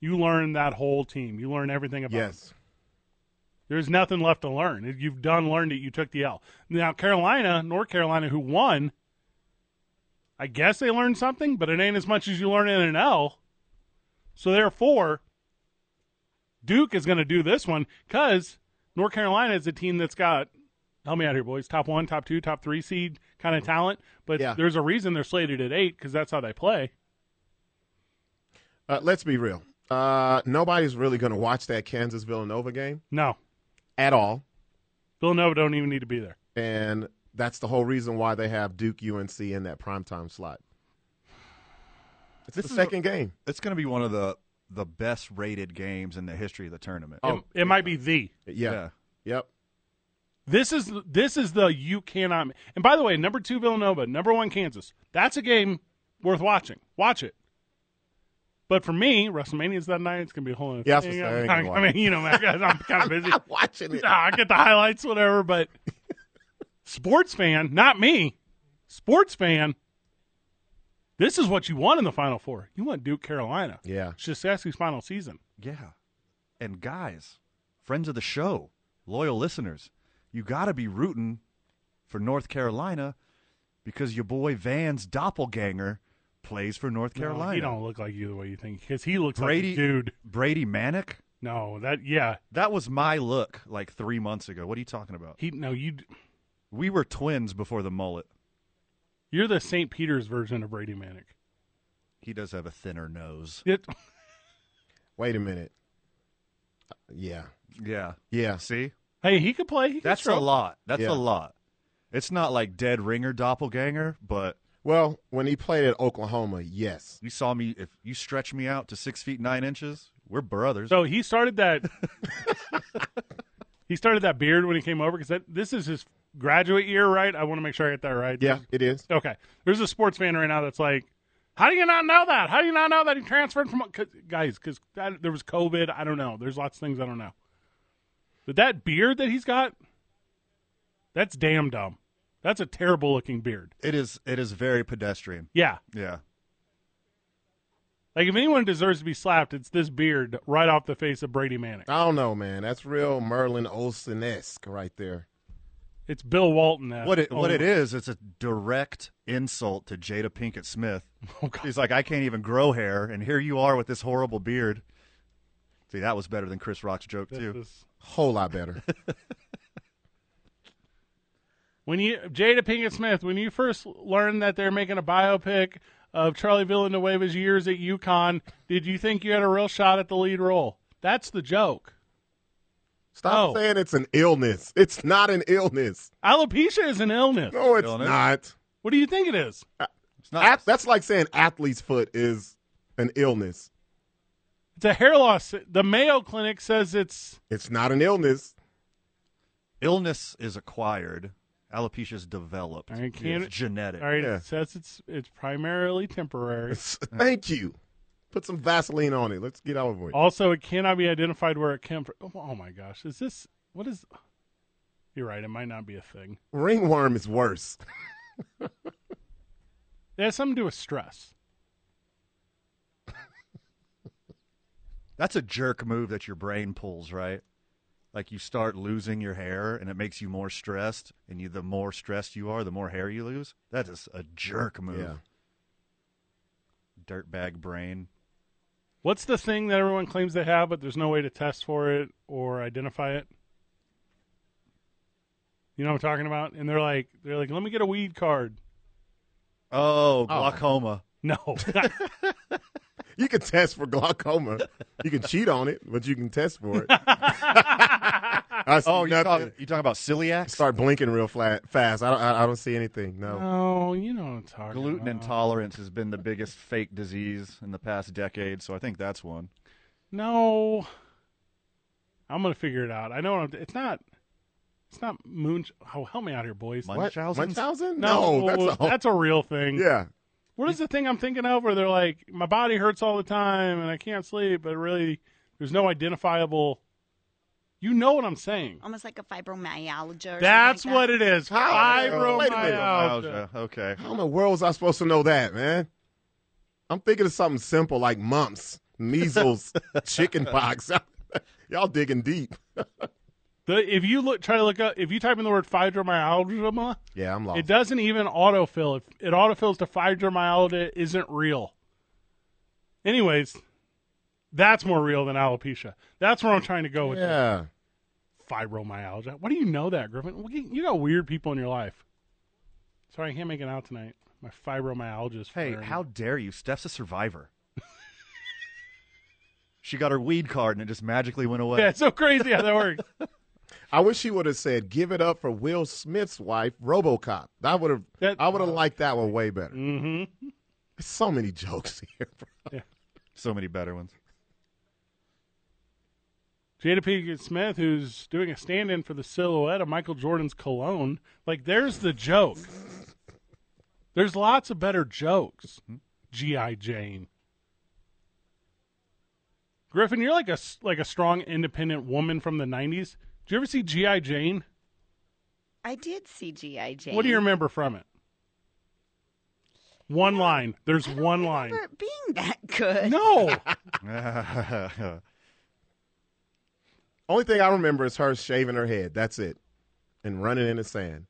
you learn that whole team. You learn everything about them.
<laughs> yes.
There's nothing left to learn. You've done learned it. You took the L. Now Carolina, North Carolina, who won, I guess they learned something, but it ain't as much as you learn in an L. So therefore, Duke is going to do this one because North Carolina is a team that's got help me out here, boys. Top one, top two, top three seed kind of talent, but
Yeah.
there's a reason they're slated at eight because that's how they play.
Uh, let's be real. Uh, nobody's really going to watch that Kansas Villanova game
No,
at all.
Villanova don't even need to be there.
And that's the whole reason why they have Duke UNC in that primetime slot. It's the second game.
It's going to be one of the the best Oh. rated games in the history of the tournament.
it, it might be the
Yeah. Yep.
This is this is the you cannot. And by the way, number two Villanova, number one Kansas. That's a game worth watching. Watch it. But for me, WrestleMania's that night. It's gonna be a whole. other
Yeah, I was
thing.
gonna say, I ain't
I,
gonna
I mean, you know,
<laughs>
man, guys, I'm kind of busy.
Not watching
<laughs>
it.
Nah, I get the highlights, whatever. But sports fan, not me. Sports fan. This is what you want in the Final Four. You want Duke Carolina.
Yeah.
Shisaski's final season.
Yeah. And guys, friends of the show, loyal listeners, you got to be rooting for North Carolina because your boy Van's doppelganger plays for North
No,
Carolina.
he don't look like you the way you think because he looks
Brady,
like a dude.
Brady Manic.
No, that yeah.
That was my look like three months ago. What are you talking about?
He no you.
We were twins before the mullet.
You're the St. Peter's version of Brady Manic.
He does have a thinner nose.
It,
Wait a minute. Yeah.
Yeah.
Yeah.
See,
hey, he could play. He could
that's a
stroke.
lot. That's
Yeah.
a lot. It's not like dead ringer doppelganger, but
Well, when he played at Oklahoma, yes.
You saw me if you stretch me out to six feet nine inches, we're brothers.
So he started that. <laughs> he started that beard when he came over because this is his graduate year, right? I want to make sure I get that right.
Yeah, it is.
Okay. There's a sports fan right now that's like, how do you not know that? How do you not know that he transferred from 'cause- guys? Because there was COVID. I don't know. There's lots of things I don't know. But that beard that he's got, that's damn dumb. That's a terrible looking beard.
It is it is very pedestrian.
Yeah.
Yeah.
Like if anyone deserves to be slapped, it's this beard right off the face of Brady Manning.
I don't know, man. That's real Merlin Olsen esque right there.
It's Bill Walton. That
What it what it
oh,
is, it's a direct insult to Jada Pinkett Smith.
oh, God.
She's like, I can't even grow hair, and here you are with this horrible beard. See, that was better than Chris Rock's joke
This
<laughs> too.
is-
Whole lot better.
When you Jada Pinkett Smith, when you first learned that they're making a biopic of Charlie Villanueva's years at UConn, did you think you had a real shot at the lead role? That's the joke.
Stop
Oh.
saying it's an illness. It's not an illness.
Alopecia is an illness.
No, it's
Illness?
not.
What do you think it is?
It's not
Ath- that's like saying athlete's foot is an illness.
It's a hair loss. The Mayo Clinic says it's
It's not an illness.
illness is acquired. Alopecia is developed.
I can't-
It's genetic.
all right.
Yeah.
It says it's it's primarily temporary.
It's- <laughs> thank you. Put some Vaseline on it. Let's get over it.
Also, it cannot be identified where it came from. Oh, oh my gosh, is this what is? You're right. It might not be a thing.
Ringworm is worse. <laughs>
It has something to do with stress.
That's a jerk move that your brain pulls, right? Like you start losing your hair and it makes you more stressed, and you the more stressed you are, the more hair you lose. That is a jerk move.
Yeah.
Dirtbag brain.
What's the thing that everyone claims they have, but there's no way to test for it or identify it? You know what I'm talking about? And they're like, they're like, let me get a weed card. <laughs>
Oh, glaucoma.
No,
You can test for glaucoma. You can cheat on it, but you can test for it. I see
Oh, you
nothing.
talking, you talking about celiac?
Start blinking real flat, fast. I don't. I, I don't see anything. No.
no, you know what I'm talking
Gluten
about.
intolerance has been the biggest fake disease in the past decade, so I think that's one.
No, I'm gonna figure it out. I know what I'm, it's not. It's not moon. Oh, help me out here, boys.
What?
Munchausen's?
Munchausen? No, that's a whole,
that's a real thing.
yeah.
What is the thing I'm thinking of where they're like, my body hurts all the time and I can't sleep, but really, there's no identifiable. You know what I'm saying.
Almost like a fibromyalgia. Or
That's
something like
what
that.
it is.
How in the world- wait a
Oh,
minute.
Fibromyalgia.
Okay.
How in the world was I supposed to know that, man? I'm thinking of something simple like mumps, measles, chicken pox. <laughs> Y'all digging deep.
The, if you look, try to look up. If you type in the word fibromyalgia,
Yeah, I'm lost.
it doesn't even autofill. It, it autofills to fibromyalgia isn't real. Anyways, that's more real than alopecia. That's where I'm trying to go with this.
yeah.
fibromyalgia. Why do you know that, Griffin? Well, You you got weird people in your life. Sorry, I can't make it out tonight. My fibromyalgia is
Hey,
flaring.
how dare you? Steph's a survivor. <laughs> she got her weed card and it just magically went
<laughs>
away.
Yeah, it's so crazy how that works. <laughs>
I wish he would have said, "Give it up for Will Smith's wife, RoboCop." That would have.
That-
I would have liked that one way better.
hmm
Mm-hmm.
There's so many <laughs> jokes here. Bro.
<laughs> So many better ones.
Jada Pinkett Smith, who's doing a stand in for the silhouette of Michael Jordan's cologne. Like, there's the joke. There's lots of better jokes, G.I. Jane. Griffin, you're like a, s- like a strong, independent woman from the 90s. Did you ever see G.I. Jane?
I did see G.I. Jane.
What do you remember from it? One line. There's one line.
remember it being that good? <laughs>
No.
Only thing I remember is her shaving her head. That's it, and running in the sand.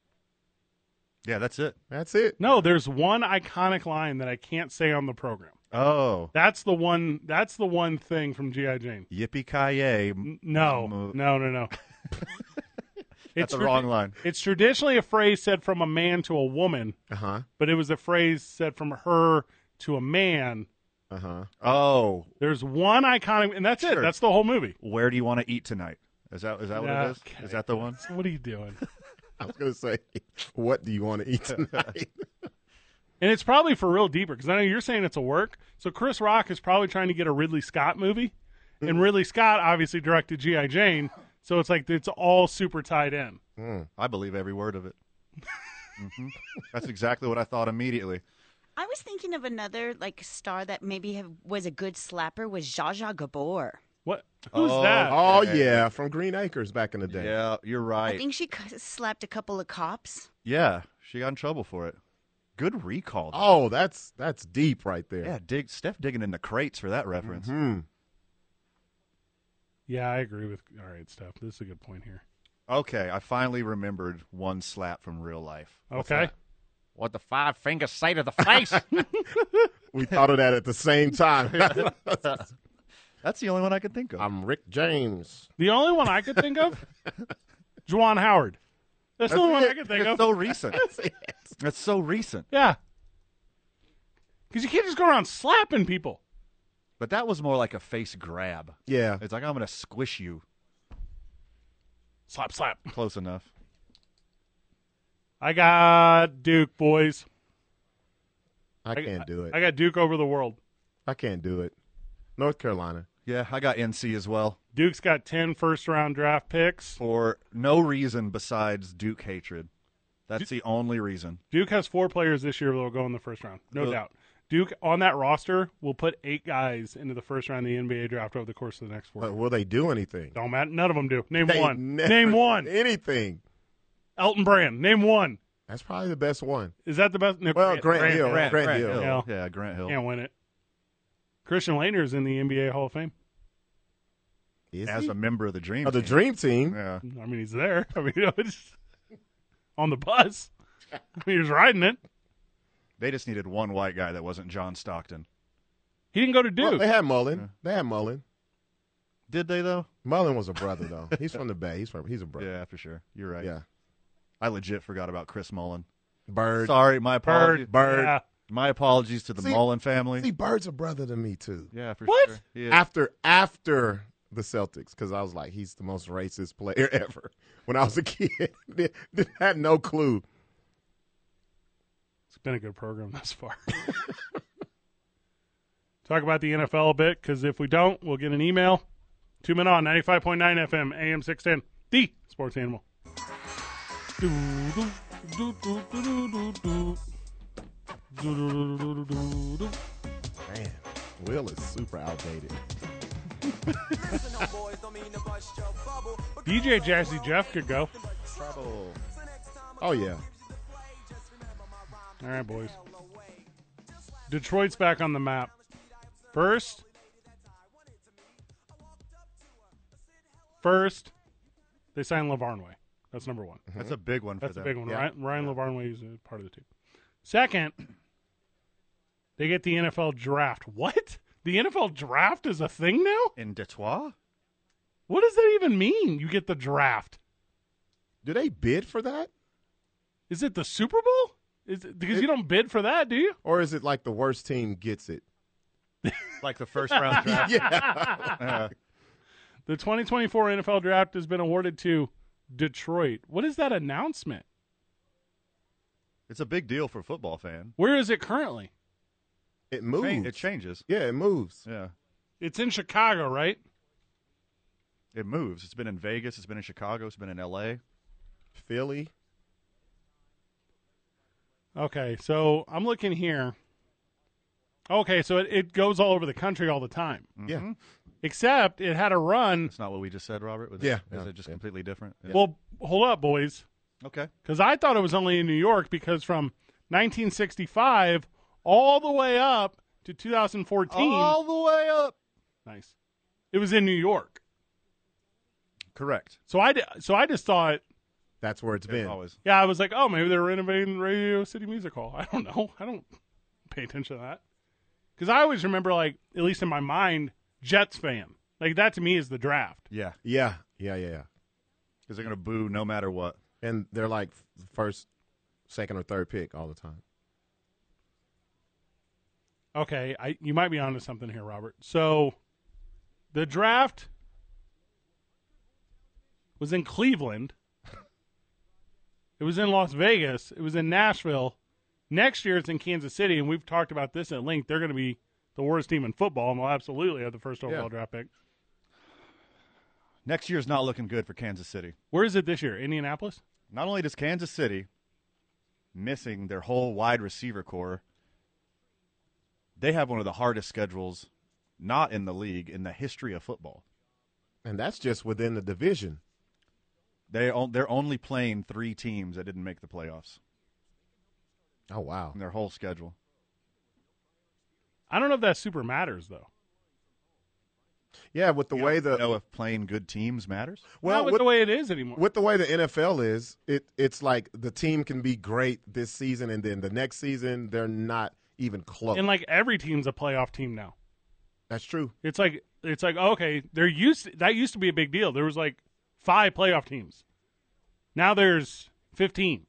yeah, that's it.
That's it.
No, there's one iconic line that I can't say on the program.
Oh,
That's the one that's the one thing from G.I. Jane.
yippee ki
No. No, no, no.
That's
It's
the
tradi-
wrong line.
It's traditionally a phrase said from a man to a woman,
Uh huh.
but it was a phrase said from her to a man.
Uh huh.
Oh,
There's one iconic and that's it.
Sure.
That's the whole movie.
where do you want to eat tonight? Is that is that what it is?
Okay.
Is that the one?
What are you doing?
I was gonna say, <laughs> what do you
<laughs>
want to eat tonight?
And it's probably for real deeper because I know you're saying it's a work. So Chris Rock is probably trying to get a Ridley Scott movie,
Mm-hmm.
and Ridley Scott obviously directed GI Jane, so it's like it's all super tied in.
I believe every
<laughs>
word of it. Mhm. That's exactly what I thought immediately.
I was thinking of another like star that maybe have, was a good slapper was Zsa Zsa Gabor.
What? Who's
Oh,
that?
oh
Okay.
yeah, from Green Acres back in the day.
Yeah, you're
I,
right.
think she c- slapped a couple of cops.
yeah, she got in trouble for it. Good recall. though.
Oh, that's that's deep right there.
yeah, dig Steph digging in the crates for that reference.
Hmm.
Yeah, I agree with. All right, Steph, this is a good point here.
Okay, I finally remembered one slap from real life. What's
Okay,
that? What the five finger say to the face?
We thought of that at
<laughs>
the same time. <laughs>
That's the only one I could think of.
I'm Rick James. <laughs>
the only one I could think
<laughs>
of, Juwan Howard. That's, the only one I could think
it's
of.
so recent. That's so recent.
yeah, because you can't just go around slapping people.
But that was more like a face grab.
Yeah.
It's like I'm gonna squish you.
Slap, slap.
Close enough.
I got Duke, boys.
I can't do it.
I got Duke over the world.
I can't do it. North Carolina.
Yeah, I got NC as well
Duke's got 10 first round draft picks.
for no reason besides Duke hatred. That's the only reason.
Duke has four players this year that will go in the first round, no
Ugh.
doubt. Duke on that roster will put eight guys into the first round of the NBA draft over the course of the next four.
But Uh, will they do anything?
Don't matter. None of them do. Name
They
one.
never
Name
do
one.
<laughs> Anything.
Elton Brand. Name one.
That's probably the best one.
Is that the best? No,
Well, Grant Hill.
Grant,
Grant
Grant
Hill.
Hill.
Hill.
Yeah, Grant Hill.
Can't win it. Christian Lehner is in the NBA Hall of Fame.
Is
As
he?
a member of the Dream.
of the
Team.
Dream Team.
Yeah.
I mean, he's there. <laughs> I mean, you know, it's on the bus. <laughs> I mean, he was riding it.
They just needed one white guy that wasn't John Stockton.
He didn't go to
Well,
Duke.
they had Mullen. They had Mullen.
Did they though?
Mullen was a brother though. He's from the Bay. He's from. He's a brother.
Yeah, for sure. You're right.
Yeah.
I legit forgot about Chris Mullen.
Bird.
Sorry, my apologies.
Bird. Yeah.
My apologies to the
See-
Mullen family.
See, Ah. Bird's a brother to me too.
yeah, for
What?
sure. He is.
After after the Celtics, because I was like, he's the most racist player <laughs> ever. When I was a kid, <laughs> Did- did- had no clue.
It's been a good program <laughs> thus far. Talk about the NFL a bit because if we don't, we'll get an email. Two men on 95.9 FM, AM 610, the sports <laughs> animal.
Man, Will is super outdated.
Listen up, boys, don't mean to bust your bubble. but
DJ Jazzy Jeff could go.
the next time I
Oh yeah.
gives you the play, just remember my rhyme
All right, boys.
hell away. Just last
Detroit's back on the map.
night I observed
First,
a lady that I wanted to meet. I walked up to her, I said, hello.
first, they signed LaVarnway. That's number one.
That's a big one for
That's a
them.
big one.
Yeah.
Ryan, Ryan LaVarnway is a part of the team. Second, they get the NFL draft. What? The NFL draft is a thing now?
In Detroit?
What does that even mean? You get the draft.
Do they bid for that,
Is it the Super Bowl? Is it, because you don't bid for that, do you?
or is it like the worst team gets it?
Like the first
<laughs>
round draft. yeah.
The 2024 NFL draft has been awarded to Detroit. What is that announcement?
It's a big deal for a football fan.
Where is it currently?
It moves.
It changes.
Yeah, it moves.
Yeah.
It's in Chicago, right?
It moves. It's been in Vegas. It's been in Chicago. It's been in L.A.
Philly.
Okay, so I'm looking here. Okay, so it, it goes all over the country all the time,
Yeah.
except it had a run.
It's not what we just said, Robert. Was
Yeah,
It, is
yeah,
it just completely different?
Well, hold up, boys,
Okay.
because I thought it was only in New York because from 1965 all the way up to 2014,
All the way up.
nice, it was in New York.
Correct.
So I di- so I just thought,
That's where it's
It
been.
Always.
yeah, I was like, oh, maybe they're renovating Radio City Music Hall. I don't know. I don't pay attention to that because I always remember, like at least in my mind, Jets fan. Like that to me is the draft.
Yeah.
Yeah, yeah, yeah, yeah.
Because they're gonna boo no matter what.
And they're like f- first, second, or third pick all the time.
Okay, I you might be onto something here, Robert. So the draft was in Cleveland. It was in Las Vegas. It was in Nashville. Next year it's in Kansas City, and we've talked about this at length. They're going to be the worst team in football, and they'll absolutely have the first overall
Yeah.
draft pick.
Next year's not looking good for Kansas City.
Where is it this year? Indianapolis?
Not only does Kansas City missing their whole wide receiver core, they have one of the hardest schedules, not in the league, in the history of football.
And that's just within the division.
They on- they're only playing three teams that didn't make the playoffs
Oh wow.
in their whole schedule.
I don't know if that super matters though.
Yeah, with the way the
You know if playing good teams matters.
well
Not with
with,
the way it is anymore.
with the way the NFL is, it it's like the team can be great this season, and then the next season they're not even close.
and like every team's a playoff team now.
that's true.
It's like it's like oh, okay, there used that used to be a big deal. There was like five playoff teams. Now there's fifteen.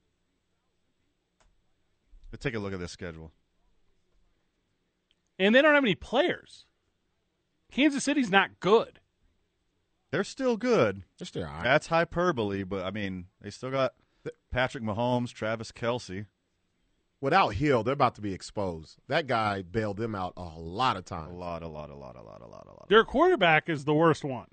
But take a look at this schedule.
And they don't have any players. Kansas City's not good.
They're still good.
That's their eye.
That's hyperbole, but I mean they still got Patrick Mahomes, Travis Kelsey.
Without Hill, they're about to be exposed. That guy bailed them out a lot of
A
times.
lot, a lot, a lot, a lot, a lot, a lot.
Their quarterback is the worst one.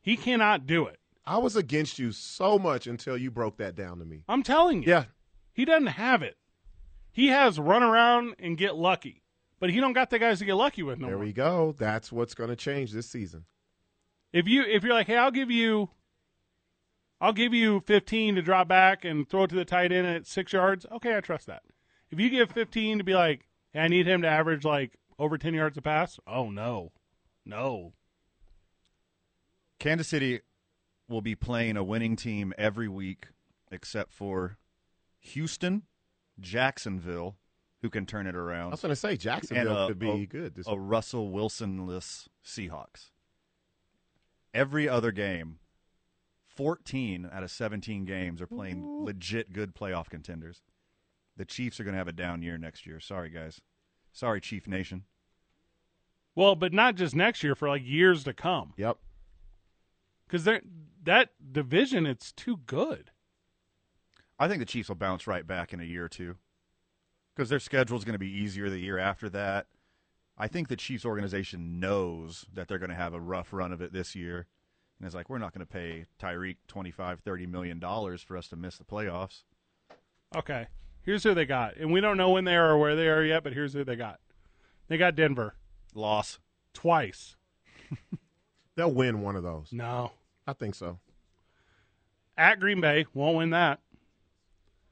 He cannot do it.
I was against you so much until you broke that down to me.
I'm telling you.
Yeah,
He doesn't have it. He has run around and get lucky. But he don't got the guys to get lucky with no
there
more.
we go. That's what's going to change this season.
If you if you're like, hey, I'll give you, I'll give you 15 to drop back and throw it to the tight end at six yards. Okay, I trust that. If you give 15 to be like, hey, I need him to average like over 10 yards a pass. Oh no, no.
Kansas City will be playing a winning team every week except for Houston, Jacksonville, who can turn it
I
around,
was going to say Jacksonville
a-
could be
a-
good. This
a Russell Wilsonless Seahawks. Every other game, 14 out of 17 games are playing legit good playoff contenders. The Chiefs are going to have a down year next year. Sorry, guys. Sorry, Chief Nation.
Well, but not just next year for like years to come
yep.
because they're that division. It's too good.
I think the Chiefs will bounce right back in a year or two because their schedule is going to be easier the year after that. I think the Chiefs organization knows that they're going to have a rough run of it this year. And it's like, we're not going to pay Tyreek $25, $30 million for us to miss the playoffs.
Okay, here's who they got, and we don't know when they are or where they are yet. But here's who they got. They got Denver
Loss.
twice.
They'll win one of those.
No,
I think so.
at Green Bay. Won't win that.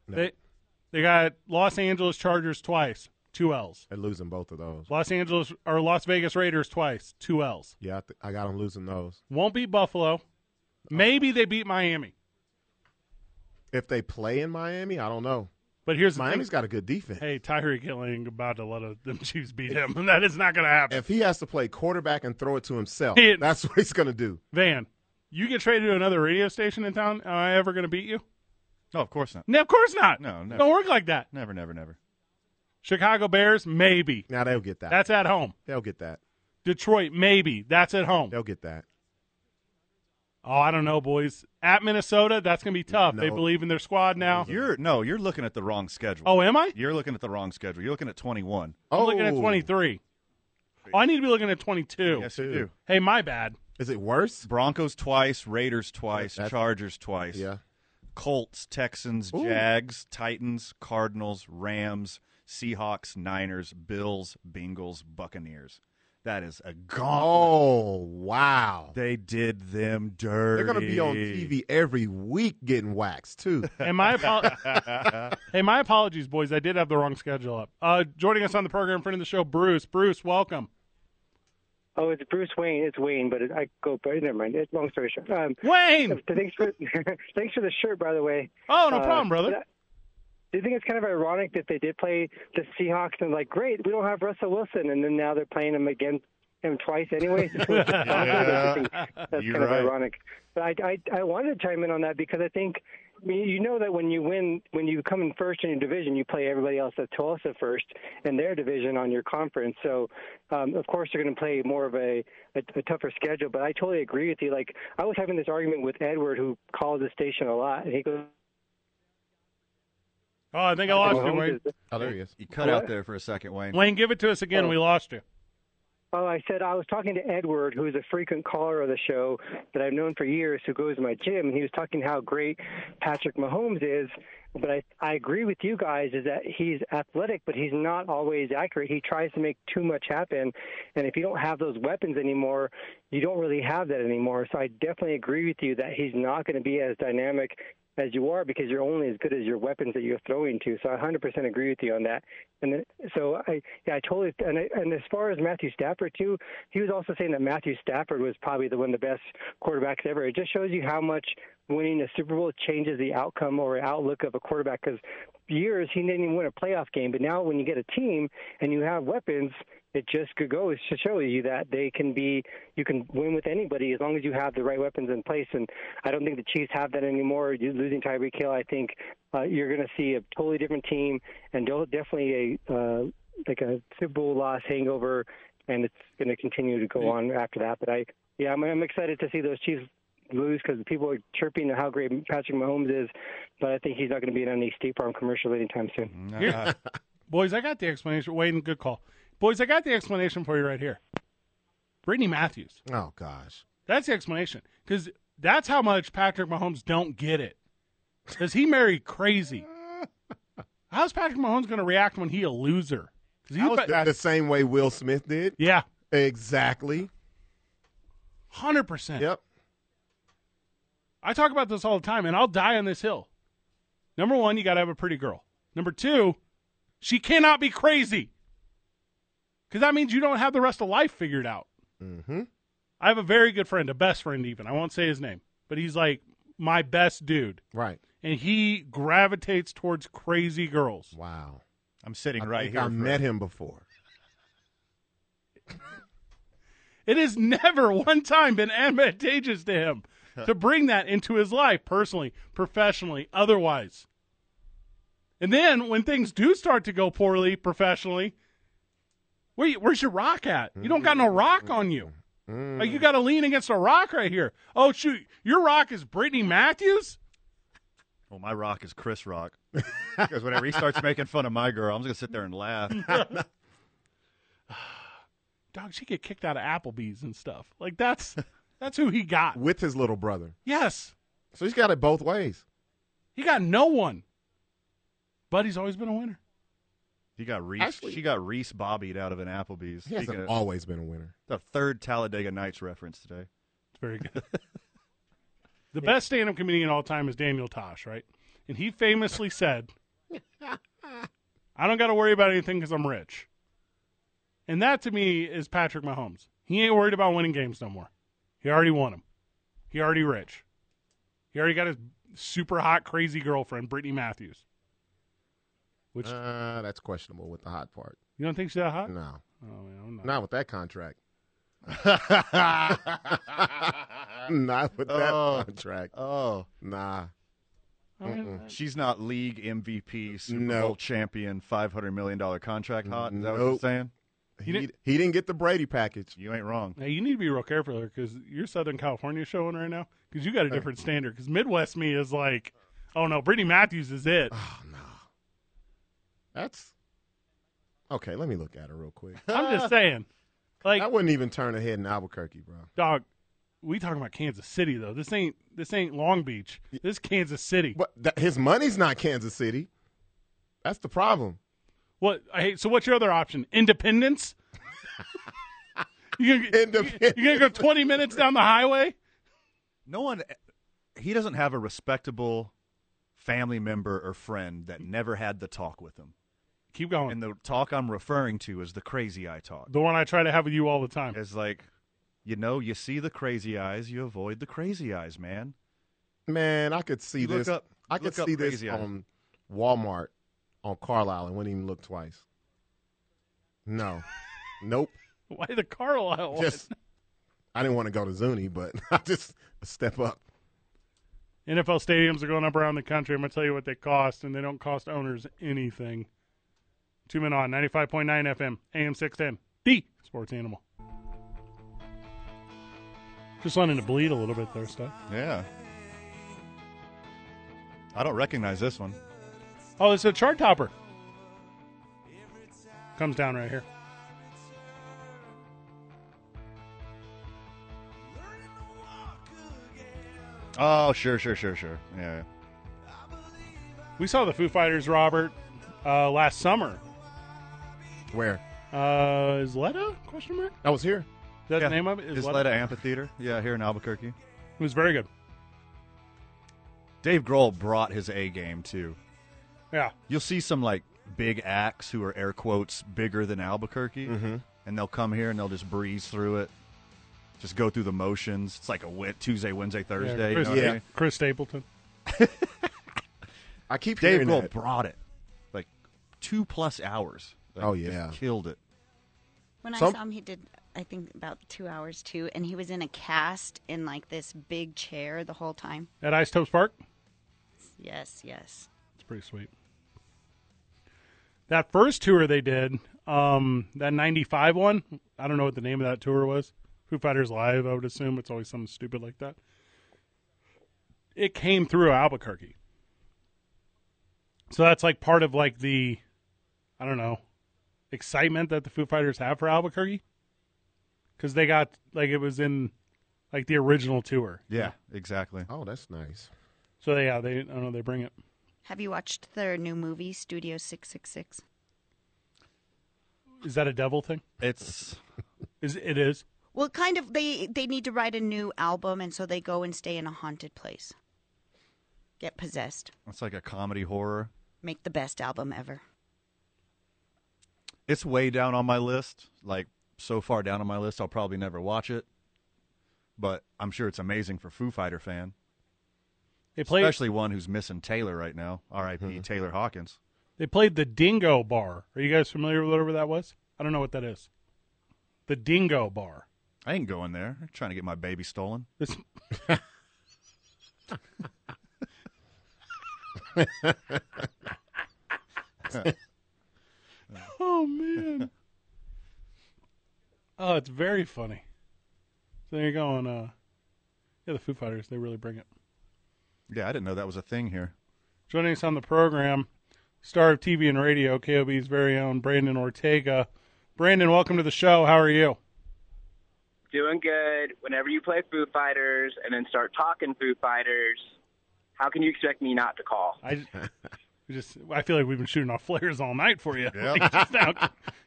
No.
They they got Los Angeles Chargers twice, two L's.
They're losing both of those.
Los Angeles or Las Vegas Raiders twice, two L's.
Yeah, I, th- I got them losing those.
Won't beat Buffalo. Maybe they beat Miami.
If they play in Miami, I don't know.
But here's the
Miami's
thing.
got a good defense.
Hey, Tyreek Hill ain't about to let a, them <laughs> Chiefs beat him. that is not going to happen.
If he has to play quarterback and throw it to himself,
He-
that's <laughs> what he's going to do.
Van, you get traded to another radio station in town, am I ever going to beat you?
No, of course not.
No, of course not.
No, no.
Don't work like that.
Never, never, never.
Chicago Bears, maybe.
Now they'll get that.
That's at home.
they'll get that.
Detroit, maybe. That's at home.
They'll get that.
Oh, I don't know, boys. At Minnesota, that's going to be tough. They
No.
believe in their squad now.
You're No, you're looking at the wrong schedule.
Oh, am I?
<laughs> You're looking at the wrong schedule. You're looking at 21.
Oh,
I'm looking at 23. Oh, I need to be looking at 22.
Yes, you do.
Hey, my bad.
Is it worse?
Broncos twice, Raiders twice,
That's-
Chargers twice.
Yeah.
Colts, Texans, Jags, Titans, Cardinals, Rams, Seahawks, Niners, Bills, Bengals, Buccaneers. That is a gauntlet.
Oh wow.
They did them dirty.
They're gonna be
<laughs>
on TV every week getting waxed <laughs> too.
And my
<laughs>
apo- hey, my apologies, boys. I did have the wrong schedule up. Uh, joining us on the program, friend of the show, Bruce. Bruce, welcome.
Oh, it's Bruce Wayne. It's Wayne, but it, I go. But never mind. It's long story short. Um,
Wayne.
<laughs> thanks for thanks for the shirt, by the way.
Oh, no
Uh,
problem, brother.
but I- Do you think it's kind of ironic that they did play the Seahawks and like, great, we don't have Russell Wilson, and then now they're playing him again, him twice anyway.
<laughs>
That's
You're
kind
right.
of ironic. But I, I I wanted to chime in on that because I think I mean, you know that when you win, when you come in first in your division, you play everybody else that's also first in their division on your conference. So, um, of course, they're going to play more of a, a, a tougher schedule. But I totally agree with you. Like I was having this argument with Edward, who calls the station a lot, and he goes.
Oh, I think I lost you,
Mahomes
Wayne.
is-
Oh, there he is.
You cut out there for a second, Wayne.
Wayne, give it to us again. We lost you.
<laughs>
Oh, I said I was talking to Edward, who's a frequent caller of the show that I've known for years, who goes to my gym, and he was talking how great Patrick Mahomes is. But I, I agree with you guys is that he's athletic, but he's not always accurate. He tries to make too much happen, and if you don't have those weapons anymore, you don't really have that anymore. So I definitely agree with you that he's not going to be as dynamic as you are because you're only as good as your weapons that you're throwing to. So I 100% agree with you on that. And then, so I, yeah, I totally. And, I, and as far as Matthew Stafford too, he was also saying that Matthew Stafford was probably the one of the best quarterbacks ever. It just shows you how much winning a Super Bowl changes the outcome or outlook of a quarterback. Because years he didn't even win a playoff game, but now when you get a team and you have weapons, it just could go to show you that they can be you can win with anybody as long as you have the right weapons in place and i don't think the chiefs have that anymore you losing tyreek hill i think uh, you're going to see a totally different team and don't- definitely a uh, like a super bowl loss hangover and it's going to continue to go
Mm-hmm.
on after that but i yeah i'm, I'm excited to see those chiefs lose because people are chirping how great patrick mahomes is but i think he's not going to be in any state farm commercial anytime soon
Mm-hmm. Here- boys, I got the explanation. Wayne, good call. Boys, I got the explanation for you right here. Brittany Matthews.
Oh gosh.
That's the explanation. Because that's how much Patrick Mahomes don't get it. Because he married crazy. How's Patrick Mahomes going to react when he a loser? 'Cause he
I was
bet-
the, the same way Will Smith did.
yeah,
Exactly.
hundred percent.
<laughs> Yep.
I talk about this all the time, and I'll die on this hill. Number one, you got to have a pretty girl. Number two, she cannot be crazy. Because that means you don't have the rest of life figured out.
Mm-hmm.
I have a very good friend, a best friend, even. I won't say his name, but he's like my best dude.
Right.
And he gravitates towards crazy girls.
Wow.
I'm sitting
I
right
think
here.
I
for-
met him before.
It has <laughs> never one time been advantageous to him to bring that into his life, personally, professionally, otherwise. And then when things do start to go poorly professionally, where you- where's your rock at? You don't got no rock on you. Like you got to lean against a rock right here. Oh shoot, your rock is Brittany Matthews.
Well, my rock is Chris
<laughs>
Rock. Because whenever he starts making fun of my girl, I'm just going to sit there and
<laughs>
laugh.
Dog, she get kicked out of Applebee's and stuff. Like that's <laughs> that's who he got.
With his little brother.
Yes,
So he's got it both ways.
he got no one. But he's always been a winner.
He got Reese.
Actually-
she got Reese bobbied out of an Applebee's.
He hasn't
Speaking of-
always been a winner.
the third Talladega Nights reference today.
It's very
<laughs>
good. the best stand up comedian of all time is Daniel Tosh, right? And he famously said, I don't got to worry about anything because I'm rich. And that to me is Patrick Mahomes. He ain't worried about winning games no more. He already won them. He already rich. He already got his super hot, crazy girlfriend, Brittany Matthews. Which,
Uh, that's questionable with the hot part.
you don't think she's that hot?
No.
Oh, man, I'm not.
Not with that contract. <laughs> Not with that
Oh.
contract.
Oh,
Nah.
I mean,
she's not league MVP, Super
No.
Bowl champion, five hundred million dollar contract. Hot? Is that what you're
Nope.
saying?
He,
didn't-
he didn't get the Brady package.
You ain't wrong.
Now you need to be real careful there because your Southern California showing right now because you got a different standard. Because Midwest me is like, oh no, Brittany Matthews is it.
Oh, no. That's. Okay, let me look at it real quick.
I'm just saying, like
I wouldn't even turn a head in Albuquerque, bro.
dog, we talking about Kansas City though. This ain't this ain't Long Beach. This is Kansas City.
But that, his money's not Kansas City. That's the problem.
What? I hate. So what's your other option? Independence. you gonna,
<laughs> Independence.
You, are gonna go twenty minutes down the highway?
No one. He doesn't have a respectable family member or friend that never had the talk with him.
Keep going.
And the talk I'm referring to is the crazy eye talk.
the one I try to have with you all the time.
It's like, you know, you see the crazy eyes, you avoid the crazy eyes, man.
Man, I could see
You look
this.
up-
I could
look up
see this
Crazy Eyes.
on Walmart on Carlisle and wouldn't even look twice. No, nope.
Why the Carlisle? one?
Just I didn't want to go to Zuni, but <laughs> I just step up.
NFL stadiums are going up around the country. I'm going to tell you what they cost, and they don't cost owners anything. Two men on 95.9 FM, AM 610, the sports animal. Just letting it bleed a little bit there, stuff.
Yeah. I don't recognize this one.
Oh, it's a chart topper. Comes down right here.
Oh, sure, sure, sure, sure. Yeah.
We saw the Foo Fighters, Robert, uh, last summer.
Where
Uh, is Letta? Question mark. Is
I was here.
that
Yeah.
the name of it?
Is Isleta Amphitheater. Yeah, here in Albuquerque.
It was very good.
Dave Grohl brought his A game too.
Yeah.
You'll see some like big acts who are air quotes bigger than Albuquerque,
Mm-hmm.
and they'll come here and they'll just breeze through it, just go through the motions. It's like a Wed- Tuesday, Wednesday, Thursday.
Chris,
you know what I
yeah.
mean?
Chris Stapleton.
I keep
Dave
hearing
Grohl
that.
brought it, like two plus hours. Like,
Oh,
just
yeah.
killed it.
When
Some-
I saw him, he did I think about two hours too, and he was in a cast in like this big chair the whole time.
At Ice Topes Park.
Yes, yes.
It's pretty sweet. That first tour they did, um, that 95 one, I don't know what the name of that tour was. Foo Fighters Live, I would assume. It's always something stupid like that. It came through Albuquerque. So that's like part of like the, I don't know, excitement that the Foo Fighters have for Albuquerque. Because they got, like, it was in like the original tour.
Yeah, exactly.
Oh, that's nice.
So yeah, they, I don't know, they bring it.
Have you watched their new movie, Studio Six Six Six?
Is that a devil thing?
It's
Is It is.
Well, kind of. They they need to write a new album, and so they go and stay in a haunted place, get possessed,
it's like a comedy horror.
make the best album ever.
It's way down on my list. Like so far down on my list, I'll probably never watch it. But I'm sure it's amazing for Foo Fighter fan.
They played.
especially one who's missing Taylor right now. R.I.P.
Uh-huh.
Taylor Hawkins.
They played the Dingo Bar. Are you guys familiar with whatever that was? I don't know what that is. The Dingo Bar.
I ain't going there. I'm trying to get my baby stolen.
This <laughs> oh man. Oh, it's very funny. So there you go. And uh, yeah, the Foo Fighters they really bring it.
Yeah, I didn't know that was a thing here.
Joining us on the program, star of TV and radio, KOB's very own Brandon Ortega. Brandon, welcome to the show. How are you?
doing good. Whenever you play Foo Fighters and then start talking Foo Fighters, how can you expect me not to call?
I we just I feel like we've been shooting off flares all night for you. <laughs> Like, just now,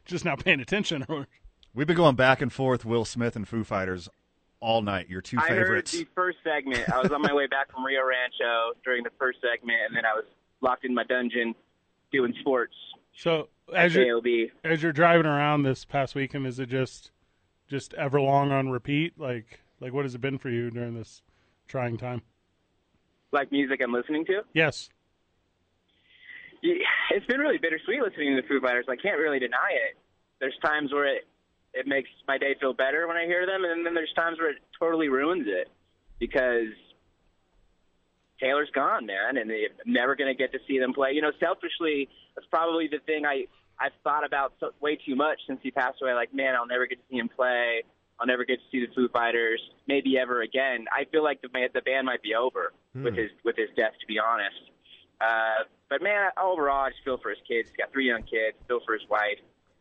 just now paying attention. <laughs> Or
We've been going back and forth, Will Smith and Foo Fighters, all night. Your two
I
favorites.
heard the first segment. I was on my way back from Rio Rancho during the first segment, and then I was locked in my dungeon doing sports.
so as you
KOB.
as you're driving around this past weekend, is it just just everlong on repeat? Like like what has it been for you during this trying time?
Like music I'm listening to.
Yes.
Yeah, <laughs> It's been really bittersweet listening to the Foo Fighters. I can't really deny it. There's times where it it makes my day feel better when I hear them, and then there's times where it totally ruins it because Taylor's gone, man, and I'm never going to get to see them play. You know, selfishly, that's probably the thing I I've thought about so, way too much since he passed away. Like, man, I'll never get to see him play. I'll never get to see the Foo Fighters, maybe ever again. I feel like the ba- the band might be over with his with his death, to be honest. Uh, but man, overall, I just feel for his kids. He's got three young kids. Feel for his wife,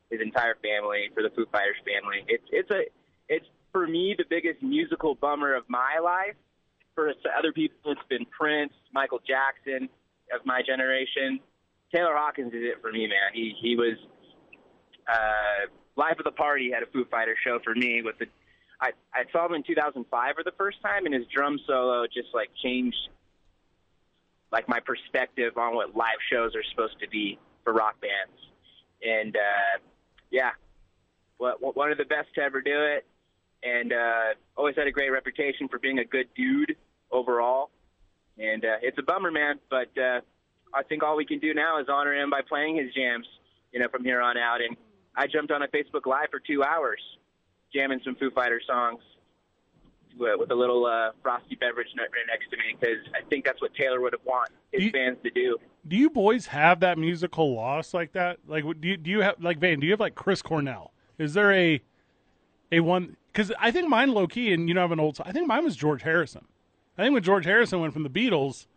his entire family, for the Foo Fighters family. It's it's a it's for me the biggest musical bummer of my life. For other people, it's been Prince, Michael Jackson of my generation. Taylor Hawkins is it for me, man. He he was uh, life of the party had a Foo Fighter show for me with the. I, I saw him in 2005 for the first time, and his drum solo just like changed like my perspective on what live shows are supposed to be for rock bands. And uh, yeah, what, what, one of the best to ever do it, and uh, always had a great reputation for being a good dude overall. And uh, it's a bummer, man, but uh, I think all we can do now is honor him by playing his jams, you know, from here on out. And I jumped on a Facebook Live for two hours, jamming some Foo Fighter songs with with a little uh, frosty beverage ne- right next to me because I think that's what Taylor would have want his fans to do.
Do you boys have that musical loss like that? Like, what- do you, do you have like Van? Do you have like Chris Cornell? Is there a a one? Because I think mine low key, and you know, I have an old. I think mine was George Harrison. I think when George Harrison went from the Beatles,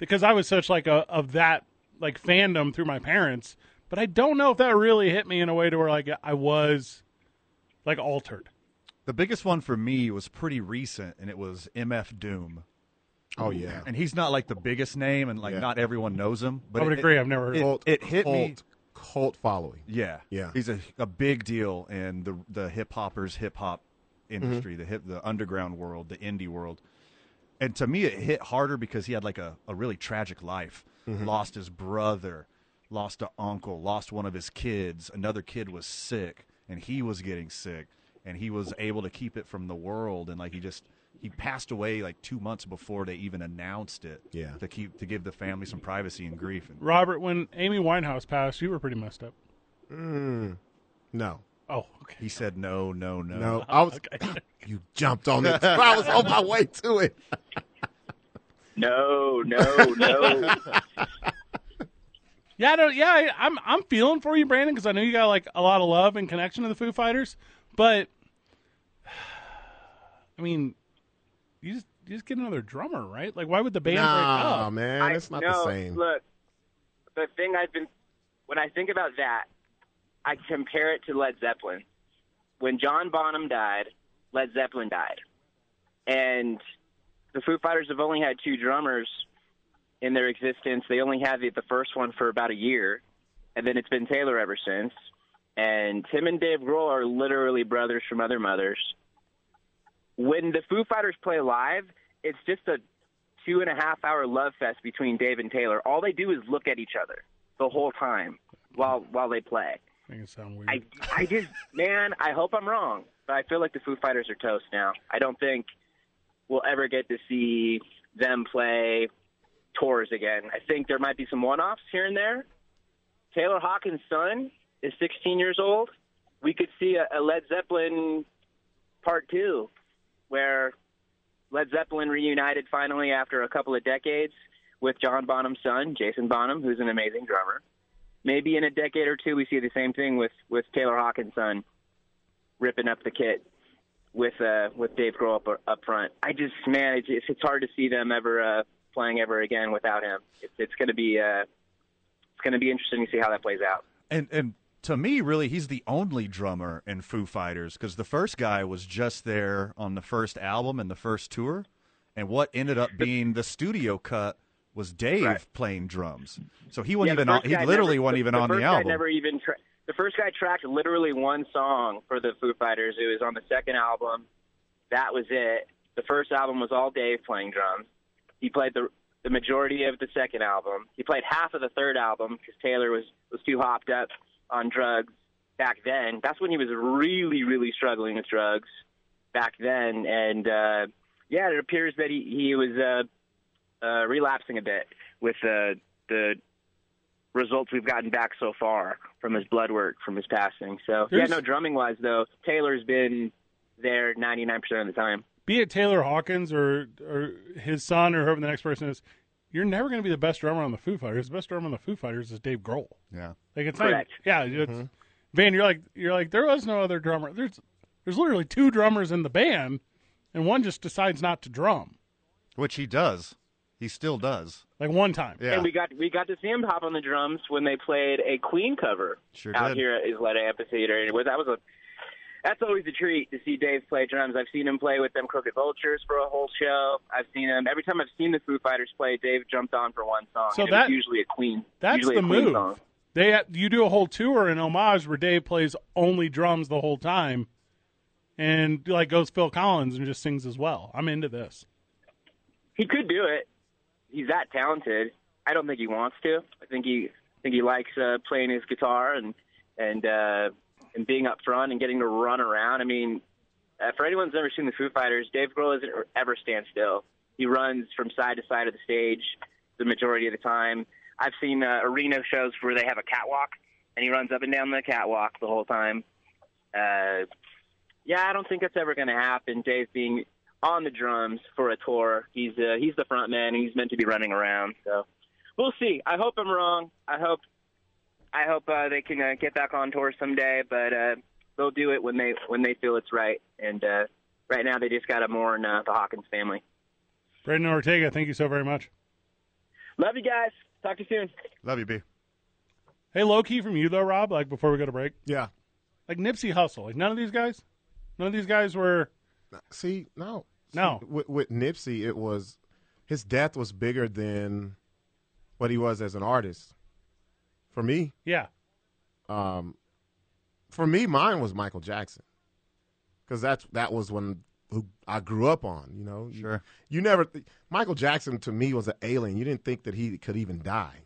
because I was such like a of that like fandom through my parents. But I don't know if that really hit me in a way to where like I was like altered.
The biggest one for me was pretty recent, and it was MF Doom.
Oh, yeah.
and he's not like the biggest name, and like not everyone knows him. But
I would
it-
agree, I've never heard
it,
of him.
It hit me.
Cult- Cult following.
Yeah,
Yeah.
He's a, a big deal in the the hip hoppers, hip hop industry,
Mm-hmm.
the hip, the underground world, the indie world. And to me, it hit harder because he had like a, a really tragic life.
Mm-hmm.
Lost his brother, lost an uncle, lost one of his kids. Another kid was sick, and he was getting sick, and he was able to keep it from the world. And like he just he passed away like two months before they even announced it.
Yeah.
to keep to give the family some privacy and grief. And
Robert, when Amy Winehouse passed, you were pretty messed up.
Mm, no.
Oh, okay.
he said no, no, no.
Oh,
No, I was. <laughs> you jumped
<laughs>
on it. I was on my way to it.
No, no, no.
Yeah, I don't, yeah, I, I'm I'm feeling for you, Brandon, because I know you got like a lot of love and connection to the Foo Fighters, but <sighs> I mean, you just you just get another drummer, right? Like, why would the band break
Nah,
up?
man, it's not
no,
the same.
Look, the thing I've been when I think about that, I compare it to Led Zeppelin. When John Bonham died, Led Zeppelin died, and the Foo Fighters have only had two drummers in their existence. They only had the, the first one for about a year, and then it's been Taylor ever since. And Tim and Dave Grohl are literally brothers from other mothers. When the Foo Fighters play live, it's just a two and a half hour love fest between Dave and Taylor. All they do is look at each other the whole time while while they play.
Make it sound weird.
I I just man, I hope I'm wrong, but I feel like the Foo Fighters are toast now. I don't think we'll ever get to see them play tours again. I think there might be some one-offs here and there. Taylor Hawkins' son is 16 years old. We could see a, a Led Zeppelin part two, where Led Zeppelin reunited finally after a couple of decades with John Bonham's son, Jason Bonham, who's an amazing drummer. Maybe in a decade or two, we see the same thing with with Taylor Hawkins' son ripping up the kit with uh with Dave Grohl up, up front. I just man, it's it's it's hard to see them ever uh, playing ever again without him. It's it's gonna be uh it's gonna be interesting to see how that plays out.
and and to me really he's the only drummer in foo fighters because the first guy was just there on the first album and the first tour and what ended up being the studio cut was dave playing drums so he wasn't
Yeah, the
even on
first
he
guy
literally
never-
wasn't
the-
even
the
on the
first
album
Guy never even tra- the first guy tracked literally one song for the Foo Fighters. It was on the second album. That was it. The first album was all Dave playing drums. He played the the majority of the second album. He played half of the third album because Taylor was was too hopped up on drugs back then. That's when he was really really struggling with drugs back then. And uh, yeah, it appears that he he was uh, uh, relapsing a bit with uh, the results we've gotten back so far from his blood work, from his passing. So yeah,
There's-
no drumming wise though, Taylor's been there ninety nine percent of the time.
Be it Taylor Hawkins or or his son or whoever the next person is, you're never going to be the best drummer on the Foo Fighters. The best drummer on the Foo Fighters is Dave Grohl.
yeah
Like it's
Correct.
not. Yeah, it's, Van, you're like you're like there was no other drummer. There's there's literally two drummers in the band, and one just decides not to drum
which he does he still does
like one time.
yeah
And we got we got to see him hop on the drums when they played a Queen cover
Sure
out
did.
here at Isleta Amphitheater. And it was that was a that's always a treat to see Dave play drums. I've seen him play with them Crooked Vultures for a whole show. I've seen him every time I've seen the Foo Fighters play. Dave jumped on for one song.
So
and it was
that-
usually a Queen.
That's
usually
the
a Queen
move.
Song.
They you do a whole tour in homage where Dave plays only drums the whole time, and like goes Phil Collins and just sings as well. I'm into this.
He could do it. He's that talented. I don't think he wants to. I think he I think he likes uh, playing his guitar and and uh, and being up front and getting to run around. I mean, uh, for anyone who's never seen the Foo Fighters, Dave Grohl doesn't ever stand still. He runs from side to side of the stage the majority of the time. I've seen uh, arena shows where they have a catwalk and he runs up and down the catwalk the whole time. Uh, yeah, I don't think that's ever going to happen. Dave being on the drums for a tour, he's uh, he's the front man. He's meant to be running around. So we'll see. I hope I'm wrong. I hope I hope uh, they can uh, get back on tour someday, but uh, they'll do it when they when they feel it's right. And uh, right now, they just got to mourn uh, the Hawkins family.
Braden Ortega, thank you so very much.
Love you guys. Talk to you soon.
Love you, B.
Hey, low key from you though, Rob. Like before we go to break.
Yeah.
Like Nipsey Hussle. Like none of these guys. None of these guys were.
See, no,
no.
With, with Nipsey, it was his death was bigger than what he was as an artist. For me,
yeah.
Um, for me, mine was Michael Jackson because that's that was when who I grew up on. You know, sure. You, never th- Michael Jackson to me was an alien. You didn't think that he could even die.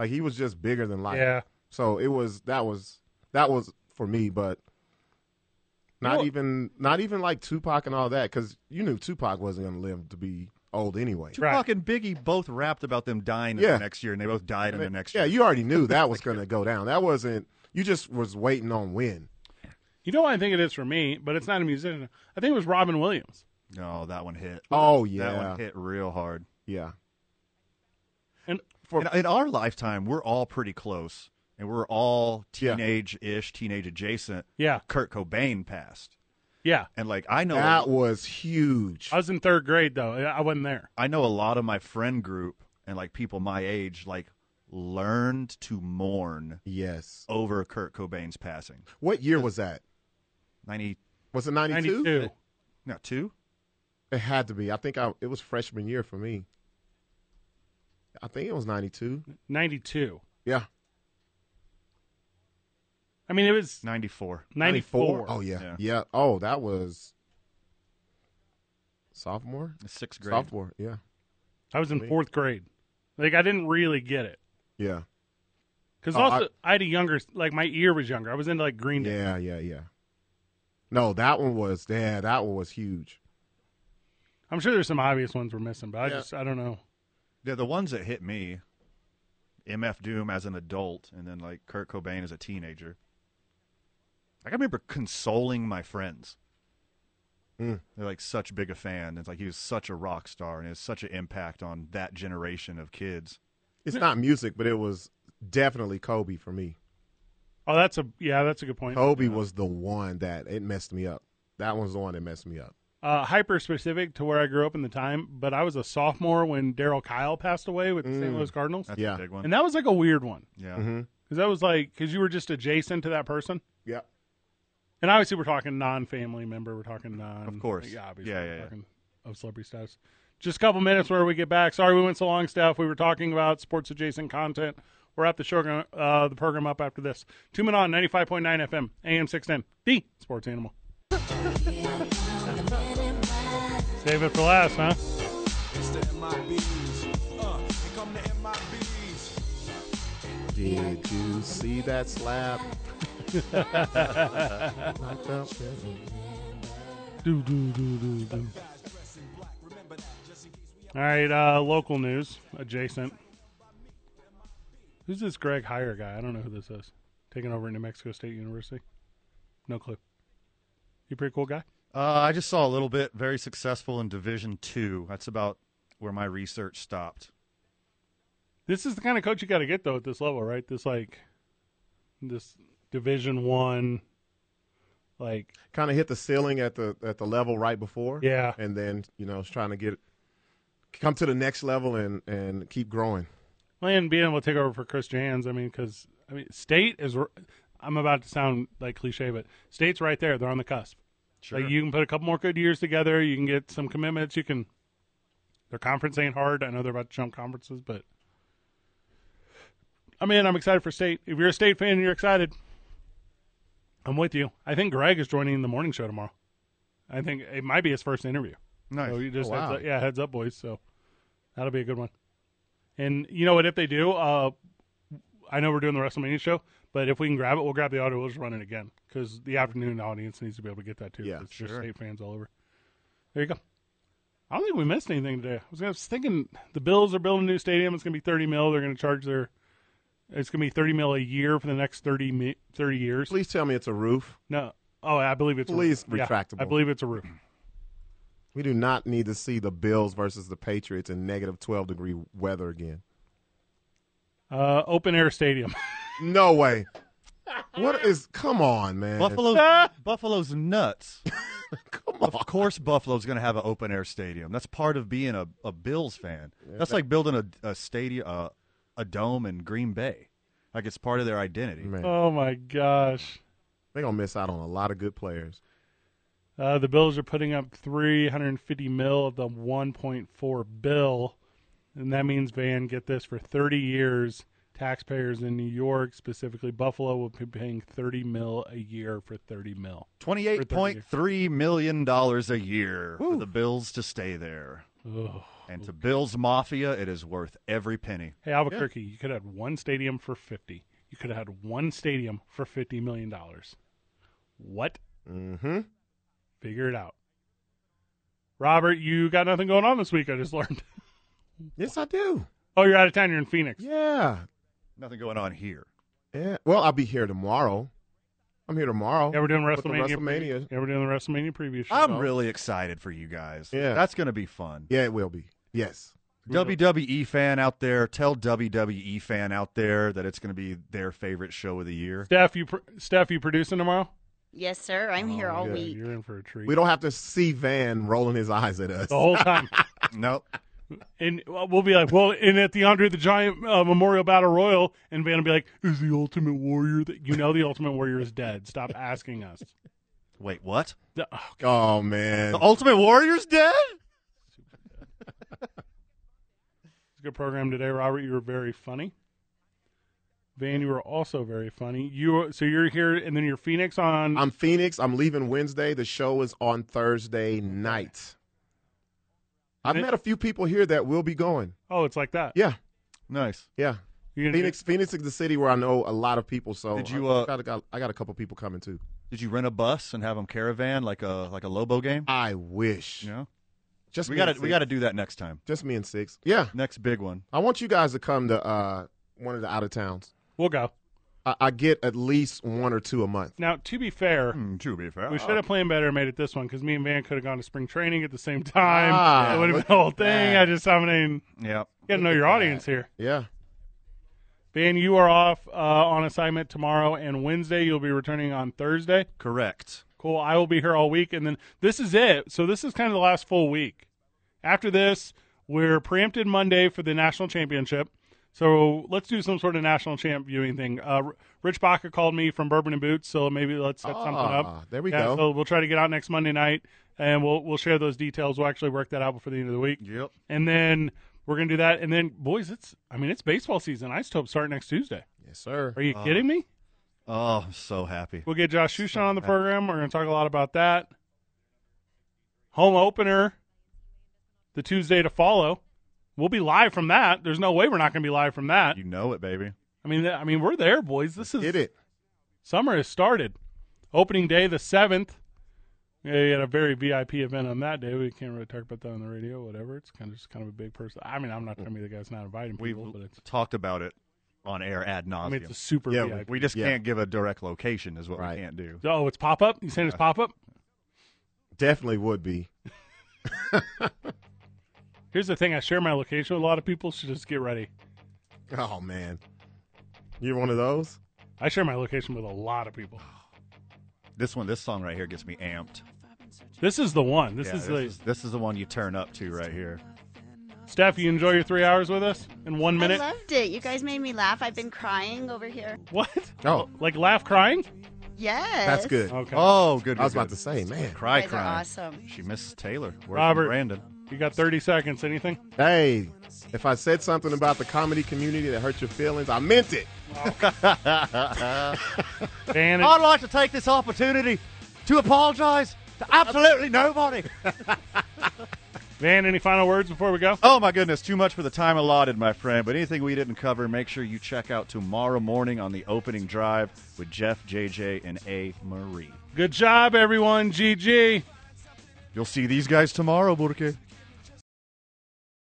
Like he was just bigger than life.
Yeah.
So it was that was that was for me, but not
Well-
even not even like Tupac and all that because you knew Tupac wasn't going to live to be old anyway.
Tupac and Biggie both rapped about them dying in
Yeah.
the next year, and they both died in the next
Yeah,
year.
you already knew that was going to go down. That wasn't you just was waiting on when.
You know what I think it is for me, but it's not a musician. I think it was Robin Williams.
No, that one hit.
Oh
that
yeah.
one hit real hard.
Yeah.
And
for in, in our lifetime, we're all pretty close, and we're all teenage-ish, teenage adjacent.
Yeah,
Kurt Cobain passed,
Yeah.
and like I know
That was huge.
I was in third grade though. I wasn't there.
I know a lot of my friend group and like people my age like learned to mourn.
Yes,
over Kurt Cobain's passing.
What year was that?
Ninety.
Was it ninety two?
92. No, two.
It had to be. I think I, it was freshman year for me. I think it was ninety two.
Ninety two.
Yeah.
I mean, it was
ninety four.
94.
Oh yeah. yeah, Oh, that was sophomore.
Sixth
grade.
Sophomore. Yeah.
I was in
Me.
fourth grade. Like I didn't really get it
Yeah.
because
Oh,
also I, had a younger like my ear was younger. I was into like Green Day.
Yeah. Yeah. Yeah. No, that one was. Yeah, that one was huge.
I'm sure there's some obvious ones we're missing, but I
Yeah.
just I don't know.
Yeah, the ones that hit me, MF Doom as an adult, and then like Kurt Cobain as a teenager. Like I remember consoling my friends. They're like such big a fan. It's like he was such a rock star, and it was such an impact on that generation of kids.
It's not music, but it was definitely Kobe for me.
Oh, that's a yeah, that's a good point.
Kobe was the one that it messed me up. That one's the one that messed me up.
uh, hyper specific to where I grew up in the time, but I was a sophomore when Daryl Kyle passed away with the St.
Mm.
Louis Cardinals.
That's a Yeah. big
one.
and that was like a weird one.
Yeah,
Mhm.
because that was like because you were just adjacent to that person.
Yeah.
And obviously, we're talking non-family member. We're talking non,
Of course.
yeah, obviously,
Yeah,
we're
yeah, yeah.
talking of celebrity status. Just a couple minutes where we get back. Sorry, we went so long, Steph. We were talking about sports adjacent content. We're at the show, uh, the program up after this. Two men on ninety-five point nine FM, AM six ten, the Sports Animal. <laughs> Save it for last, huh?
It's the MIBs. Uh, here come the MIBs.
Did you see that <laughs> slap? Knocked up.
Do do do do do. All right, uh, local news adjacent. Who's this Greg Heyer guy? I don't know who this is. Taking over at New Mexico State University. No clue. You pretty cool guy.
Uh, I just saw a little bit. Very successful in Division Two. That's about where my research stopped.
This is the kind of coach you got to get though at this level, right? This like, this Division One, like
Kind of hit the ceiling at the at the level right before.
Yeah.
And then you know, it's trying to get come to the next level and and keep growing.
Well, and being able to take over for Chris Jans, I mean, because I mean, State is. I'm about to sound like cliche, but state's right there. They're on the cusp.
Sure.
Like you can put a couple more good years together. You can get some commitments. You can. Their conference ain't hard. I know they're about to jump conferences, but I'm in. I'm excited for state. If you're a state fan and you're excited, I'm with you. I think Greg is joining the morning show tomorrow. I think it might be his first interview.
Nice.
So you just
Oh,
heads
wow.
up- yeah, heads up, boys. So that'll be a good one. And you know what? If they do, uh, I know we're doing the WrestleMania show, but if we can grab it, we'll grab the audio. We'll just run it again because the afternoon audience needs to be able to get that too.
Yeah,
'cause there's
sure.
State fans all over. There you go. I don't think we missed anything today. I was, gonna- I was thinking the Bills are building a new stadium. It's going to be thirty mil. They're going to charge their. It's going to be thirty mil a year for the next 30, mi- 30 years.
Please tell me it's a roof.
No. Oh, I believe it's
Please
a roof. Yeah,
retractable.
I believe it's a roof.
We do not need to see the Bills versus the Patriots in negative 12 degree weather again.
Uh, open air stadium.
No way. What is? Come on,
<laughs>
man. <laughs>
Buffalo's, Buffalo's nuts. Of course, Buffalo's going to have an open air stadium. That's part of being a, a Bills fan. That's like building a, a stadium, uh, a dome in Green Bay. Like it's part of their identity.
Oh my gosh.
They're gonna miss out on a lot of good players.
Uh, the Bills are putting up 350 mil of the 1.4 bill, and that means Van get this for 30 years. Taxpayers in New York, specifically Buffalo, will be paying 30 mil a year for 30 mil.
Twenty-eight point three million dollars a year for the Bills to stay there,
Ugh.
and to Bills Mafia, it is worth every penny.
Hey Albuquerque, you could have had one stadium for 50. You could have had one stadium for 50 million dollars. What?
Mm-hmm.
Figure it out. Robert, you got nothing going on this week. I just learned. <laughs>
Yes, I do.
Oh, you're out of town. You're in Phoenix.
Yeah.
Nothing going on here.
Yeah. Well, I'll be here tomorrow. I'm here tomorrow.
Yeah, we're doing
With the
WrestleMania.
WrestleMania.
Yeah, we're doing the WrestleMania preview. Show.
I'm really excited for you guys.
Yeah.
that's going to be fun.
Yeah, it will be. Yes.
WWE fan out there, tell WWE fan out there that it's going to be their favorite show of the
<laughs>
year.
Steph, you pr- Steph, you producing tomorrow?
Yes, sir. I'm here all
yeah.
week.
Oh, You're in for a treat.
Oh, We don't have to see Van rolling his eyes at us.
the whole
<laughs>
time,
Nope.
and uh, we'll be like, well, and at the Andre the Giant uh, Memorial Battle Royal, and Van will be like, is the Ultimate Warrior that you know the Ultimate Warrior is dead? Stop asking us. <laughs>
Wait, what?
The- oh,
Oh man.
The Ultimate Warrior's dead?
It's a good program today, Robert. You were very funny. Van, you were also very funny. You were- so you're here, and then you're Phoenix on.
I'm Phoenix. I'm leaving Wednesday. The show is on Thursday night. I've
It-
met a few people here that will be going.
oh, it's like that.
Yeah,
Nice.
yeah.
You're gonna
Phoenix, Phoenix is the city where I know a lot of people. So
Did you,
I,
uh,
got, got, I got a couple people coming too.
Did you rent a bus and have them caravan like a like a Lobo game?
I wish.
You know,
Just
we
me
got
and
to we
Six.
got to do that next time.
Just me and six. Yeah,
Next big one.
I want you guys to come to uh, one of the out of towns.
do- we'll go
I, I get at least one or two a month.
now. To be fair, Oh.
Hmm, to be
Oh.
fair,
We should have planned better and made it this one because me and Van could have gone to spring training at the same time.
Ah,
it would have been
look
<laughs> the whole
at
thing.
that.
I just, I mean,
Yeah.
you got to know your audience here.
Yeah,
Van, you are off uh, on assignment tomorrow and Wednesday. You'll be returning on Thursday.
Correct.
Cool. I will be here all week. And then this is it. So this is kind of the last full week. After this, we're preempted Monday for the national championship. So let's do some sort of national champ viewing thing. Uh, R- Rich Baca called me from Bourbon and Boots, so maybe let's set something
Ah,
up.
there we
Yeah,
go.
So we'll try to get out next Monday night, and we'll we'll share those details. We'll actually work that out before the end of the week,
Yep.
and then we're gonna do that. And then, boys, it's I mean it's baseball season. Ice Tope start next Tuesday.
yes, sir.
Are you kidding me?
Oh, I'm so happy.
We'll get Josh Shushan on the program. We're going to talk a lot about that. Home opener, the Tuesday to follow. We'll be live from that. There's no way we're not going to be live from that.
You know it, baby.
I mean, th- I mean, we're there, boys. This is
Get it.
summer has started. Opening day, the seventh. Yeah, you had a very VIP event on that day. We can't really talk about that on the radio. Whatever. It's kind of just kind of a big person. I mean, I'm not telling me the guy's not inviting
We've
people, but it's.
talked about it on air ad
I mean, it's
nauseum.
a super
Yeah,
VIP.
we just
Yeah.
can't give a direct location, is what
Right.
we can't do.
oh, it's pop up. You saying it's pop up?
Definitely would be.
Here's the thing. I share my location with a lot of people. So just get ready.
Oh man, you're one of those.
I share my location with a lot of people.
This one, this song right here, gets me amped.
This is the one. This
Yeah,
is
this
the
is this is the one you turn up to right here.
Steph, you enjoy your three hours with us in one minute?
I loved it. You guys made me laugh. I've been crying over here.
what? Oh, like laugh crying?
Yes.
Okay.
Oh, good.
I was
good, good.
about to say, man.
Cry,
You guys are
cry.
awesome.
She misses Taylor. Where's
Robert.
Brandon?
You got 30 seconds. Anything?
Hey, if I said something about the comedy community that hurt your feelings, I meant it.
And
I'd like to take this opportunity to apologize to absolutely nobody.
Van, any final words before we go?
<laughs> Oh my goodness, too much for the time allotted, my friend. But anything we didn't cover, make sure you check out tomorrow morning on the opening drive with Jeff, JJ, and A. Marie.
Good job, everyone. GG.
You'll see these guys tomorrow, Burke.